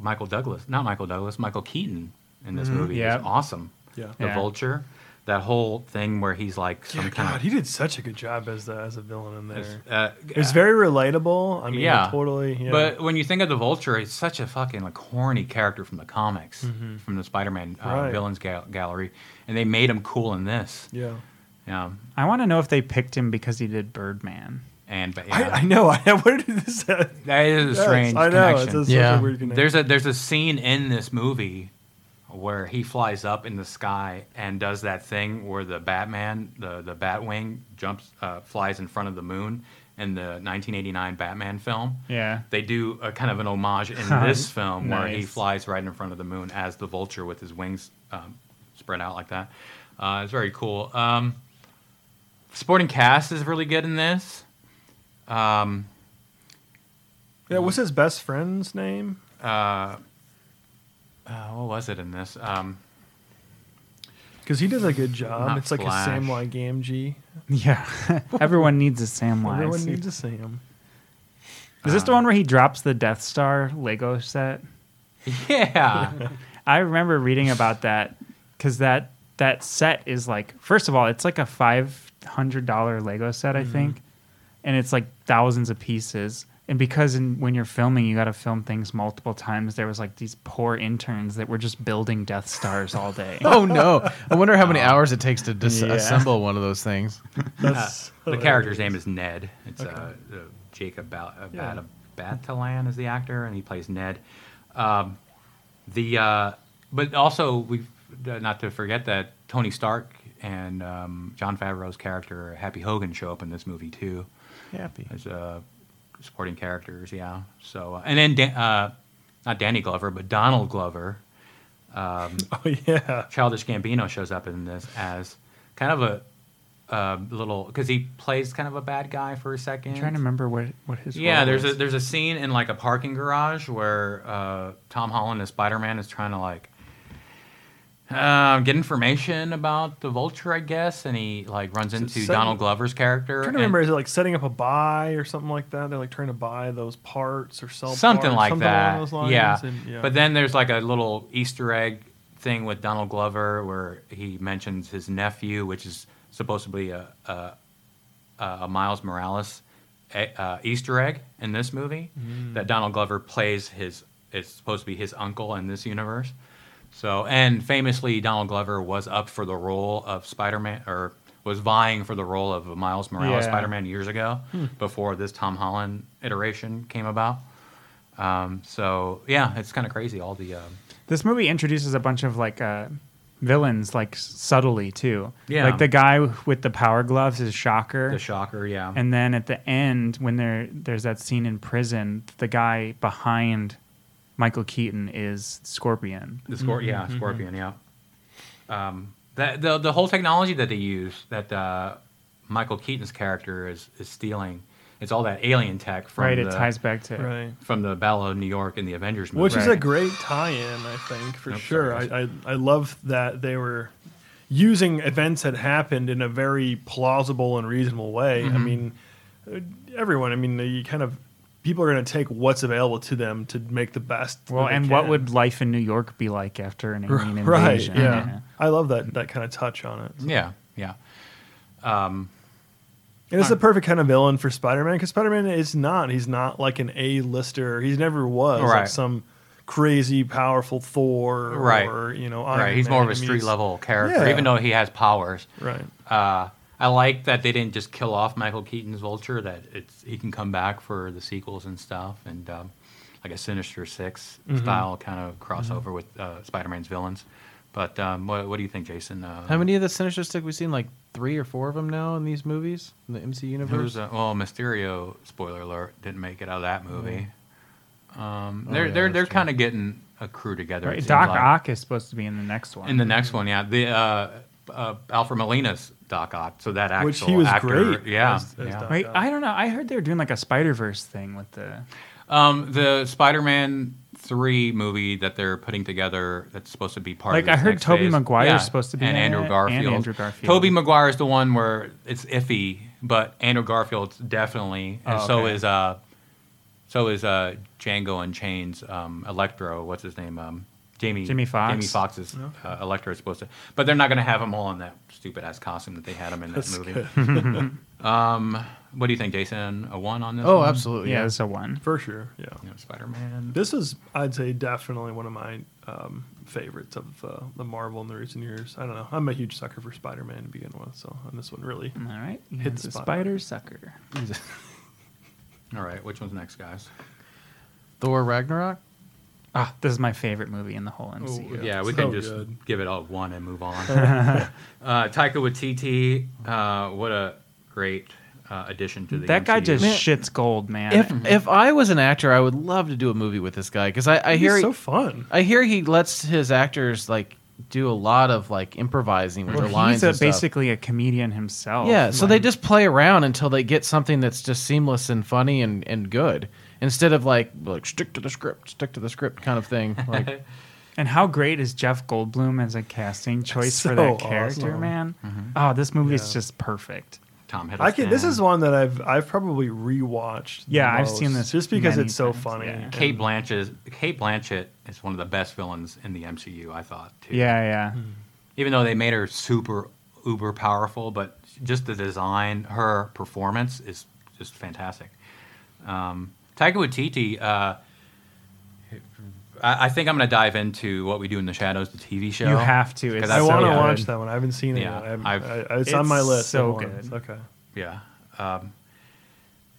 Speaker 1: Michael Douglas, not Michael Douglas, Michael Keaton in this movie
Speaker 3: yeah.
Speaker 1: is awesome.
Speaker 2: Mm-hmm, Yeah.
Speaker 1: the
Speaker 3: Yeah.
Speaker 1: Vulture, that whole thing where he's like some
Speaker 2: Yeah,
Speaker 1: kind
Speaker 2: God,
Speaker 1: of
Speaker 2: he did such a good job as the as a villain in there.
Speaker 1: uh,
Speaker 2: It was very relatable. I mean,
Speaker 1: Yeah.
Speaker 2: totally. Yeah.
Speaker 1: But when you think of the Vulture, he's such a fucking like horny character from the comics, from the Spider-Man uh,
Speaker 2: Mm-hmm. Right.
Speaker 1: villains gal- gallery, and they made him cool in this.
Speaker 2: yeah,
Speaker 1: Yeah,
Speaker 3: I want to know if they picked him because he did Birdman.
Speaker 1: and but yeah,
Speaker 2: I, I know. I what did this? Yes,
Speaker 1: that is a strange
Speaker 2: I know. It's
Speaker 1: connection.
Speaker 2: a, such
Speaker 4: Yeah.
Speaker 2: a weird connection.
Speaker 1: there's a there's a scene in this movie where he flies up in the sky and does that thing where the Batman, the the Batwing, jumps, uh, flies in front of the moon in the 1989 Batman film.
Speaker 3: Yeah.
Speaker 1: they do a kind of an homage in this film where he
Speaker 3: Nice.
Speaker 1: flies right in front of the moon as the vulture with his wings um, spread out like that. Uh, it's very cool. Um, supporting cast is really good in this. Um,
Speaker 2: yeah, what's his best friend's name?
Speaker 1: uh, uh, what was it in this? Um,
Speaker 2: Because he does a good job.
Speaker 1: Not
Speaker 2: it's like
Speaker 1: Flash.
Speaker 2: a Sam like Gamgee.
Speaker 3: Yeah. Everyone needs a Samwise.
Speaker 2: Everyone needs a Sam.
Speaker 3: Is this the
Speaker 4: Um,
Speaker 3: one where he drops the Death Star Lego set?
Speaker 1: yeah,
Speaker 3: I remember reading about that because that that set is like first of all, it's like a five hundred dollar Lego set, I
Speaker 1: Mm-hmm.
Speaker 3: think, and it's like thousands of pieces. And because in, when you're filming, you got to film things multiple times. There was like these poor interns that were just building Death Stars all day.
Speaker 4: Oh no! I wonder how
Speaker 1: Oh.
Speaker 4: many hours it takes to
Speaker 3: Yeah.
Speaker 4: disassemble one of those things.
Speaker 2: That's
Speaker 1: the character's name is Ned. It's uh, uh, Jacob Bal- uh,
Speaker 2: Yeah.
Speaker 1: Bat- Batalan is the actor, and he plays Ned. Um, the uh, but also we uh, not to forget that Tony Stark and um, John Favreau's character Happy Hogan show up in this movie too
Speaker 4: Happy.
Speaker 1: as uh, supporting characters. Yeah. So uh, and then Dan- uh, not Danny Glover, but Donald Glover.
Speaker 2: Oh yeah.
Speaker 1: Childish Gambino shows up in this as kind of a. Uh, little because he plays kind of a bad guy for a 2nd
Speaker 3: I'm trying to remember what what his
Speaker 1: Yeah,
Speaker 3: role
Speaker 1: there's a
Speaker 3: was.
Speaker 1: there's a scene in like a parking garage where uh, Tom Holland as Spider Man is trying to like um, get information about the Vulture, I guess, and he like runs into
Speaker 2: so-
Speaker 1: Donald Glover's character.
Speaker 2: I'm trying
Speaker 1: and
Speaker 2: to remember, is it like setting up a buy or something like that? They're like trying to buy those parts or sell
Speaker 1: something
Speaker 2: parts,
Speaker 1: like
Speaker 2: something
Speaker 1: that.
Speaker 2: Along those lines.
Speaker 1: yeah.
Speaker 2: And, yeah.
Speaker 1: but then there's like a little Easter egg thing with Donald Glover where he mentions his nephew, which is supposed to be a a, uh, a Miles Morales eh, uh, Easter egg in this movie that Donald Glover plays his it's supposed to be his uncle in this universe. So and famously Donald Glover was up for the role of Spider-Man or was vying for the role of Miles Morales
Speaker 3: Yeah.
Speaker 1: Spider-Man years ago before this Tom Holland iteration came about. Um, so yeah, it's kind of crazy. All the um,
Speaker 3: This movie introduces a bunch of like uh, villains, like s- subtly too.
Speaker 1: Yeah.
Speaker 3: Like the guy with the power gloves is Shocker.
Speaker 1: the shocker, yeah,
Speaker 3: and then at the end, when there there's that scene in prison, the guy behind Michael Keaton is Scorpion.
Speaker 1: the scor-
Speaker 2: Mm-hmm,
Speaker 1: yeah, scorpion, yeah. Um, that the the whole technology that they use that uh, Michael Keaton's character is is stealing. It's all that alien tech from
Speaker 3: right,
Speaker 1: the
Speaker 3: it ties back to
Speaker 2: Right.
Speaker 1: from the Battle of New York and the Avengers movie.
Speaker 2: Which is a
Speaker 3: Right.
Speaker 2: great tie-in, I think, for
Speaker 1: Nope,
Speaker 2: sure.
Speaker 1: sorry.
Speaker 2: I, I I love that they were using events that happened in a very plausible and reasonable way.
Speaker 1: Mm-hmm.
Speaker 2: I mean, uh, everyone. I mean, you kind of people are going to take what's available to them to make the best. that
Speaker 3: Well,
Speaker 2: they
Speaker 3: and what
Speaker 2: can.
Speaker 3: would life in New York be like after an
Speaker 2: R-
Speaker 3: alien
Speaker 2: right?
Speaker 3: invasion?
Speaker 2: Yeah. I love that that kind of touch on it.
Speaker 1: yeah, yeah.
Speaker 2: And it's the perfect kind of villain for Spider-Man because Spider-Man is not. He's not like an A-lister. He's never was like
Speaker 1: Right.
Speaker 2: some crazy powerful Thor
Speaker 1: Right.
Speaker 2: or you know Iron
Speaker 1: right, he's more of a
Speaker 2: Man. I mean,
Speaker 1: street
Speaker 2: he's-
Speaker 1: level character,
Speaker 2: Yeah.
Speaker 1: even though he has powers.
Speaker 2: Right.
Speaker 1: Uh, I like that they didn't just kill off Michael Keaton's Vulture; that it's he can come back for the sequels and stuff, and um, like a Sinister 6 style kind of crossover with uh, Spider-Man's villains. But um, what, what do you think, Jason? Uh,
Speaker 4: How many of the Sinister Stick we've seen? Like three or four of them now in these movies in the MC universe.
Speaker 1: Who's uh, well, Mysterio. Spoiler alert! Didn't make it out of that movie. Um,
Speaker 4: Oh,
Speaker 1: they're they're
Speaker 4: yeah, that's
Speaker 1: they're
Speaker 4: true.
Speaker 1: kind of getting a crew together. it
Speaker 3: Right,
Speaker 1: seems
Speaker 3: Doc
Speaker 1: like.
Speaker 3: Ock is supposed to be in the next one.
Speaker 1: In the next one, yeah, the uh, uh, Alfred Molina's Doc Ock. So that actual
Speaker 2: Which he was
Speaker 1: actor,
Speaker 2: great
Speaker 1: yeah,
Speaker 2: as- as
Speaker 1: yeah.
Speaker 2: Doc.
Speaker 3: Wait,
Speaker 2: God.
Speaker 3: I don't know. I heard they were doing like a Spider Verse thing with the.
Speaker 1: Um, the Spider-Man three movie that they're putting together that's supposed to be part
Speaker 3: Like,
Speaker 1: of. this
Speaker 3: I heard
Speaker 1: next
Speaker 3: Tobey
Speaker 1: phase.
Speaker 3: Maguire's supposed to be
Speaker 1: and
Speaker 3: in it,
Speaker 1: Andrew
Speaker 3: and
Speaker 1: Garfield.
Speaker 3: Andrew Garfield.
Speaker 1: Tobey Maguire is the one where it's iffy, but Andrew Garfield's definitely, and
Speaker 3: Oh,
Speaker 1: so
Speaker 3: okay.
Speaker 1: is uh, so is uh, Django Unchained's um, Electro. What's his name? Um, Jamie
Speaker 3: Jamie Foxx.
Speaker 1: Jamie Fox's uh, Electro is supposed to, but they're not going to have him all in that stupid ass costume that they had him in that
Speaker 2: That's
Speaker 1: movie. um, what do you think, Jason? A one on this?
Speaker 4: Oh,
Speaker 1: one?
Speaker 4: absolutely.
Speaker 3: Yeah,
Speaker 4: Yeah.
Speaker 3: it's a one.
Speaker 2: For sure, yeah.
Speaker 1: You know, Spider-Man.
Speaker 2: This is, I'd say, definitely one of my um, favorites of uh, the Marvel in the recent years. I don't know. I'm a huge sucker for Spider-Man to begin with, so and this one really.
Speaker 3: All right, you
Speaker 2: Hit
Speaker 3: have
Speaker 2: the
Speaker 3: the
Speaker 2: spot.
Speaker 3: spider sucker.
Speaker 1: All right, which one's next, guys?
Speaker 4: Thor Ragnarok.
Speaker 3: Ah, this is my favorite movie in the whole MCU.
Speaker 2: Oh, yeah.
Speaker 1: Yeah, we
Speaker 2: So
Speaker 1: can just
Speaker 2: good.
Speaker 1: give it all one and move on. uh, Taika Waititi, uh, what a great uh, addition to the
Speaker 3: that guy
Speaker 1: MCU.
Speaker 3: just
Speaker 4: Man.
Speaker 3: shits gold, man.
Speaker 4: If if I was an actor, I would love to do a movie with this guy because I, I
Speaker 2: He's
Speaker 4: hear he-
Speaker 2: so fun.
Speaker 4: I hear he lets his actors like do a lot of like improvising with
Speaker 3: Well,
Speaker 4: their lines.
Speaker 3: he's a,
Speaker 4: and stuff.
Speaker 3: basically a comedian himself.
Speaker 4: Yeah, so they
Speaker 3: Like,
Speaker 4: just play around until they get something that's just seamless and funny and, and good, instead of like like stick to the script, stick to the script kind of thing. Like,
Speaker 3: And how great is Jeff Goldblum as a casting choice for
Speaker 2: So
Speaker 3: that character,
Speaker 2: awesome.
Speaker 3: man?
Speaker 4: Mm-hmm.
Speaker 3: Oh, this movie is
Speaker 2: Yeah.
Speaker 3: just perfect.
Speaker 1: Tom Hiddleston.
Speaker 2: I can. This is one that I've I've probably rewatched. the
Speaker 3: Yeah, I've seen
Speaker 2: most,
Speaker 3: this
Speaker 2: just because
Speaker 3: many
Speaker 2: it's so
Speaker 3: times,
Speaker 2: funny.
Speaker 3: yeah.
Speaker 1: Kate Blanchett. Kate Blanchett is one of the best villains in the MCU, I thought. Too.
Speaker 3: Yeah, Mm-hmm. yeah.
Speaker 1: Even though they made her super uber powerful, but just the design, her performance is just fantastic. Um, Taika Waititi. Uh, I, I think I'm going to dive into what we do in the shadows, the TV show.
Speaker 3: You have to. It's
Speaker 1: Because
Speaker 2: I
Speaker 1: That's
Speaker 2: want to
Speaker 1: so good.
Speaker 2: watch that one. I haven't seen it.
Speaker 1: Yeah,
Speaker 2: yet. I haven't-
Speaker 1: I've-
Speaker 2: I- I- it's, on my
Speaker 3: It's
Speaker 2: list. I
Speaker 3: so
Speaker 2: want it.
Speaker 3: good.
Speaker 2: Okay.
Speaker 1: Yeah. Um,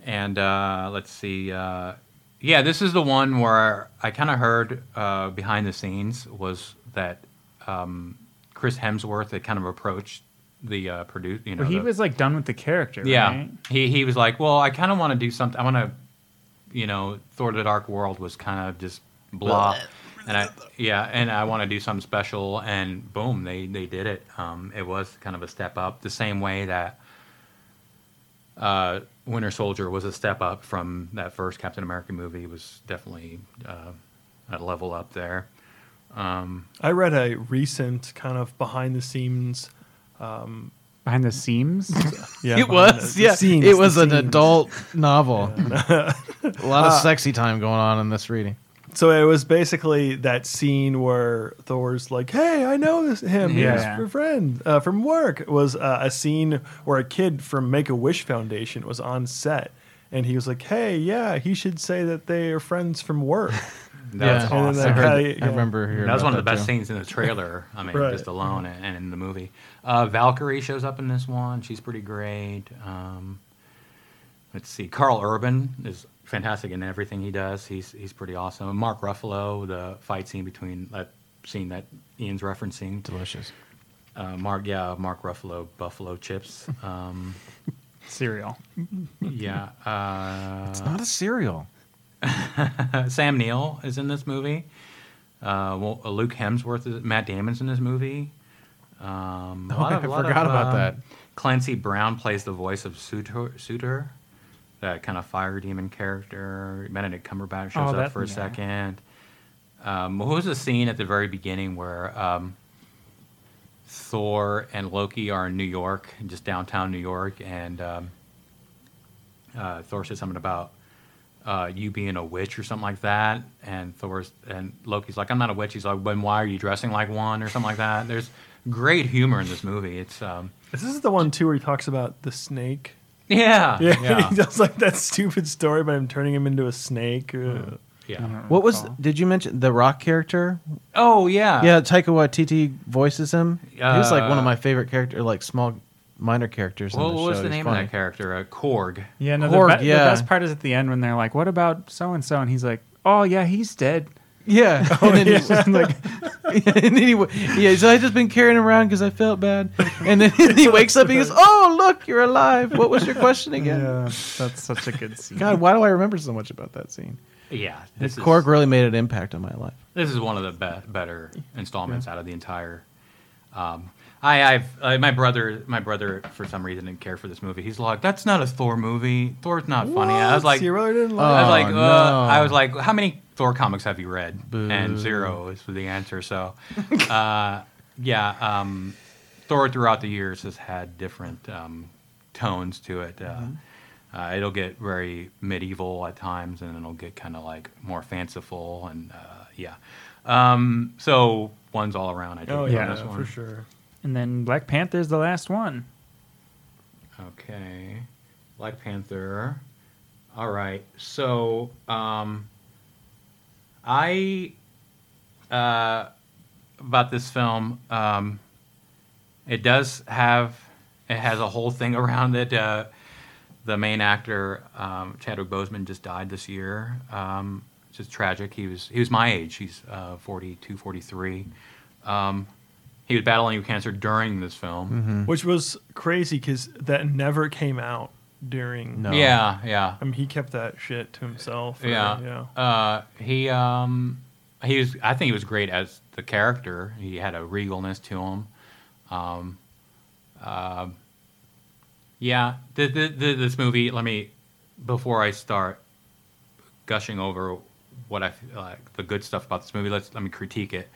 Speaker 1: and uh, let's see. Uh, yeah, this is the one where I kind of heard uh, behind the scenes was that um, Chris Hemsworth had kind of approached the uh, produce. You know,
Speaker 3: Well, he
Speaker 1: the-
Speaker 3: was like done with the character.
Speaker 1: yeah.
Speaker 3: Right?
Speaker 1: He he was like, well, I kind of want to do something. I want to, you know, Thor: The Dark World was kind of just blah, and I yeah, and I want to do something special. And boom, they they did it. Um, it was kind of a step up, the same way that uh, Winter Soldier was a step up from that first Captain America movie. It was definitely uh, a level up there.
Speaker 2: I read a recent kind of behind the scenes.
Speaker 3: Behind the seams.
Speaker 2: Yeah,
Speaker 4: it
Speaker 2: behind
Speaker 4: was,
Speaker 2: the- the
Speaker 4: yeah,
Speaker 2: scenes,
Speaker 4: it
Speaker 2: the
Speaker 4: was an
Speaker 2: scenes.
Speaker 4: adult novel. a lot of sexy time going on in this reading.
Speaker 2: So it was basically that scene where Thor's like, "Hey, I know this him.
Speaker 3: Yeah.
Speaker 2: He's your friend uh, from work." It was uh, a scene where a kid from Make a Wish Foundation was on set, and he was like, "Hey, yeah, he should say that they are friends from work."
Speaker 1: That's
Speaker 4: yeah,
Speaker 2: awesome.
Speaker 4: I, heard
Speaker 2: Yeah,
Speaker 4: that-
Speaker 2: yeah.
Speaker 4: I remember hearing
Speaker 1: That was
Speaker 4: about
Speaker 1: one of the best
Speaker 4: too.
Speaker 1: scenes in the trailer. I mean,
Speaker 2: Right.
Speaker 1: just alone and, and in the movie. Uh, Valkyrie shows up in this one. She's pretty great. Um, let's see. Carl Urban is fantastic in everything he does. He's he's pretty awesome. And Mark Ruffalo, the fight scene between that scene that Ian's referencing.
Speaker 4: Delicious.
Speaker 1: Uh, Mark, yeah, Mark Ruffalo, Buffalo Chips. Um,
Speaker 3: Cereal.
Speaker 1: yeah,
Speaker 4: It's
Speaker 1: uh,
Speaker 4: not a cereal.
Speaker 1: Sam Neill is in this movie. Uh, well, uh, Luke Hemsworth, is, Matt Damon's in this movie. Um, a
Speaker 4: Oh,
Speaker 1: lot of-
Speaker 4: I
Speaker 1: a lot
Speaker 4: forgot
Speaker 1: of,
Speaker 4: about
Speaker 1: um,
Speaker 4: that.
Speaker 1: Clancy Brown plays the voice of Sutor, Sutor that kind of fire demon character. Benedict Cumberbatch shows
Speaker 3: Oh,
Speaker 1: up
Speaker 3: that-
Speaker 1: for a
Speaker 3: yeah.
Speaker 1: second. Um, what was the scene at the very beginning where um, Thor and Loki are in New York, just downtown New York, and um, uh, Thor says something about uh, you being a witch or something like that, and Thor's and Loki's like, "I'm not a witch." He's like, "Then why are you dressing like one?" or something like that. There's great humor in this movie. It's um,
Speaker 2: This is the one too where he talks about the snake.
Speaker 1: yeah,
Speaker 2: Yeah,
Speaker 1: yeah,
Speaker 2: he does like that stupid story about him turning him into a snake. Uh,
Speaker 1: Hmm. yeah.
Speaker 4: What was?
Speaker 3: recall.
Speaker 4: Did you mention the rock character?
Speaker 1: Oh yeah,
Speaker 4: Yeah, Taika Waititi voices him. he was like one
Speaker 1: Uh,
Speaker 4: of my favorite character, like small minor characters. in
Speaker 1: What,
Speaker 4: the
Speaker 1: what was
Speaker 4: show.
Speaker 1: the
Speaker 4: He's
Speaker 1: name
Speaker 4: funny.
Speaker 1: of that character? Uh, Korg.
Speaker 3: Yeah, no,
Speaker 4: Korg,
Speaker 3: the, be-
Speaker 4: yeah.
Speaker 3: the best part is at the end when they're like, what about so and so? And he's like, oh, yeah, he's dead.
Speaker 4: Yeah, and then,
Speaker 3: It's just like,
Speaker 4: and then he, wa- yeah, he's like, I just been carrying him around because I felt bad, and then he wakes up. He goes, "Oh, look, you're alive. What was your question again?"
Speaker 3: yeah, that's such a good scene.
Speaker 4: God, why do I remember so much about that scene?
Speaker 1: Yeah,
Speaker 4: This
Speaker 1: this is,
Speaker 4: Korg really made an impact on my life.
Speaker 1: This is one of the be- better installments out of the entire. Um, I, I've uh, my brother. My brother, for some reason, didn't care for this movie. He's like, "That's not a Thor movie. Thor's not funny." I was
Speaker 2: What?
Speaker 1: like,
Speaker 2: you really didn't like
Speaker 1: I was like, uh,
Speaker 4: Oh, no.
Speaker 1: I was like, how many Thor comics have you read?
Speaker 4: Boo.
Speaker 1: And zero is the answer. So, uh, yeah, um, Thor throughout the years has had different um, tones to it. Uh,
Speaker 4: Mm-hmm.
Speaker 1: uh, it'll get very medieval at times, and it'll get kind of like more fanciful, and uh, yeah. Um, so one's all around. I think.
Speaker 2: Oh
Speaker 1: on
Speaker 2: yeah,
Speaker 1: this one.
Speaker 2: for sure.
Speaker 3: And then Black Panther's the last one.
Speaker 1: Okay. Black Panther. All right. So, um, I, uh, about this film, um, it does have, it has a whole thing around it. Uh, the main actor, um, Chadwick Boseman, just died this year. Um, it's just tragic. He was, he was my age. He's, uh, 42, 43. Um, he was battling cancer during this film.
Speaker 2: Which was crazy because that never came out during.
Speaker 4: No.
Speaker 1: Yeah, yeah.
Speaker 2: I mean, he kept that shit to himself. or,
Speaker 1: yeah.
Speaker 2: you know.
Speaker 1: Uh, he um, he was. I think he was great as the character. He had a regalness to him. Um, uh, yeah. The, the, the, this movie. Let me before I start gushing over what I f- like the good stuff about this movie. Let's let me critique it.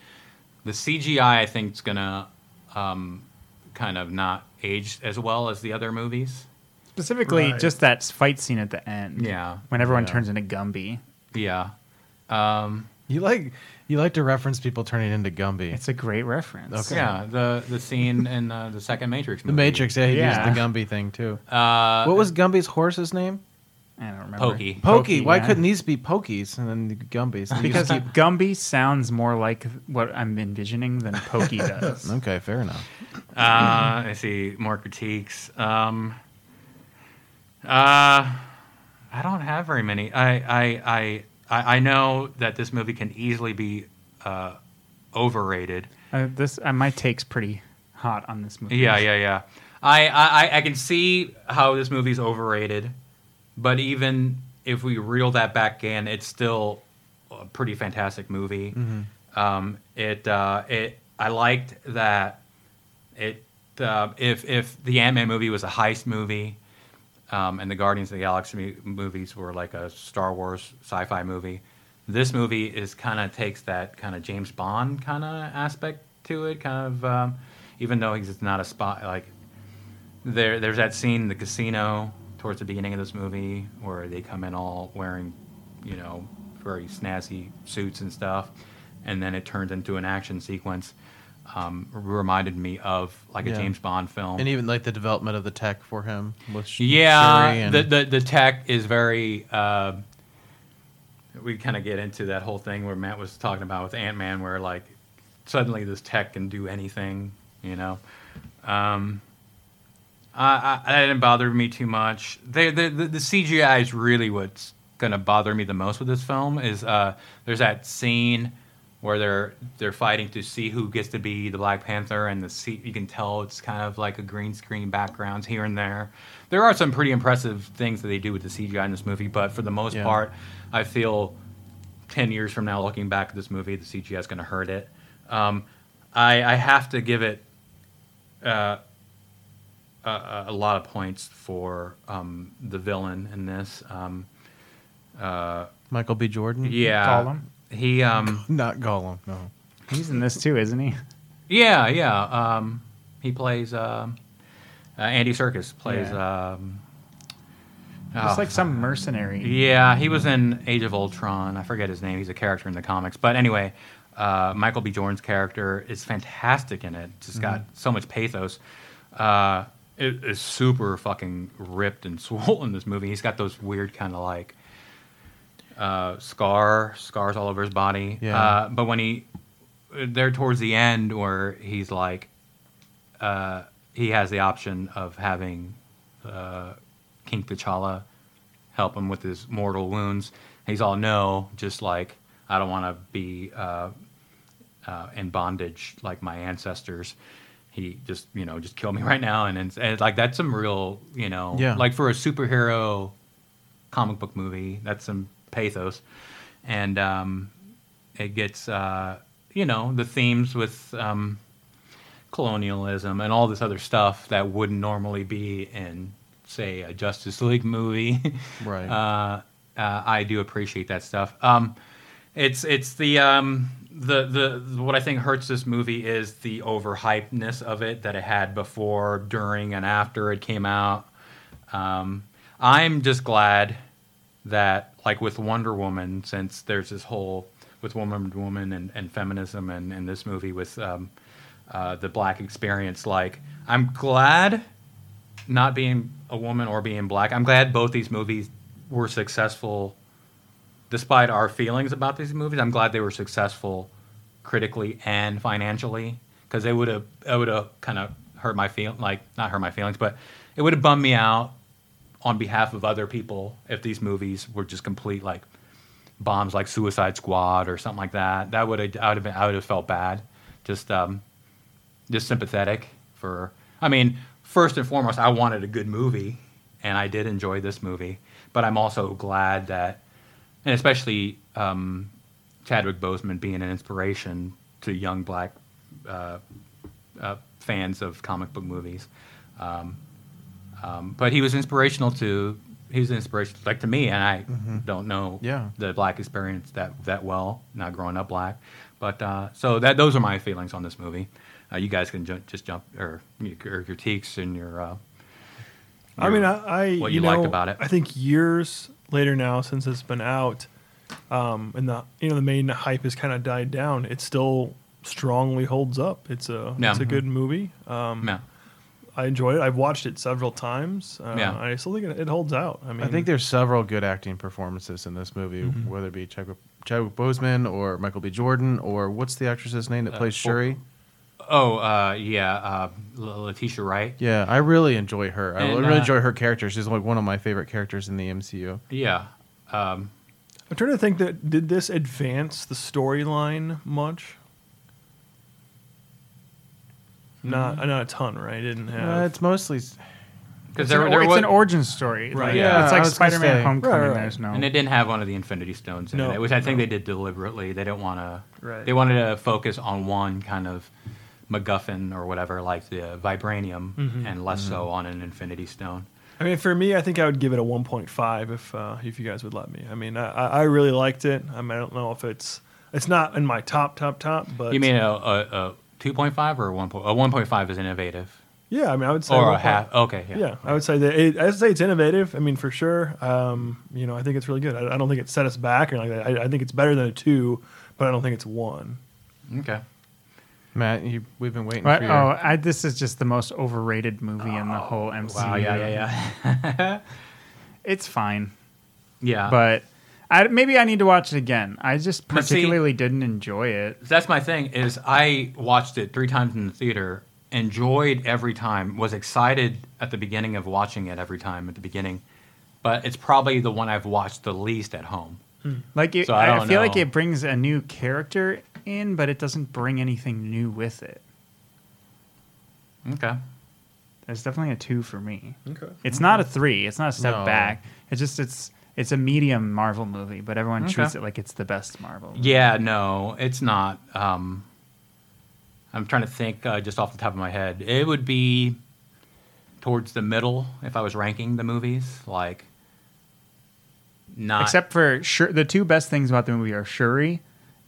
Speaker 1: The CGI I think is gonna um, kind of not age as well as the other movies.
Speaker 3: Specifically,
Speaker 2: Right.
Speaker 3: just that fight scene at the end.
Speaker 1: Yeah.
Speaker 3: When everyone
Speaker 4: Yeah.
Speaker 3: turns into Gumby.
Speaker 1: Yeah.
Speaker 4: You like you like to reference people turning into Gumby.
Speaker 3: It's a great reference.
Speaker 4: Okay.
Speaker 1: Yeah, the the scene in uh, the second Matrix.
Speaker 4: the
Speaker 1: movie.
Speaker 4: Matrix. Yeah, he
Speaker 3: Yeah.
Speaker 4: used the Gumby thing too.
Speaker 1: Uh,
Speaker 4: what was Gumby's horse's name?
Speaker 3: I don't remember.
Speaker 1: Pokey?
Speaker 4: Pokey. Why
Speaker 3: yeah.
Speaker 4: couldn't these be Pokeys and then Gumbies? And you
Speaker 3: Because
Speaker 4: just keep-
Speaker 3: Gumby sounds more like what I'm envisioning than Pokey does.
Speaker 4: okay, fair enough.
Speaker 1: Uh, I see more critiques. Um, uh, I don't have very many. I I I I I know that this movie can easily be uh, overrated.
Speaker 3: Uh, this uh, my take's pretty hot on this movie.
Speaker 1: Yeah, yeah, yeah. I, I, I- I can see how this movie's overrated, but even if we reel that back in, it's still a pretty fantastic movie. Um, it, uh, it, I liked that it. Uh, if if the Ant Man movie was a heist movie, um, and the Guardians of the Galaxy mo- movies were like a Star Wars sci-fi movie. This movie is kind of takes that kind of James Bond kind of aspect to it, kind of um, even though he's not a spy. Like there, there's that scene in the casino towards the beginning of this movie where they come in all wearing, you know, very snazzy suits and stuff, and then it turns into an action sequence. Um, reminded me of like a
Speaker 4: Yeah.
Speaker 1: James Bond film.
Speaker 4: And even like the development of the tech for him with Sh- Shuri
Speaker 1: Yeah,
Speaker 4: and-
Speaker 1: the, the the tech is very. Uh, we kind of get into that whole thing where Matt was talking about with Ant Man, where like suddenly this tech can do anything, you know. Um, I, I, that didn't bother me too much. They, the, the the CGI is really what's going to bother me the most with this film is uh, there's that scene where they're they're fighting to see who gets to be the Black Panther, and the seat you can tell it's kind of like a green screen backgrounds here and there. There are some pretty impressive things that they do with the CGI in this movie, but for the most
Speaker 4: Yeah.
Speaker 1: part, I feel ten years from now, looking back at this movie, the CGI is going to hurt it. Um, I, I have to give it uh, a, a lot of points for um, the villain in this. Um,
Speaker 4: Michael B. Jordan.
Speaker 1: yeah,
Speaker 3: Mm-hmm. Gollum?
Speaker 1: He, um,
Speaker 4: Not Gollum. No.
Speaker 3: He's in this too, isn't he?
Speaker 1: yeah, yeah. Um, he plays um uh, Andy Circus plays. Um,
Speaker 3: Just
Speaker 1: oh,
Speaker 3: like some mercenary.
Speaker 1: Yeah, he was in Age of Ultron. I forget his name. He's a character in the comics. But anyway, uh, Michael B. Jordan's character is fantastic in it. Just got so much pathos. Uh, it is super fucking ripped and swollen. in This movie. He's got those weird kind of like uh, scar scars all over his body.
Speaker 4: Yeah.
Speaker 1: Uh, but when he there towards the end where he's like uh, he has the option of having uh, King T'Challa help him with his mortal wounds. He's all no, just like I don't want to be uh, uh, in bondage like my ancestors. He just you know just kill me right now, and and, and like that's some real you know
Speaker 4: Yeah.
Speaker 1: like for a superhero comic book movie that's some pathos, and um, it gets uh, you know the themes with. Um, colonialism and all this other stuff that wouldn't normally be in, say, a Justice League movie.
Speaker 4: Right.
Speaker 1: uh, uh, I do appreciate that stuff. Um, it's it's the um, the the what I think hurts this movie is the overhypeness of it that it had before, during, and after it came out. Um, I'm just glad that like with Wonder Woman, since there's this whole with Wonder Woman and, and feminism and, and this movie with um, uh, the black experience, like I'm glad not being a woman or being black, I'm glad both these movies were successful despite our feelings about these movies. I'm glad they were successful critically and financially because they would have it would have kind of hurt my feel like not hurt my feelings, but it would have bummed me out on behalf of other people if these movies were just complete like bombs like Suicide Squad or something like that. That would have I would have been I would have felt bad. Just um just sympathetic for I mean, first and foremost, I wanted a good movie and I did enjoy this movie, but I'm also glad that and especially um, Chadwick Boseman being an inspiration to young black uh, uh, fans of comic book movies. Um, um, but he was inspirational to he was an inspiration like to me, and I don't know
Speaker 4: Yeah.
Speaker 1: the black experience that that well, not growing up black. But uh, so that those are my feelings on this movie. Uh, you guys can ju- just jump or your your critiques and your. Uh,
Speaker 2: I mean, I, I
Speaker 1: what
Speaker 2: you,
Speaker 1: you liked
Speaker 2: know,
Speaker 1: about it.
Speaker 2: I think years later now, since it's been out, um, and the you know the main hype has kind of died down. It still strongly holds up. It's a
Speaker 1: Yeah. Mm-hmm.
Speaker 2: it's a good movie. Um,
Speaker 1: no.
Speaker 2: I enjoyed it. I've watched it several times. Uh,
Speaker 1: Yeah.
Speaker 2: I still think it, it holds out. I mean,
Speaker 4: I think there's several good acting performances in this movie,
Speaker 3: Mm-hmm.
Speaker 4: whether it be Chadwick, Chadwick Boseman or Michael B. Jordan or what's the actress's name
Speaker 3: Uh,
Speaker 4: that plays Shuri?
Speaker 1: Oh uh, yeah, uh, La- Letitia Wright.
Speaker 4: Yeah, I really enjoy her. I
Speaker 1: And,
Speaker 4: really
Speaker 1: uh,
Speaker 4: enjoy her character. She's like one of my favorite characters in the MCU.
Speaker 1: Yeah.
Speaker 2: I'm trying to think that did this advance the storyline much? Not not a ton, right? It didn't have.
Speaker 4: Uh, it's mostly s-
Speaker 1: Because
Speaker 3: It's,
Speaker 1: there,
Speaker 3: an,
Speaker 1: there
Speaker 3: or- it's
Speaker 1: was,
Speaker 3: an origin story.
Speaker 2: Right.
Speaker 3: Like,
Speaker 4: Yeah,
Speaker 3: it's
Speaker 4: I
Speaker 3: like
Speaker 4: was gonna
Speaker 3: Spider-Man:
Speaker 4: say.
Speaker 3: Homecoming.
Speaker 2: Right, right.
Speaker 3: There's no.
Speaker 1: and it didn't have one of the Infinity Stones in
Speaker 2: No,
Speaker 1: it, which I think
Speaker 2: no.
Speaker 1: they did deliberately. They didn't want to.
Speaker 2: Right.
Speaker 1: They wanted to focus on one kind of MacGuffin or whatever, like the vibranium,
Speaker 2: Mm-hmm.
Speaker 1: and less so on an Infinity Stone.
Speaker 2: I mean, for me, I think I would give it a 1.5 if uh, if you guys would let me. I mean, I, I I really liked it. I mean, I don't know if it's it's not in my top top top, but
Speaker 1: You mean a, a, a 2.5 or a 1. po- A 1.5 is innovative,
Speaker 2: yeah. I mean, I would say
Speaker 1: or a
Speaker 2: 1.5.
Speaker 1: half. Okay. Yeah.
Speaker 2: Yeah. I would say that it, I'd say it's innovative. I mean, for sure. Um, you know, I think it's really good. I, I don't think it set us back or like that. I, I think it's better than a two, but I don't think it's one.
Speaker 1: Okay.
Speaker 4: Matt. You, we've been waiting
Speaker 3: What?
Speaker 4: for you.
Speaker 3: Oh, I, this is just the most overrated movie in the whole MCU.
Speaker 1: Oh, Wow. Yeah. Yeah. Yeah.
Speaker 3: It's fine,
Speaker 1: Yeah.
Speaker 3: but I, maybe I need to watch it again. I just
Speaker 1: Uh. But see-
Speaker 3: particularly didn't enjoy it.
Speaker 1: that's my thing is I watched it three times in the theater, enjoyed every time, was excited at the beginning of watching it every time at the beginning, but it's probably the one I've watched the least at home.
Speaker 3: Like it,
Speaker 1: So I
Speaker 3: I, I
Speaker 1: don't
Speaker 3: feel like
Speaker 1: know.
Speaker 3: it brings a new character in, but it doesn't bring anything new with it.
Speaker 1: Okay.
Speaker 3: That's definitely a two for me.
Speaker 2: Okay.
Speaker 3: It's not a three. It's not a step
Speaker 4: No.
Speaker 3: back. It's just it's it's a medium Marvel movie, but everyone
Speaker 1: Okay.
Speaker 3: treats it like it's the best Marvel.
Speaker 1: Yeah, no, it's not. Um, I'm trying to think uh, just off the top of my head. It would be towards the middle if I was ranking the movies, like not.
Speaker 3: Except for Shur- the two best things about the movie are Shuri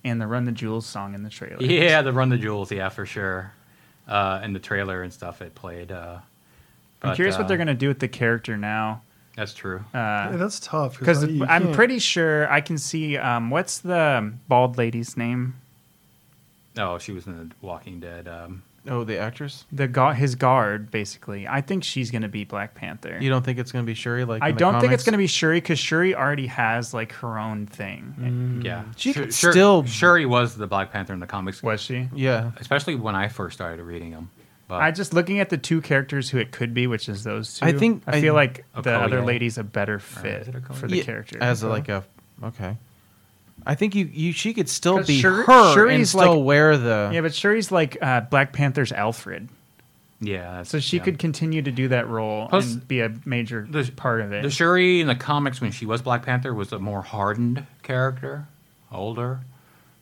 Speaker 3: and the Run the Jewels song in the trailer.
Speaker 1: yeah, the Run the Jewels, yeah, for sure. Uh, and the trailer and stuff it played. Uh,
Speaker 3: I'm
Speaker 1: but,
Speaker 3: curious
Speaker 1: uh,
Speaker 3: what they're gonna do with the character now.
Speaker 1: That's true.
Speaker 2: Yeah,
Speaker 3: Uh.
Speaker 2: that's tough
Speaker 3: Because
Speaker 2: uh, you
Speaker 3: I'm
Speaker 2: can't-
Speaker 3: pretty sure I can see um, what's the bald lady's name?
Speaker 1: Oh, she was in The Walking Dead. Um,
Speaker 4: Oh, the actress.
Speaker 3: The gu- his guard basically. I think she's gonna be Black Panther.
Speaker 4: You don't think it's gonna be Shuri? Like
Speaker 3: I
Speaker 4: in the
Speaker 3: don't think it's
Speaker 4: comics?
Speaker 3: gonna be Shuri because Shuri already has like her own thing.
Speaker 1: yeah,
Speaker 4: She
Speaker 1: Sure-
Speaker 4: could
Speaker 1: sure-
Speaker 4: still-
Speaker 1: Shuri was the Black Panther in the comics,
Speaker 4: Mm.
Speaker 3: Was she?
Speaker 4: Yeah.
Speaker 1: especially when I first started reading them. But
Speaker 3: I just looking at the two characters who it could be, which is those two.
Speaker 4: I think
Speaker 3: I feel
Speaker 4: I- Oh,
Speaker 3: like the
Speaker 1: Okoye.
Speaker 3: other lady's a better
Speaker 1: Or
Speaker 3: fit
Speaker 1: is it Okoye?
Speaker 3: for the
Speaker 4: Yeah,
Speaker 3: character
Speaker 4: as a, like a okay. I think you, you she could still
Speaker 3: 'Cause
Speaker 4: be
Speaker 3: Shuri-
Speaker 4: her and
Speaker 3: Shuri's
Speaker 4: still
Speaker 3: like-
Speaker 4: wear the
Speaker 3: Yeah, but Shuri's like uh, Black Panther's Alfred,
Speaker 1: yeah, that's-
Speaker 3: so she
Speaker 1: yeah.
Speaker 3: could continue to do that role
Speaker 1: Plus,
Speaker 3: and be a major
Speaker 1: the-
Speaker 3: part of it.
Speaker 1: The Shuri in the comics, when she was Black Panther, was a more hardened character, older,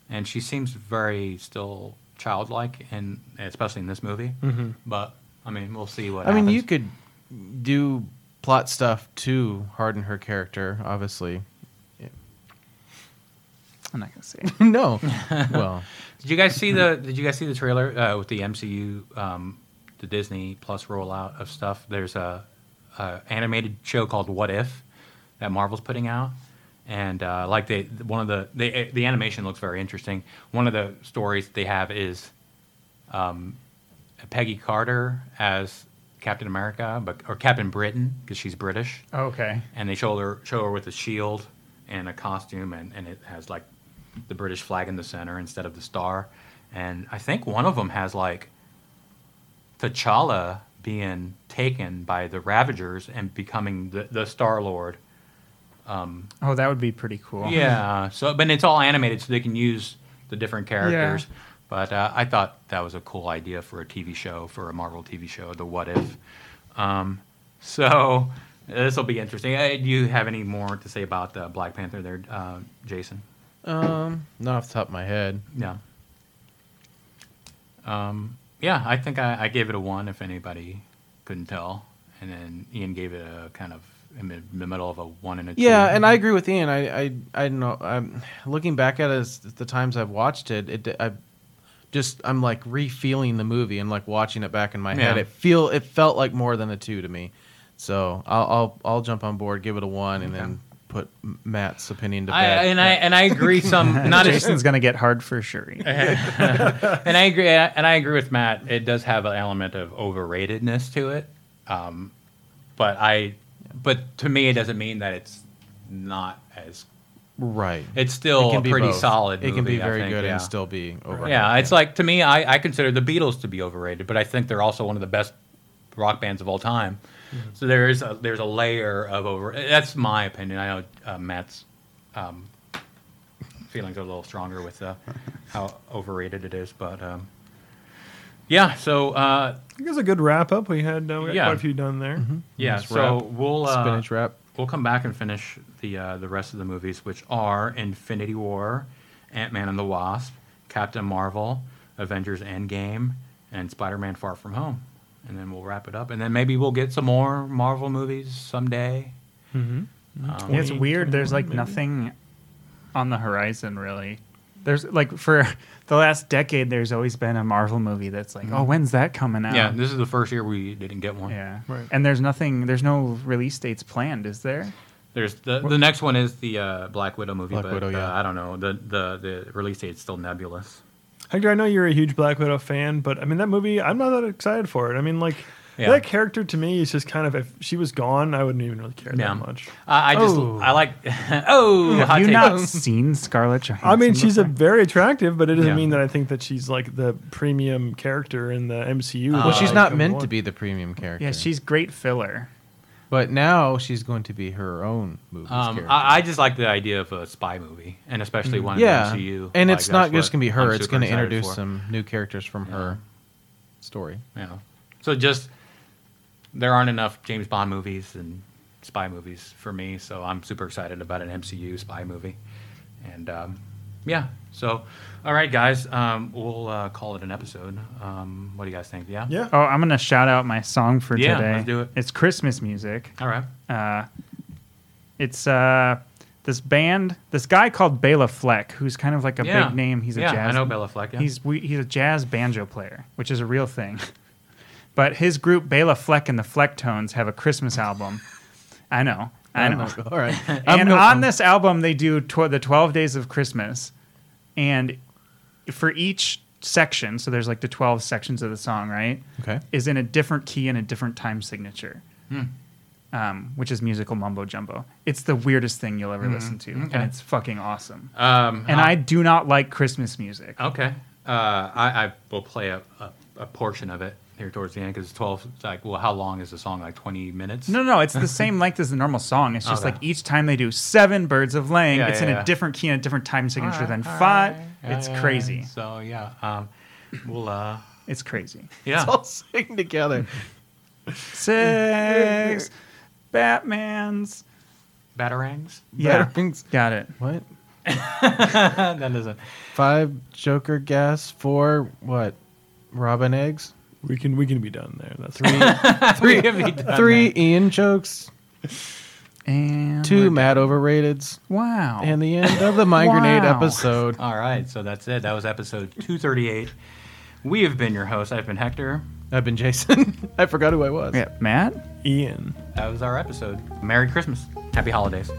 Speaker 1: and she seems very still childlike, and especially in this movie. Mm-hmm. But I mean, we'll see what.
Speaker 4: I mean,
Speaker 1: happens.
Speaker 4: you could do plot stuff to harden her character, obviously.
Speaker 3: I'm not gonna say. it.
Speaker 4: no. Well,
Speaker 1: Did you guys see the Did you guys see the trailer uh, with the MCU, um, the Disney Plus rollout of stuff? There's a, a animated show called What If that Marvel's putting out, and uh, like they one of the they, the animation looks very interesting. One of the stories they have is um, Peggy Carter as Captain America, but or Captain Britain because she's British
Speaker 3: Okay,
Speaker 1: and they show her show her with a shield and a costume and, and it has like the british flag in the center instead of the star and i think one of them has like t'challa being taken by the ravagers and becoming the, the star lord
Speaker 3: oh that would be pretty cool.
Speaker 1: yeah so but it's all animated so they can use the different characters but uh, i thought that was a cool idea for a tv show for a marvel tv show the what if um, so this will be interesting uh, do you have any more to say about uh, black panther there uh, jason
Speaker 4: um, not off the top of my head.
Speaker 1: no um, yeah i think I, I gave it a one if anybody couldn't tell and then ian gave it a kind of in the- in the middle of a one and a two
Speaker 4: Yeah, and I agree with Ian. I I I don't know. I'm looking back at it as the times I've watched it. It I just I'm like re-feeling the movie and like watching it back in my head.
Speaker 1: Yeah.
Speaker 4: It feel it felt like more than a two to me. So I'll I'll, I'll jump on board, give it a one, and then put M- Matt's opinion to
Speaker 1: I,
Speaker 4: bed.
Speaker 1: and I and I agree some not as
Speaker 3: Jason's gonna get hard for Shuri.
Speaker 1: and I agree. And I agree with Matt. It does have an element of overratedness to it, um, but I, but to me, it doesn't mean that it's not as.
Speaker 4: right.
Speaker 1: It's still a pretty
Speaker 4: both.
Speaker 1: solid.
Speaker 4: It can be
Speaker 1: movie, I
Speaker 4: very
Speaker 1: think,
Speaker 4: good
Speaker 1: yeah.
Speaker 4: and still be over.
Speaker 1: Yeah, it's like to me, I, I consider the Beatles to be overrated, but I think they're also one of the best rock bands of all time.
Speaker 4: Mm-hmm.
Speaker 1: So there is a, there's a layer of over. That's my opinion. I know uh, Matt's um, feelings are a little stronger with uh, how overrated it is, but um, yeah. So uh,
Speaker 2: I think it's a good wrap up. We had uh, we got
Speaker 1: Yeah. Mm-hmm.
Speaker 2: quite a few done there.
Speaker 1: yeah,
Speaker 4: Nice
Speaker 1: so
Speaker 4: wrap.
Speaker 1: we'll uh,
Speaker 4: spinach wrap.
Speaker 1: We'll come back and finish the uh, the rest of the movies, which are Infinity War, Ant Man and the Wasp, Captain Marvel, Avengers Endgame, and Spider Man Far From Home. And then we'll wrap it up. And then maybe we'll get some more Marvel movies someday.
Speaker 3: Yeah, it's weird. There's like nothing on the horizon really. There's like for the last decade, there's always been a Marvel movie that's like,
Speaker 2: Mm-hmm.
Speaker 3: oh, when's that coming out?
Speaker 1: Yeah, this is the first year we didn't get one.
Speaker 3: Yeah.
Speaker 2: Right.
Speaker 3: And there's nothing, there's no release dates planned, is there?
Speaker 1: There's the, the next one is the uh, Black Widow movie,
Speaker 4: Black
Speaker 1: but
Speaker 4: Widow,
Speaker 1: uh,
Speaker 4: yeah.
Speaker 1: I don't know. The, the, the release date's still nebulous.
Speaker 2: Hector, I know you're a huge Black Widow fan, but I mean that movie, I'm not that excited for it. I mean, like
Speaker 1: Yeah.
Speaker 2: that character to me is just kind of if she was gone, I wouldn't even really care
Speaker 1: Yeah.
Speaker 2: that much.
Speaker 1: I, I just,
Speaker 4: Oh.
Speaker 1: I like, oh, hot
Speaker 3: Have you
Speaker 1: take.
Speaker 3: not seen Scarlett Johansson?
Speaker 2: I mean, she's a
Speaker 3: before?
Speaker 2: very attractive, but it doesn't
Speaker 1: Yeah.
Speaker 2: mean that I think that she's like the premium character in the MCU.
Speaker 1: Well,
Speaker 4: Well,
Speaker 1: Uh,
Speaker 4: she's
Speaker 1: like
Speaker 4: not meant to be the premium character.
Speaker 3: Yeah, she's great filler.
Speaker 4: But now she's going to be her own movie.
Speaker 1: Um, I, I just like the idea of a spy movie, and especially one
Speaker 4: Mm. yeah,
Speaker 1: in the MCU.
Speaker 4: and
Speaker 1: Like,
Speaker 4: it's
Speaker 1: that's
Speaker 4: not just
Speaker 1: what
Speaker 4: gonna be her.
Speaker 1: I'm
Speaker 4: it's
Speaker 1: super
Speaker 4: gonna
Speaker 1: excited
Speaker 4: introduce
Speaker 1: for.
Speaker 4: some new characters from her story.
Speaker 1: Yeah. So just there aren't enough James Bond movies and spy movies for me, so I'm super excited about an MCU spy movie. And um, yeah, so all right, guys, um, we'll uh, call it an episode. Um, what do you guys think? Yeah.
Speaker 2: Yeah.
Speaker 3: Oh, I'm gonna shout out my song for
Speaker 1: Yeah,
Speaker 3: today.
Speaker 1: let's do it.
Speaker 3: It's Christmas music.
Speaker 1: All right.
Speaker 3: Uh, it's uh, this band, this guy called Bela Fleck, who's kind of like a
Speaker 1: yeah.
Speaker 3: big name. He's a
Speaker 1: yeah,
Speaker 3: jazz.
Speaker 1: I know Bella Fleck. Yeah.
Speaker 3: He's we, he's a jazz banjo player, which is a real thing. but his group Bela Fleck and the Flecktones have a Christmas album. I know. I know.
Speaker 4: All right.
Speaker 3: And on this album, they do tw- the 12 Days of Christmas. And for each section, so there's like the 12 sections of the song, right?
Speaker 4: Okay.
Speaker 3: Is in a different key and a different time signature,
Speaker 1: Hmm.
Speaker 3: um, which is musical mumbo jumbo. It's the weirdest thing you'll ever listen to.
Speaker 1: Hmm. Okay.
Speaker 3: And it's fucking awesome.
Speaker 1: um,
Speaker 3: and
Speaker 1: how-
Speaker 3: I do not like Christmas music.
Speaker 1: Okay. Uh, I, I will play a, a, a portion of it here towards the end because it's 12. It's like, well, how long is the song? Like 20 minutes?
Speaker 3: No, no, it's the same length as the normal song. It's just
Speaker 1: Okay.
Speaker 3: like each time they do seven birds of laying,
Speaker 1: Yeah,
Speaker 3: it's
Speaker 1: yeah,
Speaker 3: in
Speaker 1: yeah.
Speaker 3: a different key and a different time
Speaker 1: All
Speaker 3: signature
Speaker 1: right,
Speaker 3: than
Speaker 1: all
Speaker 3: five.
Speaker 1: right.
Speaker 3: it's
Speaker 1: Yeah, yeah,
Speaker 3: crazy.
Speaker 1: yeah. So, yeah. Um, we'll, uh,
Speaker 3: It's crazy.
Speaker 1: yeah.
Speaker 4: all sing together.
Speaker 3: Six Batmans.
Speaker 1: Batarangs?
Speaker 3: Yeah.
Speaker 4: Batterings.
Speaker 3: Got it.
Speaker 4: What?
Speaker 1: that doesn't.
Speaker 4: Five Joker gas. Four what? Robin eggs.
Speaker 2: We can we can be done there. That's
Speaker 4: Three.
Speaker 1: Three of you done
Speaker 4: three Ian jokes.
Speaker 3: And
Speaker 4: Two
Speaker 3: we're-
Speaker 4: Matt overrateds.
Speaker 3: Wow.
Speaker 4: And the end of the my grenade
Speaker 3: Wow.
Speaker 4: episode.
Speaker 1: that. All right. So that's it. That was episode 238. We have been your hosts. I've been Hector.
Speaker 4: I've been Jason. I forgot who I was.
Speaker 3: yeah, Matt.
Speaker 2: Ian.
Speaker 1: That was our episode. Merry Christmas. Happy holidays.